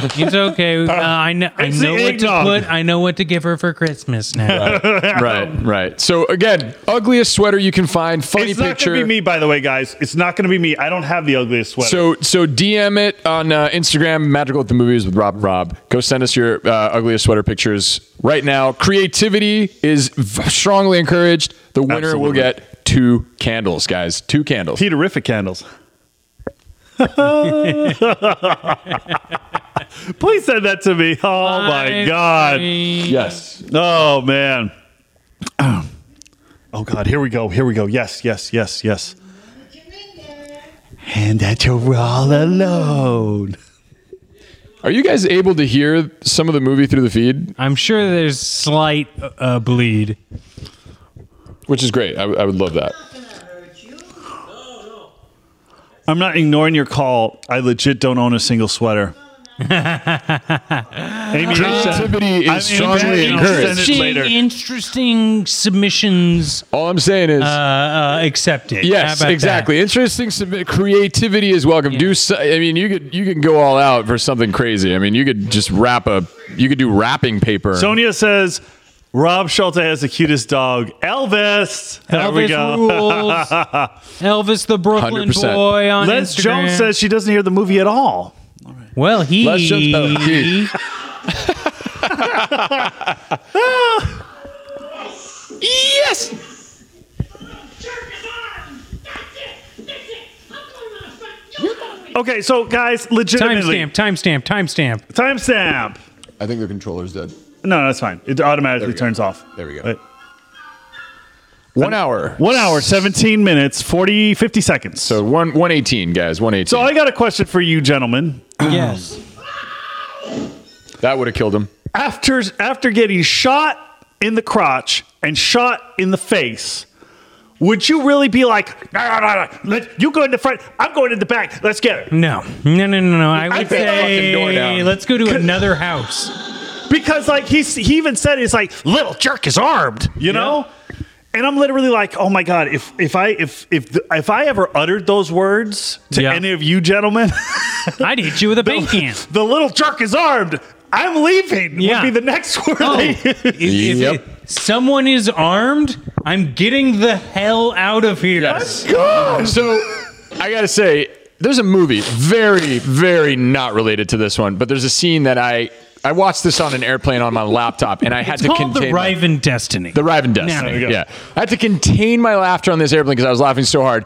Speaker 2: Like,
Speaker 4: It's okay. Uh, I, kn- I
Speaker 3: It's the
Speaker 4: know what to
Speaker 3: eggnog.
Speaker 4: put. I know what to give her for Christmas now.
Speaker 2: right, right. So again, ugliest sweater you can find, funny
Speaker 3: It's not
Speaker 2: picture.
Speaker 3: going to be me, by the way, guys. It's not going to be me. I don't have the ugliest sweater.
Speaker 2: So so DM it on uh, Instagram, Magical at the Movies with Rob and Rob. Go send us your uh, ugliest sweater pictures right now. Creativity is v- strongly encouraged. The winner will
Speaker 3: Absolutely.
Speaker 2: get two candles, guys. Two candles.
Speaker 3: Peterific candles. Please send that to me. Oh my god.
Speaker 2: Yes.
Speaker 3: Oh man. Oh god, here we go. Here we go. Yes, yes, yes, yes. And that you're all alone.
Speaker 2: Are you guys able to hear some of the movie through the feed?
Speaker 4: I'm sure there's slight uh, bleed.
Speaker 2: Which is great. I, w- I would love that.
Speaker 3: I'm not ignoring your call. I legit don't own a single sweater. Amy,
Speaker 2: Creativity is strongly
Speaker 3: I'll send
Speaker 2: encouraged.
Speaker 3: it later.
Speaker 10: interesting submissions
Speaker 2: All I'm saying is.
Speaker 10: uh, uh, accepted. How
Speaker 2: Yes,
Speaker 10: about
Speaker 2: exactly. Interesting. submit- Creativity is welcome. Do so, I mean you could you can go all out for something crazy. I mean you could just wrap a you could do wrapping paper.
Speaker 3: Sonia says Rob Schulte has the cutest dog, Elvis.
Speaker 10: that?
Speaker 3: There
Speaker 10: Elvis
Speaker 3: we go.
Speaker 10: rules. Elvis the Brooklyn
Speaker 2: 100%.
Speaker 10: boy on
Speaker 3: Les
Speaker 10: Instagram.
Speaker 3: Jones says she doesn't hear the movie at all.
Speaker 10: well, he.
Speaker 2: Les Jones- oh, he.
Speaker 5: Jerk his arm! That's it! That's it! I'm going on a front. You're going with
Speaker 3: Okay, so guys, legitimately,
Speaker 4: Timestamp, timestamp, timestamp.
Speaker 3: timestamp.
Speaker 11: I think the controller's dead.
Speaker 3: No, that's fine. It automatically
Speaker 11: go.
Speaker 3: turns off.
Speaker 11: There we go.
Speaker 3: Wait.
Speaker 2: One hour.
Speaker 3: One hour, 17 minutes, 40, 50 seconds.
Speaker 2: So one one eighteen guys. One eighteen.
Speaker 3: so I got a question for you, gentlemen.
Speaker 10: yes.
Speaker 2: that would have killed him.
Speaker 3: after after getting shot in the crotch and shot in the face, would you really be like, no, no, no, no. Let, you go in the front, I'm going in the back, let's get it?
Speaker 4: No, no, no, no, no. I would
Speaker 3: bang the
Speaker 4: say
Speaker 2: fucking door down.
Speaker 4: let's go to another house.
Speaker 3: Because like he's, he even said it's like little jerk is armed, you know. And I'm literally like, oh my god, if if I if if the, if I ever uttered those words to
Speaker 4: Yeah.
Speaker 3: any of you gentlemen,
Speaker 4: I'd hit you with a paint can.
Speaker 3: the little jerk is armed. I'm leaving.
Speaker 4: Yeah.
Speaker 3: Would be the next word.
Speaker 4: Oh.
Speaker 3: they
Speaker 4: If, if
Speaker 2: Yep.
Speaker 4: it- someone is armed, I'm getting the hell out of here.
Speaker 2: So I gotta say, there's a movie very, very not related to this one, but there's a scene that I I watched this on an airplane on my laptop, and I had to
Speaker 4: Called
Speaker 2: contain
Speaker 4: the
Speaker 2: my-
Speaker 4: Riven Destiny.
Speaker 2: the Riven
Speaker 4: There
Speaker 2: Destiny.
Speaker 4: we go.
Speaker 2: yeah, I had to contain my laughter on this airplane because I was laughing so hard.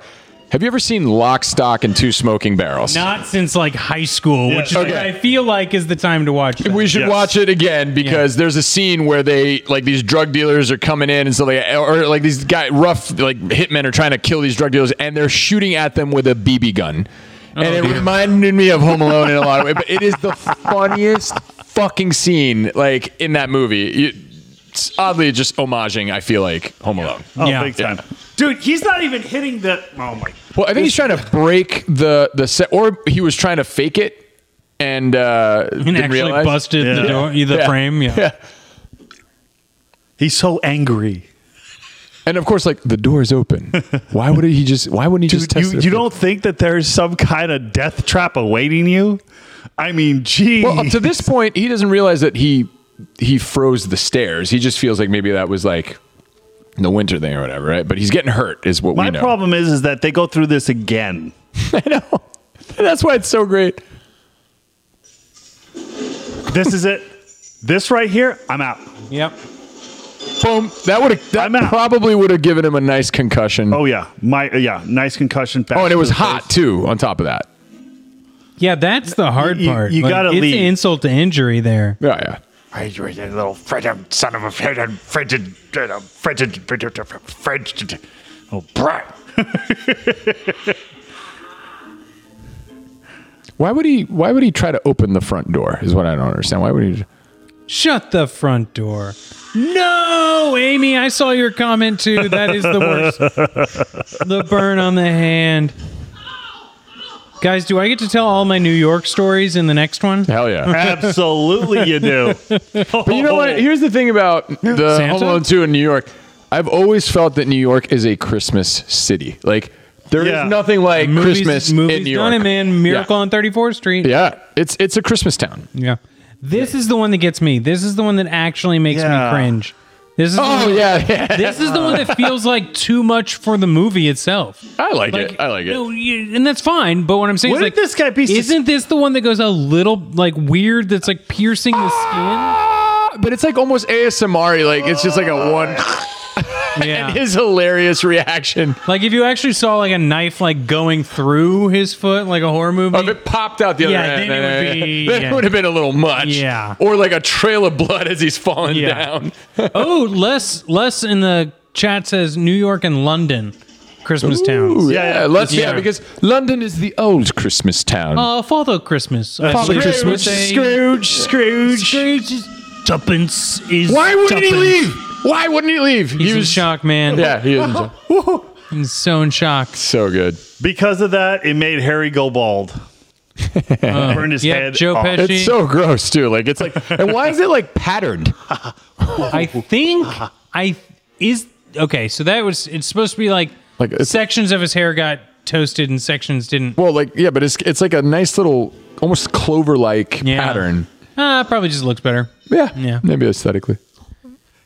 Speaker 2: Have you ever seen Lock, Stock, and Two Smoking Barrels?
Speaker 4: Not since like high school, which is
Speaker 2: Okay.
Speaker 4: what I feel like is the time to watch. that.
Speaker 2: We should
Speaker 3: Yes.
Speaker 2: watch it again because there's a scene where they like these drug dealers are coming in and so they or like these guy rough like hitmen are trying to kill these drug dealers and they're shooting at them with a BB gun.
Speaker 4: Oh,
Speaker 2: and it reminded me of Home Alone in a lot of ways, but it is the funniest fucking scene like in that movie. You, it's oddly just homaging, I feel like Home Alone.
Speaker 3: Oh,
Speaker 4: Yeah.
Speaker 3: big time. Dude, he's not even hitting the. Oh my.
Speaker 2: Well, I think he's trying to break the the set, or he was trying to fake it and uh,
Speaker 4: and
Speaker 2: didn't
Speaker 4: actually
Speaker 2: realize.
Speaker 4: busted the
Speaker 3: Yeah.
Speaker 4: door, the
Speaker 2: Yeah.
Speaker 4: frame. Yeah.
Speaker 2: Yeah.
Speaker 3: He's so angry.
Speaker 2: And of course, like the door is open. Why would he just? Why wouldn't he just
Speaker 3: Dude,
Speaker 2: test
Speaker 3: you,
Speaker 2: it?
Speaker 3: you don't think that there's some kind of death trap awaiting you? I mean, gee.
Speaker 2: Well, up to this point, he doesn't realize that he he froze the stairs. He just feels like maybe that was like the winter thing or whatever, right? But he's getting hurt, is what
Speaker 3: my
Speaker 2: we know.
Speaker 3: problem is, is that they go through this again.
Speaker 2: That's why it's so great.
Speaker 3: This is it. This right here, I'm out.
Speaker 4: Yep.
Speaker 2: Boom. That would have. That
Speaker 3: I'm out.
Speaker 2: probably would have given him a nice concussion. Oh,
Speaker 3: Oh yeah, my
Speaker 9: uh,
Speaker 3: yeah, nice concussion. Back
Speaker 2: and it
Speaker 3: to
Speaker 2: was
Speaker 3: the
Speaker 2: hot
Speaker 3: face.
Speaker 2: too. On top of that.
Speaker 4: Yeah, that's the hard
Speaker 3: You- you-
Speaker 4: part.
Speaker 3: you
Speaker 4: Like,
Speaker 3: gotta
Speaker 4: it's
Speaker 3: leave.
Speaker 4: an insult to injury there.
Speaker 2: Yeah, yeah.
Speaker 6: Are you a little frigid son of a frigid, frigid, frigid, frigid, frigid, frigid, oh, brat.
Speaker 2: Why would he? Why would he try to open the front door? Is what I don't understand. Why would he?
Speaker 4: Shut the front door. No, Amy, I saw your comment too. That is the worst. the burn on the hand. Guys, do I get to tell all my New York stories in the next one?
Speaker 2: Hell yeah. Oh.
Speaker 3: Absolutely, you do.
Speaker 2: But you know what? Here's the thing about the Home Alone 2 in New York. I've always felt that New York is a Christmas city. Like there is
Speaker 3: Yeah.
Speaker 2: nothing like
Speaker 4: Movies-
Speaker 2: Christmas
Speaker 4: movies
Speaker 2: in New York.
Speaker 4: done it, man. Miracle on 34th Street.
Speaker 2: Yeah, it's it's a Christmas town.
Speaker 4: Yeah. This is the one that gets me. This is the one that actually makes
Speaker 3: Yeah.
Speaker 4: me cringe. This is
Speaker 2: Oh
Speaker 4: the one,
Speaker 2: yeah, yeah.
Speaker 4: This is the one that feels like too much for the movie itself.
Speaker 2: I like, it. I like it.
Speaker 4: No, you, and that's fine. But what I'm saying is,
Speaker 3: Wouldn't
Speaker 4: like,
Speaker 3: this guy be sus-
Speaker 4: Isn't this the one that goes a little like weird? That's like piercing the skin.
Speaker 2: Ah, But it's like almost ASMR. Like it's just like a one.
Speaker 4: Yeah.
Speaker 2: His hilarious reaction
Speaker 4: like if you actually saw like a knife like going through his foot, like a horror movie.
Speaker 2: of it Oh, popped out the other
Speaker 4: Yeah,
Speaker 2: end.
Speaker 4: then it would be-
Speaker 2: Then it
Speaker 4: yeah.
Speaker 2: would have been a little much.
Speaker 4: Yeah.
Speaker 2: Or like a trail of blood as he's falling
Speaker 4: Yeah.
Speaker 2: down.
Speaker 4: oh, Les, Les in the chat says New York and London, Christmas towns.
Speaker 2: yeah,
Speaker 3: yeah,
Speaker 2: let's yeah.
Speaker 4: yeah.
Speaker 2: because London is the old Christmas town.
Speaker 4: Uh, Father Christmas. Uh, Father
Speaker 3: Scrooge,
Speaker 4: Christmas.
Speaker 2: Scrooge, Scrooge.
Speaker 4: Scrooge is- Tuppence is.
Speaker 2: Why wouldn't he
Speaker 4: tuppence.
Speaker 2: leave? Why wouldn't he leave?
Speaker 4: He's in shock, man.
Speaker 2: Yeah, he was
Speaker 4: He's so in shock.
Speaker 2: so good.
Speaker 3: Because of that, it made Harry go bald.
Speaker 9: Burned his
Speaker 4: Yeah,
Speaker 9: head.
Speaker 4: Joe
Speaker 9: off.
Speaker 4: Pesci.
Speaker 2: It's so gross too. Like it's like, and why is it like patterned?
Speaker 4: I think
Speaker 2: Uh-huh.
Speaker 4: I is okay. So that was it's supposed to be like
Speaker 2: Like, it's-
Speaker 4: sections of his hair got toasted and sections didn't.
Speaker 2: Well, like yeah, but it's it's like a nice little, almost clover-like
Speaker 4: Yeah.
Speaker 2: pattern.
Speaker 4: Ah, probably just looks better.
Speaker 2: Yeah,
Speaker 4: Yeah.
Speaker 2: maybe aesthetically.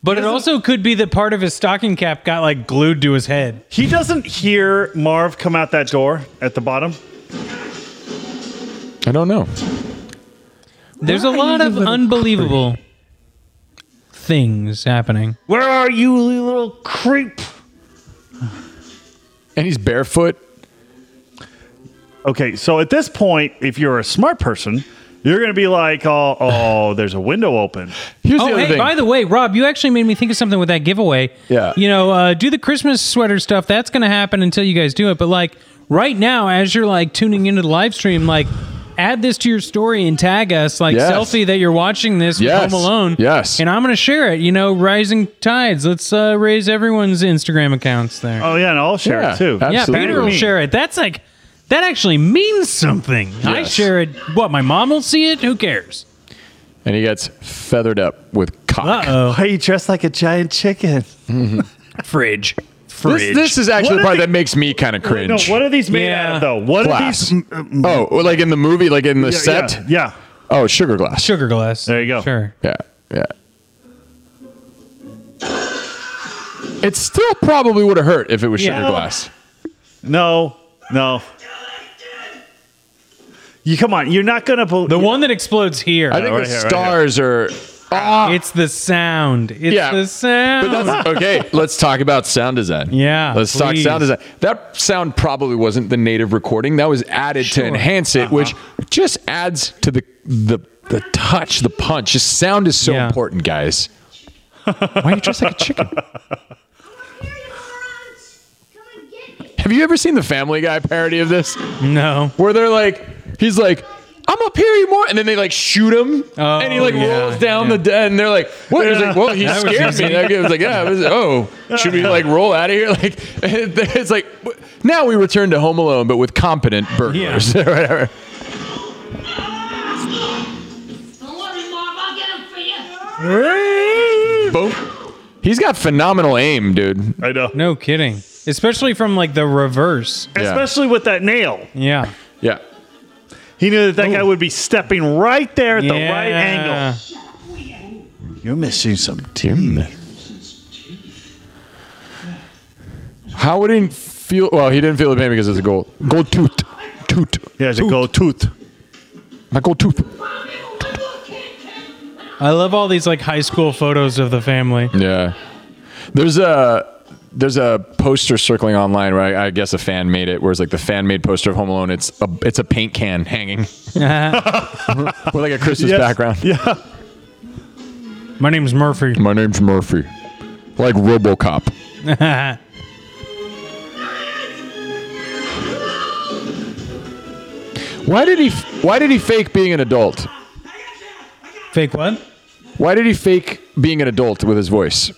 Speaker 4: But it also could be that part of his stocking cap got like glued to his head.
Speaker 9: He doesn't hear Marv come out that door at the bottom.
Speaker 2: I don't know.
Speaker 4: There's a lot of unbelievable things happening.
Speaker 9: Where are you, you little creep?
Speaker 2: And he's barefoot.
Speaker 9: Okay, so at this point, if you're a smart person, you're going to be like, oh, oh, there's a window open.
Speaker 2: Here's the
Speaker 4: Oh,
Speaker 2: other
Speaker 4: hey,
Speaker 2: thing.
Speaker 4: by the way, Rob, you actually made me think of something with that giveaway.
Speaker 2: Yeah.
Speaker 4: You know, uh, do the Christmas sweater stuff. That's going to happen until you guys do it. But, like, right now, as you're, like, tuning into the live stream, like, add this to your story and tag us, like,
Speaker 2: Yes.
Speaker 4: selfie that you're watching this with
Speaker 2: Yes.
Speaker 4: Home Alone.
Speaker 2: Yes.
Speaker 4: And I'm going to share it. You know, Rising Tides. Let's uh, raise everyone's Instagram accounts there.
Speaker 3: Uh,
Speaker 9: Oh, yeah, and I'll share
Speaker 2: Yeah,
Speaker 9: it too.
Speaker 2: ab-
Speaker 4: yeah,
Speaker 2: absolutely.
Speaker 4: Peter will
Speaker 9: Me.
Speaker 4: share it. That's, like, that actually means something. I
Speaker 2: Yes.
Speaker 4: share it. What, my mom will see it? Who cares?
Speaker 2: and he gets feathered up with cock.
Speaker 4: Uh-oh.
Speaker 9: Why are you dressed like a giant chicken?
Speaker 4: Fridge.
Speaker 2: This, this is
Speaker 9: What
Speaker 2: actually the
Speaker 9: are
Speaker 2: part
Speaker 9: the-
Speaker 2: that makes me kind of cringe.
Speaker 9: No, what are these made
Speaker 4: Yeah.
Speaker 9: out of, though? What
Speaker 2: Glass.
Speaker 9: are these? mm, mm,
Speaker 2: Oh, well, like in the movie, like in the
Speaker 9: yeah,
Speaker 2: set.
Speaker 9: Yeah, yeah.
Speaker 2: Oh, sugar glass.
Speaker 4: Sugar glass.
Speaker 9: There you go.
Speaker 4: Sure.
Speaker 2: Yeah, yeah. It still probably would have hurt if it was
Speaker 4: Yeah.
Speaker 2: sugar glass.
Speaker 9: No, no. You come on. You're not gonna believe
Speaker 4: The one that explodes here.
Speaker 2: I think
Speaker 9: right
Speaker 2: the
Speaker 9: here, right
Speaker 2: stars are. Ah,
Speaker 4: it's the sound. It's
Speaker 2: Yeah.
Speaker 4: the sound.
Speaker 2: But that's okay. Let's talk about sound design.
Speaker 4: Yeah,
Speaker 2: Let's talk
Speaker 4: please.
Speaker 2: sound design. That sound probably wasn't the native recording. That was added to enhance
Speaker 9: Uh-huh.
Speaker 2: it, which just adds to the the the touch, the punch. Just sound is so
Speaker 4: Yeah.
Speaker 2: important, guys. Why are you dressed like a chicken?
Speaker 5: Come and get me.
Speaker 2: Have you ever seen the Family Guy parody of this?
Speaker 4: no.
Speaker 2: Where they're like, he's like. I'm up here, you more, and then they like shoot him,
Speaker 4: Oh,
Speaker 2: and he like
Speaker 4: yeah,
Speaker 2: rolls down
Speaker 4: yeah.
Speaker 2: the den. And they're like, "What?" He's like, "Well, he
Speaker 4: That was
Speaker 2: scared
Speaker 4: easy.
Speaker 2: me." And I was like, "Yeah." I was, oh, should we like roll out of here? Like, it's like now we return to Home Alone, but with competent burglars or whatever.
Speaker 5: Don't worry, Mom. I'll get him for you.
Speaker 2: Boom. He's got phenomenal aim, dude.
Speaker 9: I know.
Speaker 4: No kidding. Especially from like the reverse.
Speaker 9: Especially with that nail.
Speaker 4: Yeah.
Speaker 2: Yeah.
Speaker 9: He knew that that guy would be stepping right there at the
Speaker 4: Yeah.
Speaker 9: right angle.
Speaker 7: You're missing some
Speaker 2: yeah. How would he feel? Well, he didn't feel the pain because it's a gold gold tooth, tooth,
Speaker 9: He has a gold tooth.
Speaker 2: my gold tooth.
Speaker 5: Mom, give him one more kick, Ken.
Speaker 4: I love all these like high school photos of the family.
Speaker 2: Yeah. There's a there's a poster circling online where I, I guess a fan made it, where it's like the fan made poster of Home Alone. It's a it's a paint can hanging with like a Christmas background.
Speaker 4: My name's Murphy.
Speaker 2: My name's Murphy, like RoboCop. Why did he f- Why did he fake being an adult?
Speaker 4: Fake what?
Speaker 2: Why did he fake being an adult with his voice?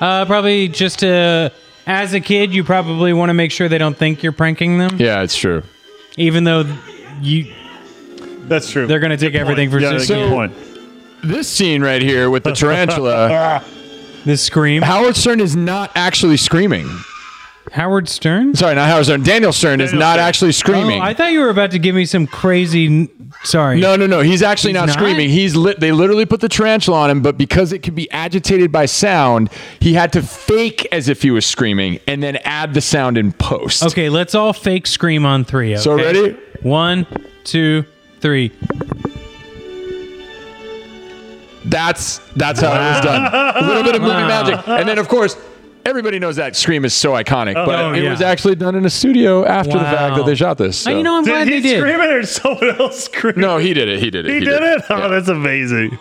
Speaker 4: Uh, probably just uh, as a kid, you probably want to make sure they don't think you're pranking them,
Speaker 2: Yeah, it's true.
Speaker 4: even though you
Speaker 9: That's true.
Speaker 4: they're gonna take everything for
Speaker 9: yeah,
Speaker 4: just
Speaker 9: that's a good
Speaker 2: So-
Speaker 9: point.
Speaker 2: This scene right here with the tarantula,
Speaker 4: this scream.
Speaker 2: Howard Stern is not actually screaming.
Speaker 4: Howard Stern.
Speaker 2: Sorry, not Howard Stern. Daniel Stern is
Speaker 9: Daniel
Speaker 2: not
Speaker 9: Stern.
Speaker 2: actually
Speaker 4: Oh,
Speaker 2: screaming.
Speaker 4: I thought you were about to give me some crazy. Sorry.
Speaker 2: No, no, no. He's actually
Speaker 4: He's
Speaker 2: not,
Speaker 4: not?
Speaker 2: screaming. He's lit. They literally put the tarantula on him, but because it could be agitated by sound, he had to fake as if he was screaming and then add the sound in post.
Speaker 4: Okay, let's all fake scream on three. Okay?
Speaker 2: So ready?
Speaker 4: One, two, three.
Speaker 2: That's that's how it was done. A little bit of movie magic, and then of course. Everybody knows that scream is so iconic, but
Speaker 4: Oh,
Speaker 2: it
Speaker 4: yeah.
Speaker 2: was actually done in a studio after the
Speaker 4: Wow.
Speaker 2: fact that they shot this.
Speaker 4: Oh,
Speaker 2: so-
Speaker 4: you know, I'm glad
Speaker 9: Did
Speaker 4: they
Speaker 9: he
Speaker 4: did.
Speaker 9: scream it or did someone else scream?
Speaker 2: no, he did it. He did it.
Speaker 9: he, did, it. Oh, that's amazing.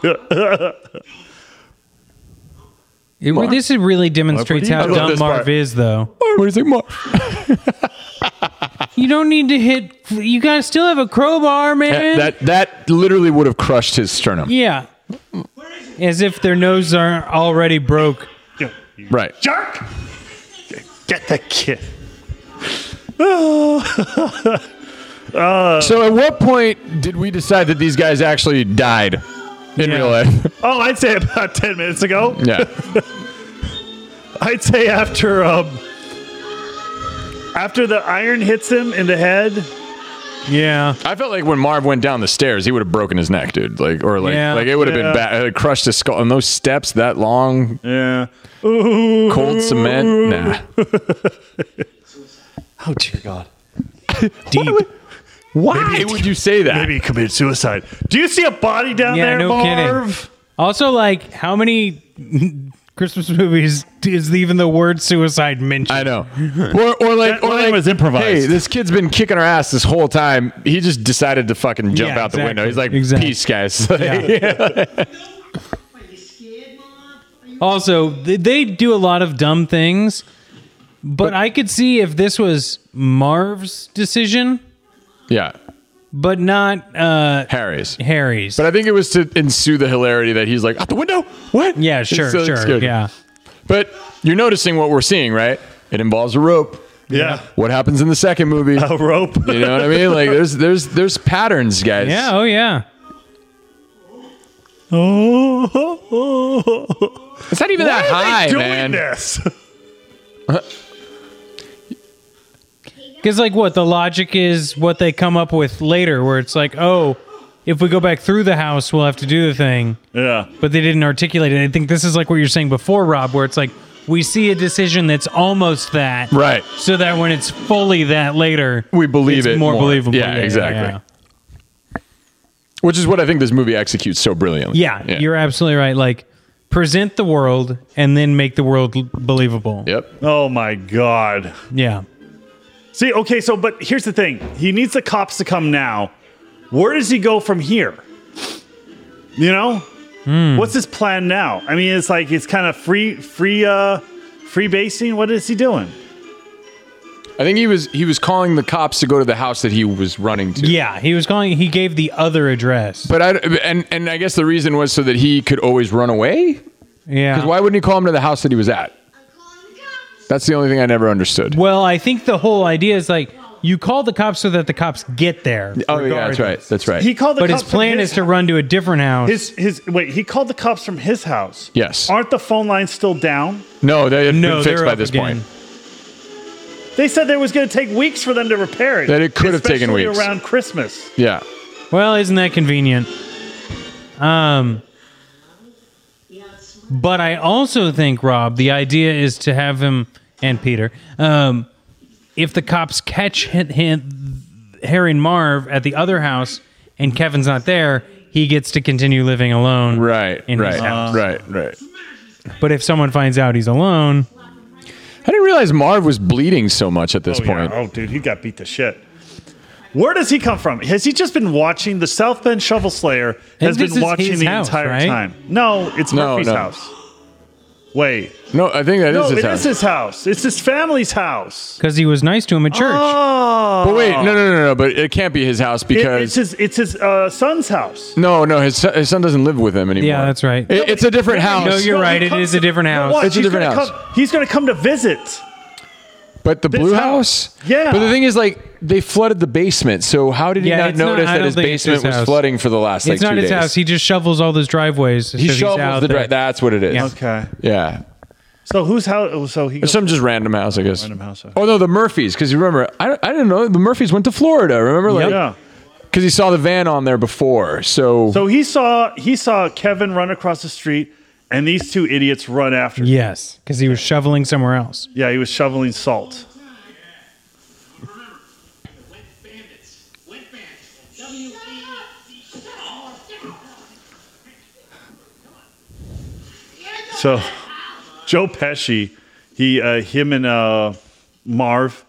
Speaker 4: It- this is really demonstrates how
Speaker 2: I love
Speaker 4: dumb
Speaker 2: this
Speaker 4: Marv
Speaker 2: part.
Speaker 4: is, though.
Speaker 2: What do you think, Mark?
Speaker 4: You don't need to hit. You gotta still have a crowbar, man.
Speaker 2: That that literally would have crushed his sternum.
Speaker 4: yeah. As if their noses aren't already broke.
Speaker 2: Right.
Speaker 9: Jerk! Get the kid.
Speaker 2: So, at what point did we decide that these guys actually died in real life?
Speaker 3: Oh, I'd say about 10 minutes ago.
Speaker 2: yeah.
Speaker 3: I'd say after um, after the iron hits him in the head.
Speaker 4: Yeah.
Speaker 2: I felt like when Marv went down the stairs, he would have broken his neck, dude. Like, or like,
Speaker 4: Yeah.
Speaker 2: like it would have
Speaker 3: Yeah.
Speaker 2: been bad. Like, crushed his skull. And those steps that long,
Speaker 3: Yeah. Ooh.
Speaker 2: cold cement. Nah.
Speaker 12: Oh dear God.
Speaker 4: Deep.
Speaker 2: Why would you say that?
Speaker 3: Maybe he committed suicide. Do you see a body down
Speaker 4: Yeah,
Speaker 3: there,
Speaker 4: no kidding.
Speaker 3: Marv?
Speaker 4: Also, like, how many Christmas movies is even the word suicide mentioned?
Speaker 2: I know. Or, or like,
Speaker 3: That
Speaker 2: or
Speaker 3: line
Speaker 2: like,
Speaker 3: was improvised.
Speaker 2: Hey, this kid's been kicking our ass this whole time. He just decided to fucking jump
Speaker 4: Yeah,
Speaker 2: out the
Speaker 4: exactly.
Speaker 2: window. He's like,
Speaker 4: Exactly.
Speaker 2: peace, guys. Like,
Speaker 5: Are you scared, Mom? Are you
Speaker 4: Also, th- they do a lot of dumb things, but, I could see if this was Marv's decision,
Speaker 2: yeah,
Speaker 4: but not uh,
Speaker 2: Harry's.
Speaker 4: Harry's.
Speaker 2: But I think it was to ensue the hilarity that he's like out the window. What?
Speaker 4: yeah, sure,
Speaker 2: So it's
Speaker 4: sure,
Speaker 2: good.
Speaker 4: yeah.
Speaker 2: But you're noticing what we're seeing, right? It involves a rope.
Speaker 3: Yeah.
Speaker 2: What happens in the second movie?
Speaker 4: Oh,
Speaker 3: A rope.
Speaker 2: You know what I mean? Like there's there's there's patterns, guys.
Speaker 4: Yeah, oh yeah.
Speaker 2: It's not even that high,
Speaker 3: doing
Speaker 2: man.
Speaker 3: this.
Speaker 4: Because, like, what the logic is what they come up with later, where it's like, oh, if we go back through the house, we'll have to do the thing.
Speaker 3: Yeah.
Speaker 4: but they didn't articulate it. I think this is like what you're saying before, Rob, where it's like we see a decision that's almost that,
Speaker 2: Right.
Speaker 4: So that when it's fully that later,
Speaker 2: We believe
Speaker 4: it's
Speaker 2: it
Speaker 4: more,
Speaker 2: more.
Speaker 4: believable.
Speaker 2: Yeah, exactly. Which is what I think this movie executes so brilliantly.
Speaker 4: Yeah. Yeah, you're absolutely right. Like present the world and then make the world l- believable.
Speaker 2: Yep.
Speaker 3: Oh my God.
Speaker 4: Yeah,
Speaker 3: See, okay, so but here's the thing. He needs the cops to come now. Where does he go from here? You know?
Speaker 2: Hmm.
Speaker 3: What's his plan now? I mean, it's like it's kind of free free uh free basing. What is he doing?
Speaker 2: I think he was he was calling the cops to go to the house that he was running to.
Speaker 4: yeah. He was calling. He gave the other address.
Speaker 2: But I and and I guess the reason was so that he could always run away.
Speaker 4: yeah.
Speaker 2: Why wouldn't he call him to the house that he was at?
Speaker 5: calling the cops?
Speaker 2: That's the only thing I never understood.
Speaker 4: well, I think the whole idea is like you call the cops so that the cops get there.
Speaker 2: Oh yeah, that's right. That's right.
Speaker 3: He called the
Speaker 4: But his
Speaker 3: cops from
Speaker 4: plan is to run to a different house.
Speaker 3: his his wait, he called the cops from his house.
Speaker 2: Yes.
Speaker 3: Aren't the phone lines still down?
Speaker 2: no, they had
Speaker 4: no,
Speaker 2: been fixed
Speaker 4: they're
Speaker 2: by
Speaker 4: up
Speaker 2: this
Speaker 4: again.
Speaker 2: point.
Speaker 3: They said there was going to take weeks for them to repair it.
Speaker 2: That it could have taken
Speaker 3: especially
Speaker 2: weeks.
Speaker 3: around Christmas.
Speaker 2: Yeah.
Speaker 4: Well, isn't that convenient? Um, but I also think, Rob, the idea is to have him and Peter. Um, if the cops catch hit, hit, Harry and Marv at the other house and Kevin's not there, he gets to continue living alone.
Speaker 2: Right.
Speaker 4: In his
Speaker 2: right.
Speaker 4: house.
Speaker 2: right. Right.
Speaker 4: But if someone finds out he's alone,
Speaker 2: I didn't realize Marv was bleeding so much at this
Speaker 3: Oh, yeah.
Speaker 2: point.
Speaker 3: oh, dude, he got beat to shit. Where does he come from? Has he just been watching the South Bend Shovel Slayer? Has
Speaker 4: this
Speaker 3: been
Speaker 4: is
Speaker 3: watching
Speaker 4: his
Speaker 3: the
Speaker 4: house,
Speaker 3: entire
Speaker 4: right?
Speaker 3: time. No, it's
Speaker 2: No,
Speaker 3: Murphy's
Speaker 2: no.
Speaker 3: house. Wait,
Speaker 2: No, I think that is
Speaker 3: no, it is
Speaker 2: his house.
Speaker 3: his house. It's his family's house.
Speaker 4: because he was nice to him at church.
Speaker 3: Oh,
Speaker 2: but wait, no, no, no, no. But it can't be his house
Speaker 3: It-
Speaker 2: because
Speaker 3: it's his it's his uh, son's house.
Speaker 2: no, no, his son, his son doesn't live with him anymore.
Speaker 4: yeah, that's right.
Speaker 2: It- it's a different house.
Speaker 4: No, you're
Speaker 3: No,
Speaker 4: right.
Speaker 3: he
Speaker 4: It
Speaker 3: comes
Speaker 4: is a
Speaker 3: to-
Speaker 4: different
Speaker 3: No,
Speaker 4: house.
Speaker 3: watch,
Speaker 2: It's a
Speaker 3: he's
Speaker 2: different
Speaker 3: gonna
Speaker 2: house.
Speaker 3: come- he's going to come to visit.
Speaker 2: But the blue
Speaker 3: house.
Speaker 2: house?
Speaker 3: Yeah.
Speaker 2: But the thing is, like, they flooded the basement. So how did he
Speaker 4: Yeah,
Speaker 2: not
Speaker 4: it's not-
Speaker 2: notice
Speaker 4: I
Speaker 2: that
Speaker 4: don't
Speaker 2: his
Speaker 4: think it's
Speaker 2: basement
Speaker 4: his
Speaker 2: was
Speaker 4: house.
Speaker 2: flooding for the
Speaker 4: it's
Speaker 2: last like
Speaker 4: not
Speaker 2: two
Speaker 4: his
Speaker 2: days?
Speaker 4: house. He just shovels all those driveways.
Speaker 2: He
Speaker 4: because he's out
Speaker 2: shovels the
Speaker 4: there.
Speaker 2: dri- That's what it is.
Speaker 4: Yeah.
Speaker 3: Okay.
Speaker 2: Yeah.
Speaker 3: So whose house? oh, So he. Goes,
Speaker 2: Some just random house, I guess.
Speaker 3: Random house, okay.
Speaker 2: Oh no, the Murphys. Because you remember, I, don't- I didn't know the Murphys went to Florida. Remember, like,
Speaker 3: yeah.
Speaker 2: because he saw the van on there before. So,
Speaker 3: So he saw he saw Kevin run across the street, and these two idiots run after. him.
Speaker 4: Yes, because he was shoveling somewhere else.
Speaker 3: Yeah, he was shoveling salt.
Speaker 5: Remember, the wet bandits. Wet bandits. W E T.
Speaker 3: So Joe Pesci, he uh, him and uh, Marv,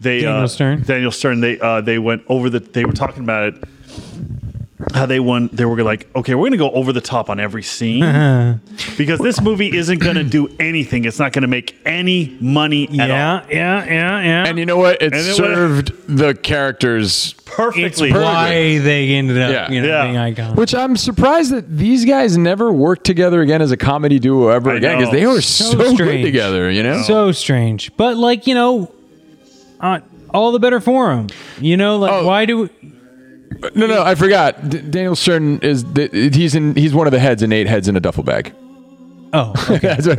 Speaker 3: they uh,
Speaker 4: Daniel Stern.
Speaker 3: Daniel Stern, they uh, they went over the. They were talking about it. How they won? They were like, okay, we're gonna go over the top on every scene because this movie isn't gonna do anything. It's not gonna make any money at all.
Speaker 4: Yeah, yeah, yeah, yeah.
Speaker 2: and you know what? It
Speaker 3: And it
Speaker 2: served the characters,
Speaker 4: it's
Speaker 3: Perfectly.
Speaker 4: why they ended up,
Speaker 2: Yeah.
Speaker 4: you know,
Speaker 3: Yeah.
Speaker 4: being iconic.
Speaker 2: which I'm surprised that these guys never worked together again as a comedy duo ever
Speaker 3: I
Speaker 2: again because
Speaker 3: know.
Speaker 2: they were
Speaker 4: So
Speaker 2: so, good
Speaker 4: strange.
Speaker 2: together. You know,
Speaker 4: so strange, but like you know, uh, all the better for him. You know, like
Speaker 2: Oh.
Speaker 4: why do?
Speaker 2: No, no, I forgot. D- Daniel Stern is the, he's in he's one of the heads and eight heads in a duffel bag.
Speaker 4: Oh, okay.
Speaker 2: That's what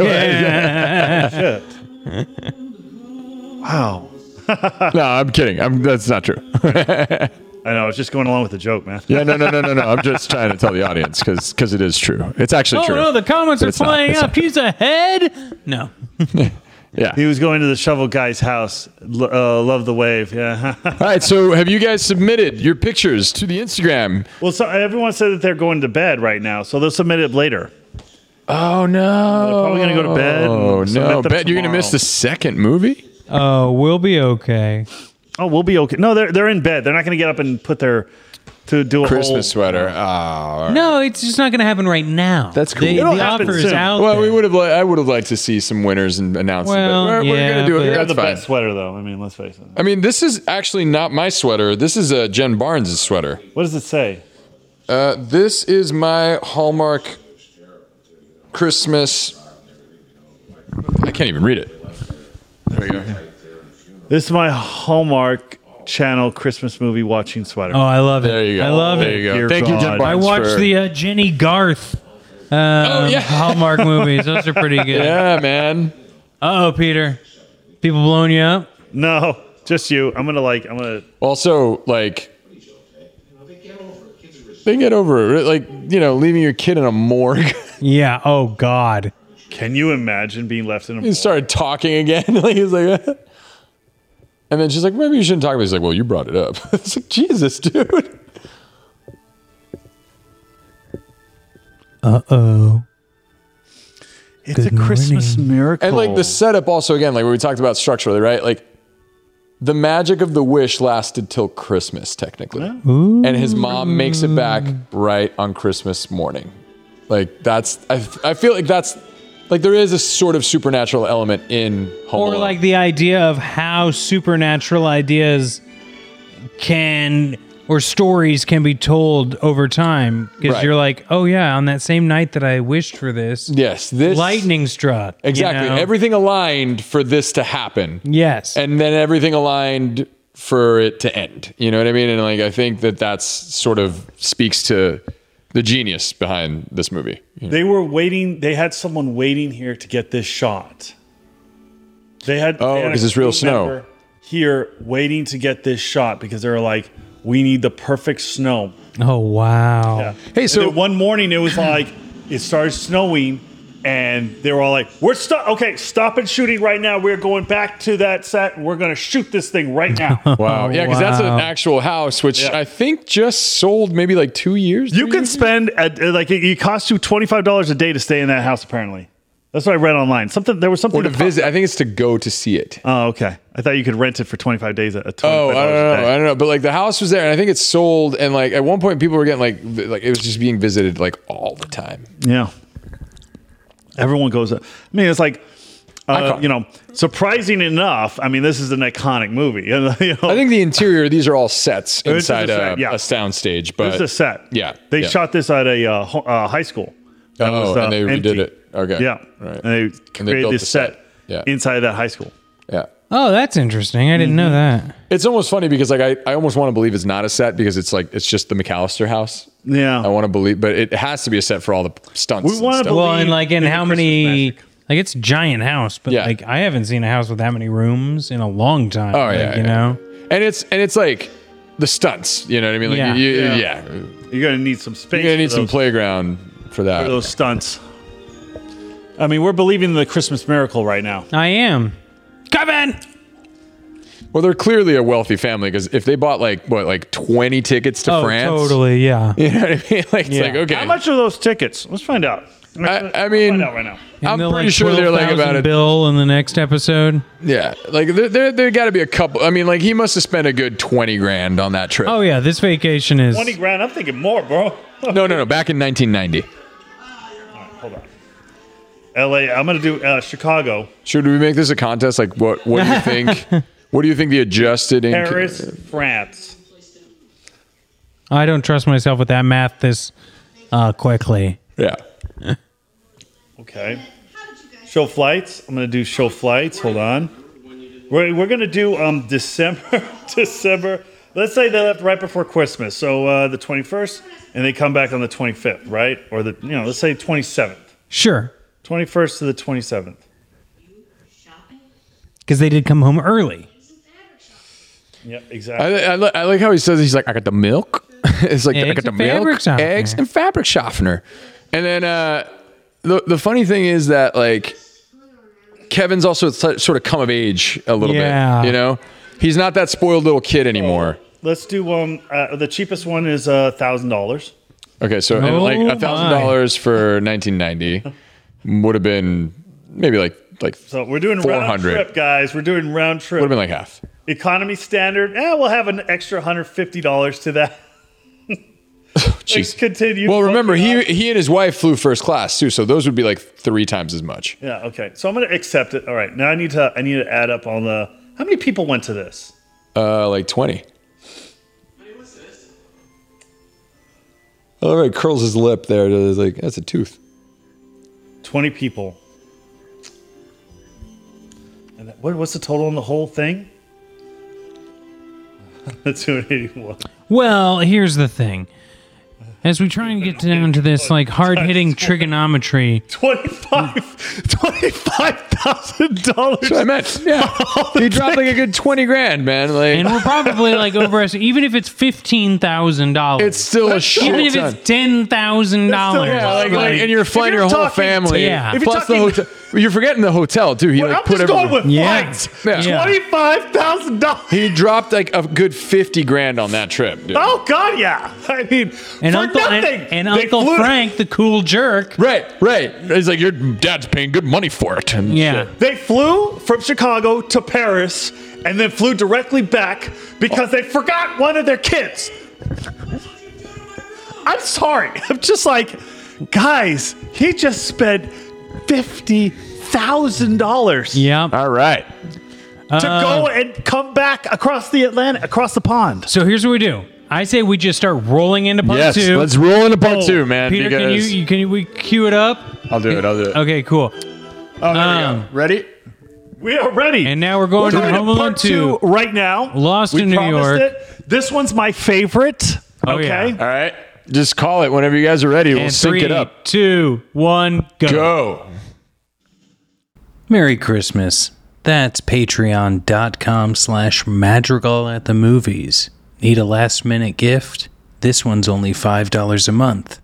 Speaker 2: it was.
Speaker 3: Wow.
Speaker 2: No, I'm kidding. I'm, that's not true.
Speaker 3: I know. I was just going along with the joke, man.
Speaker 2: Yeah, no, no, no, no, no. I'm just trying to tell the audience because it is true. It's actually
Speaker 4: oh
Speaker 2: true.
Speaker 4: no, the comments
Speaker 2: But
Speaker 4: are
Speaker 2: it's not-
Speaker 4: flying
Speaker 2: it's
Speaker 4: up. He's ahead. No,
Speaker 2: yeah.
Speaker 3: He was going to the shovel guy's house. L- uh, love the wave. Yeah.
Speaker 2: All right. So have you guys submitted your pictures to the Instagram?
Speaker 3: well, so everyone said that they're going to bed right now, so they'll submit it later.
Speaker 2: Oh no.
Speaker 3: They're probably gonna go to bed and
Speaker 2: Oh no.
Speaker 3: submit them
Speaker 2: Bet you're gonna miss
Speaker 3: tomorrow.
Speaker 2: the second movie.
Speaker 4: oh, we'll be okay.
Speaker 3: Oh, we'll be okay. No, they're they're in bed. They're not going to get up and put their to do a
Speaker 2: Christmas
Speaker 3: Whole,
Speaker 2: sweater. Oh.
Speaker 4: No, it's just not going to happen right now.
Speaker 2: That's cool.
Speaker 4: The,
Speaker 2: It'll
Speaker 4: the
Speaker 3: happen
Speaker 4: offer is
Speaker 3: soon.
Speaker 4: out.
Speaker 2: Well,
Speaker 4: there.
Speaker 2: we would have. Li- I would have liked to see some winners and announcements.
Speaker 4: Well,
Speaker 2: but we're, we're
Speaker 4: yeah,
Speaker 2: gonna do it.
Speaker 4: but-
Speaker 3: they're
Speaker 2: That's
Speaker 3: the
Speaker 2: fine.
Speaker 3: best sweater though. I mean, let's face it.
Speaker 2: I mean, this is actually not my sweater. This is uh, Jen Barnes' sweater.
Speaker 3: What does it say?
Speaker 2: Uh, this is my Hallmark Christmas. I can't even read it. There we go.
Speaker 3: This is my Hallmark Channel Christmas movie watching sweater.
Speaker 4: oh, I love it.
Speaker 2: There you go.
Speaker 4: I love
Speaker 2: there
Speaker 4: it.
Speaker 2: You go.
Speaker 3: Dear
Speaker 2: Thank you, Jen
Speaker 3: God.
Speaker 4: I
Speaker 2: Barnes.
Speaker 4: watched
Speaker 2: for-
Speaker 4: the uh, Jenny Garth uh,
Speaker 2: yeah.
Speaker 4: Hallmark movies. Those are pretty good.
Speaker 2: Yeah, man.
Speaker 4: Uh oh, Peter. People blowing you up.
Speaker 3: No, just you. I'm gonna like. I'm gonna.
Speaker 2: Also, like, they get over it. Like, you know, leaving your kid in a morgue.
Speaker 4: Yeah. Oh God.
Speaker 3: Can you imagine being left in a?
Speaker 2: he started talking again. like, he was like, and then she's like, maybe you shouldn't talk about it. He's like, well, you brought it up. it's like, Jesus, dude.
Speaker 4: Uh oh.
Speaker 3: It's a Christmas miracle.
Speaker 2: And like the setup also again, like we talked about structurally, right? Like the magic of the wish lasted till Christmas, technically. And his mom makes it back right on Christmas morning. Like that's I, I feel like that's like there is a sort of supernatural element in Home
Speaker 4: Or
Speaker 2: Alone.
Speaker 4: like the idea of how supernatural ideas can or stories can be told over time because
Speaker 2: Right.
Speaker 4: you're like, oh yeah, on that same night that I wished for this,
Speaker 2: yes, this
Speaker 4: lightning struck. you
Speaker 2: exactly
Speaker 4: know?
Speaker 2: everything aligned for this to happen.
Speaker 4: Yes.
Speaker 2: and then everything aligned for it to end. You know what I mean? And like I think that that's sort of speaks to the genius behind this movie.
Speaker 3: They were waiting. They had someone waiting here to get this shot. They had
Speaker 2: Oh,
Speaker 3: they had a
Speaker 2: 'cause it's real
Speaker 3: crew
Speaker 2: snow.
Speaker 3: member here waiting to get this shot because they were like, we need the perfect snow.
Speaker 4: oh wow.
Speaker 2: Hey,
Speaker 3: So
Speaker 2: so
Speaker 3: one morning it was like it started snowing, and they were all like, "We're stop. Okay, stop and shooting right now. We're going back to that set. We're gonna shoot this thing right now."
Speaker 2: wow, yeah, because that's an
Speaker 4: wow.
Speaker 2: actual house, which
Speaker 3: Oh, Yeah.
Speaker 2: I think just sold maybe like two years.
Speaker 3: you
Speaker 2: three
Speaker 3: can
Speaker 2: years?
Speaker 3: spend at, uh, like it, it costs you twenty five dollars a day to stay in that house. Apparently, that's what I read online. Something there was something
Speaker 2: or to
Speaker 3: pop-
Speaker 2: visit. I think it's to go to see it.
Speaker 3: Oh, okay. I thought you could rent it for twenty five days at a
Speaker 2: Oh,
Speaker 3: twenty five
Speaker 2: I
Speaker 3: dollars a
Speaker 2: don't know, I
Speaker 3: day.
Speaker 2: don't know, but like the house was there, and I think it sold, and like at one point people were getting like, vi- like it was just being visited like all the time.
Speaker 3: Yeah. Everyone goes. I mean, it's like. Uh,
Speaker 2: Icon.
Speaker 3: you know, surprising enough, I mean, this is an iconic movie. You know,
Speaker 2: I think the interior; these are all sets
Speaker 3: This is a
Speaker 2: inside a,
Speaker 3: set, yeah.
Speaker 2: a soundstage, but
Speaker 3: This is a set.
Speaker 2: Yeah,
Speaker 3: They
Speaker 2: yeah.
Speaker 3: shot this at a uh, ho- uh, high school. that
Speaker 2: Oh,
Speaker 3: was, uh,
Speaker 2: and they redid
Speaker 3: empty.
Speaker 2: it. Okay.
Speaker 3: Yeah.
Speaker 2: Right.
Speaker 3: And they created
Speaker 2: built the
Speaker 3: this set,
Speaker 2: set. Yeah.
Speaker 3: inside that high school.
Speaker 2: yeah.
Speaker 4: Oh, that's interesting. I didn't know
Speaker 2: Mm-hmm.
Speaker 4: that.
Speaker 2: It's almost funny because like I, I almost want to believe it's not a set because it's like it's just the McAllister house.
Speaker 3: Yeah.
Speaker 2: I want to believe, but it has to be a set for all the stunts.
Speaker 3: We
Speaker 2: and
Speaker 3: wanna
Speaker 2: stuff.
Speaker 3: believe-
Speaker 4: Well, and like in
Speaker 3: Maybe
Speaker 4: how
Speaker 3: Christmas
Speaker 4: many
Speaker 3: magic.
Speaker 4: like it's a giant house, but
Speaker 2: Yeah.
Speaker 4: like I haven't seen a house with that many rooms in a long time.
Speaker 2: Oh,
Speaker 4: like,
Speaker 2: yeah,
Speaker 4: you
Speaker 2: yeah.
Speaker 4: know.
Speaker 2: and it's and it's like the stunts. You know what I mean? Like
Speaker 4: Yeah.
Speaker 2: you, you- yeah.
Speaker 3: Yeah.
Speaker 2: you're
Speaker 3: You're going to need some space.
Speaker 2: gonna
Speaker 3: for
Speaker 2: need some
Speaker 3: those-
Speaker 2: playground for that.
Speaker 3: for those stunts. I mean, we're believing in the Christmas miracle right now.
Speaker 4: I am. Kevin.
Speaker 2: Well, they're clearly a wealthy family because if they bought like what like twenty tickets to
Speaker 4: Oh,
Speaker 2: France,
Speaker 4: totally. Yeah.
Speaker 2: You know what I mean? Like it's like okay,
Speaker 3: How much are those tickets? Let's find out.
Speaker 2: I, I
Speaker 3: Find
Speaker 2: mean,
Speaker 3: out right now.
Speaker 2: I'm
Speaker 4: And they'll,
Speaker 2: pretty sure they're like
Speaker 4: 12,000
Speaker 2: about a
Speaker 4: bill in the next episode.
Speaker 2: Yeah, like there, there, there got to be a couple. I mean, like he must have spent a good twenty grand on that trip.
Speaker 4: Oh yeah, this vacation is.
Speaker 3: 20 grand. I'm thinking more, bro.
Speaker 2: No, no, no. Back in 1990.
Speaker 3: Hold on. LA, I'm going to do uh, Chicago,
Speaker 2: Should we make this a contest? Like, what? What do you think? what do you think the adjusted income?
Speaker 3: Paris, France.
Speaker 4: I don't trust myself with that math this uh, quickly.
Speaker 2: Yeah.
Speaker 3: Okay. Show flights. I'm going to do show flights. Hold on. We're, we're gonna do um December December. Let's say they left right before Christmas, so uh, the 21st, and they come back on the 25th, right? Or the you know, let's say 27th,
Speaker 4: Sure.
Speaker 3: 21st to the 27th.
Speaker 4: Because they did come home early.
Speaker 3: Yeah,
Speaker 2: I,
Speaker 3: exactly.
Speaker 2: I, li- I like how he says he's like, I got the milk. it's like I
Speaker 4: Eggs
Speaker 2: got the
Speaker 4: and fabric
Speaker 2: milk,
Speaker 4: softener.
Speaker 2: eggs, and fabric softener. And then uh, the the funny thing is that like Kevin's also so- sort of come of age a little
Speaker 4: Yeah.
Speaker 2: bit. You know, he's not that spoiled little kid anymore.
Speaker 3: Let's do um uh, the cheapest one is a thousand dollars.
Speaker 2: Okay, so and,
Speaker 4: Oh my.
Speaker 2: like a thousand dollars for 1990 would have been maybe like like would
Speaker 3: So we're doing round
Speaker 2: 400.
Speaker 3: trip, guys. We're doing round trip.
Speaker 2: have been like half.
Speaker 3: Economy standard. Eh, we'll have an extra hundred fifty dollars to that.
Speaker 2: Jeez.
Speaker 3: Continue.
Speaker 2: Well, remember
Speaker 3: fucking
Speaker 2: he he and his wife flew first class too, so those would be like three times as much.
Speaker 3: Yeah. Okay. So I'm gonna accept it. All right. Now I need to I need to add up all the how many people went to this.
Speaker 2: Uh, like 20. All right, curls his lip there. It's like that's a tooth.
Speaker 3: Twenty people. And that, what, what's the total on the whole thing? Two hundred eighty-one.
Speaker 4: Well, here's the thing. As we try and get down to this like hard hitting trigonometry,
Speaker 2: Hmm.
Speaker 3: Twenty-five. Twenty-five thousand dollars.
Speaker 2: So I meant, yeah, he dropped like a good 20 grand, man. Like
Speaker 4: and we're probably like overestimating. Even if it's fifteen thousand dollars,
Speaker 2: it's still a shit
Speaker 4: even if
Speaker 2: ton.
Speaker 4: it's uh, ten thousand dollars,
Speaker 2: yeah, like, like, and you're flying
Speaker 3: you're
Speaker 2: your whole
Speaker 3: talking-
Speaker 2: family.
Speaker 4: Yeah. if
Speaker 3: you're
Speaker 2: Plus the
Speaker 3: talking-
Speaker 2: hotel. You're forgetting the hotel too. He
Speaker 3: I'm
Speaker 2: like
Speaker 3: just
Speaker 2: put everything-
Speaker 3: going with
Speaker 4: Yeah.
Speaker 3: flights.
Speaker 2: Yeah.
Speaker 4: Yeah.
Speaker 3: Twenty-five thousand dollars.
Speaker 2: He dropped like a good 50 grand on that trip. Dude.
Speaker 3: Oh God, yeah. I mean,
Speaker 4: and
Speaker 3: for
Speaker 4: Uncle and,
Speaker 3: nothing.
Speaker 4: and
Speaker 3: They
Speaker 4: Uncle
Speaker 3: flew-
Speaker 4: Frank, the cool jerk.
Speaker 2: Right, right. He's like your dad's paying good money for it. And
Speaker 4: Yeah,
Speaker 3: They flew from Chicago to Paris and then flew directly back because they forgot one of their kids. I'm sorry. I'm just like, guys, he just spent fifty thousand dollars
Speaker 4: yeah. Uh.
Speaker 2: All right.
Speaker 3: to go and come back across the Atlantic, across the pond.
Speaker 4: So here's what we do. I say we just start rolling into part
Speaker 2: Yes,
Speaker 4: 2
Speaker 2: let's roll into part two, man.
Speaker 4: Peter, can you,
Speaker 2: because-
Speaker 4: you can you, we cue it up?
Speaker 2: I'll do it. I'll do it.
Speaker 4: Okay, cool.
Speaker 2: Oh, there we
Speaker 4: Um,
Speaker 2: go. Ready?
Speaker 3: We are ready.
Speaker 4: And now we're going to
Speaker 3: We're
Speaker 4: Home
Speaker 3: doing
Speaker 4: Alone
Speaker 3: part
Speaker 4: 2,
Speaker 3: right now.
Speaker 4: Lost
Speaker 3: We
Speaker 4: in New
Speaker 3: promised
Speaker 4: York.
Speaker 3: it. This one's my favorite.
Speaker 4: Oh, yeah.
Speaker 3: okay.
Speaker 2: All right. Just call it whenever you guys are ready. We'll
Speaker 4: And
Speaker 2: sync
Speaker 4: three,
Speaker 2: it up.
Speaker 4: two, one, go.
Speaker 2: Go.
Speaker 13: Merry Christmas. That's patreon.com slash madrigal at the movies. Need a last minute gift? This one's only $5 a month.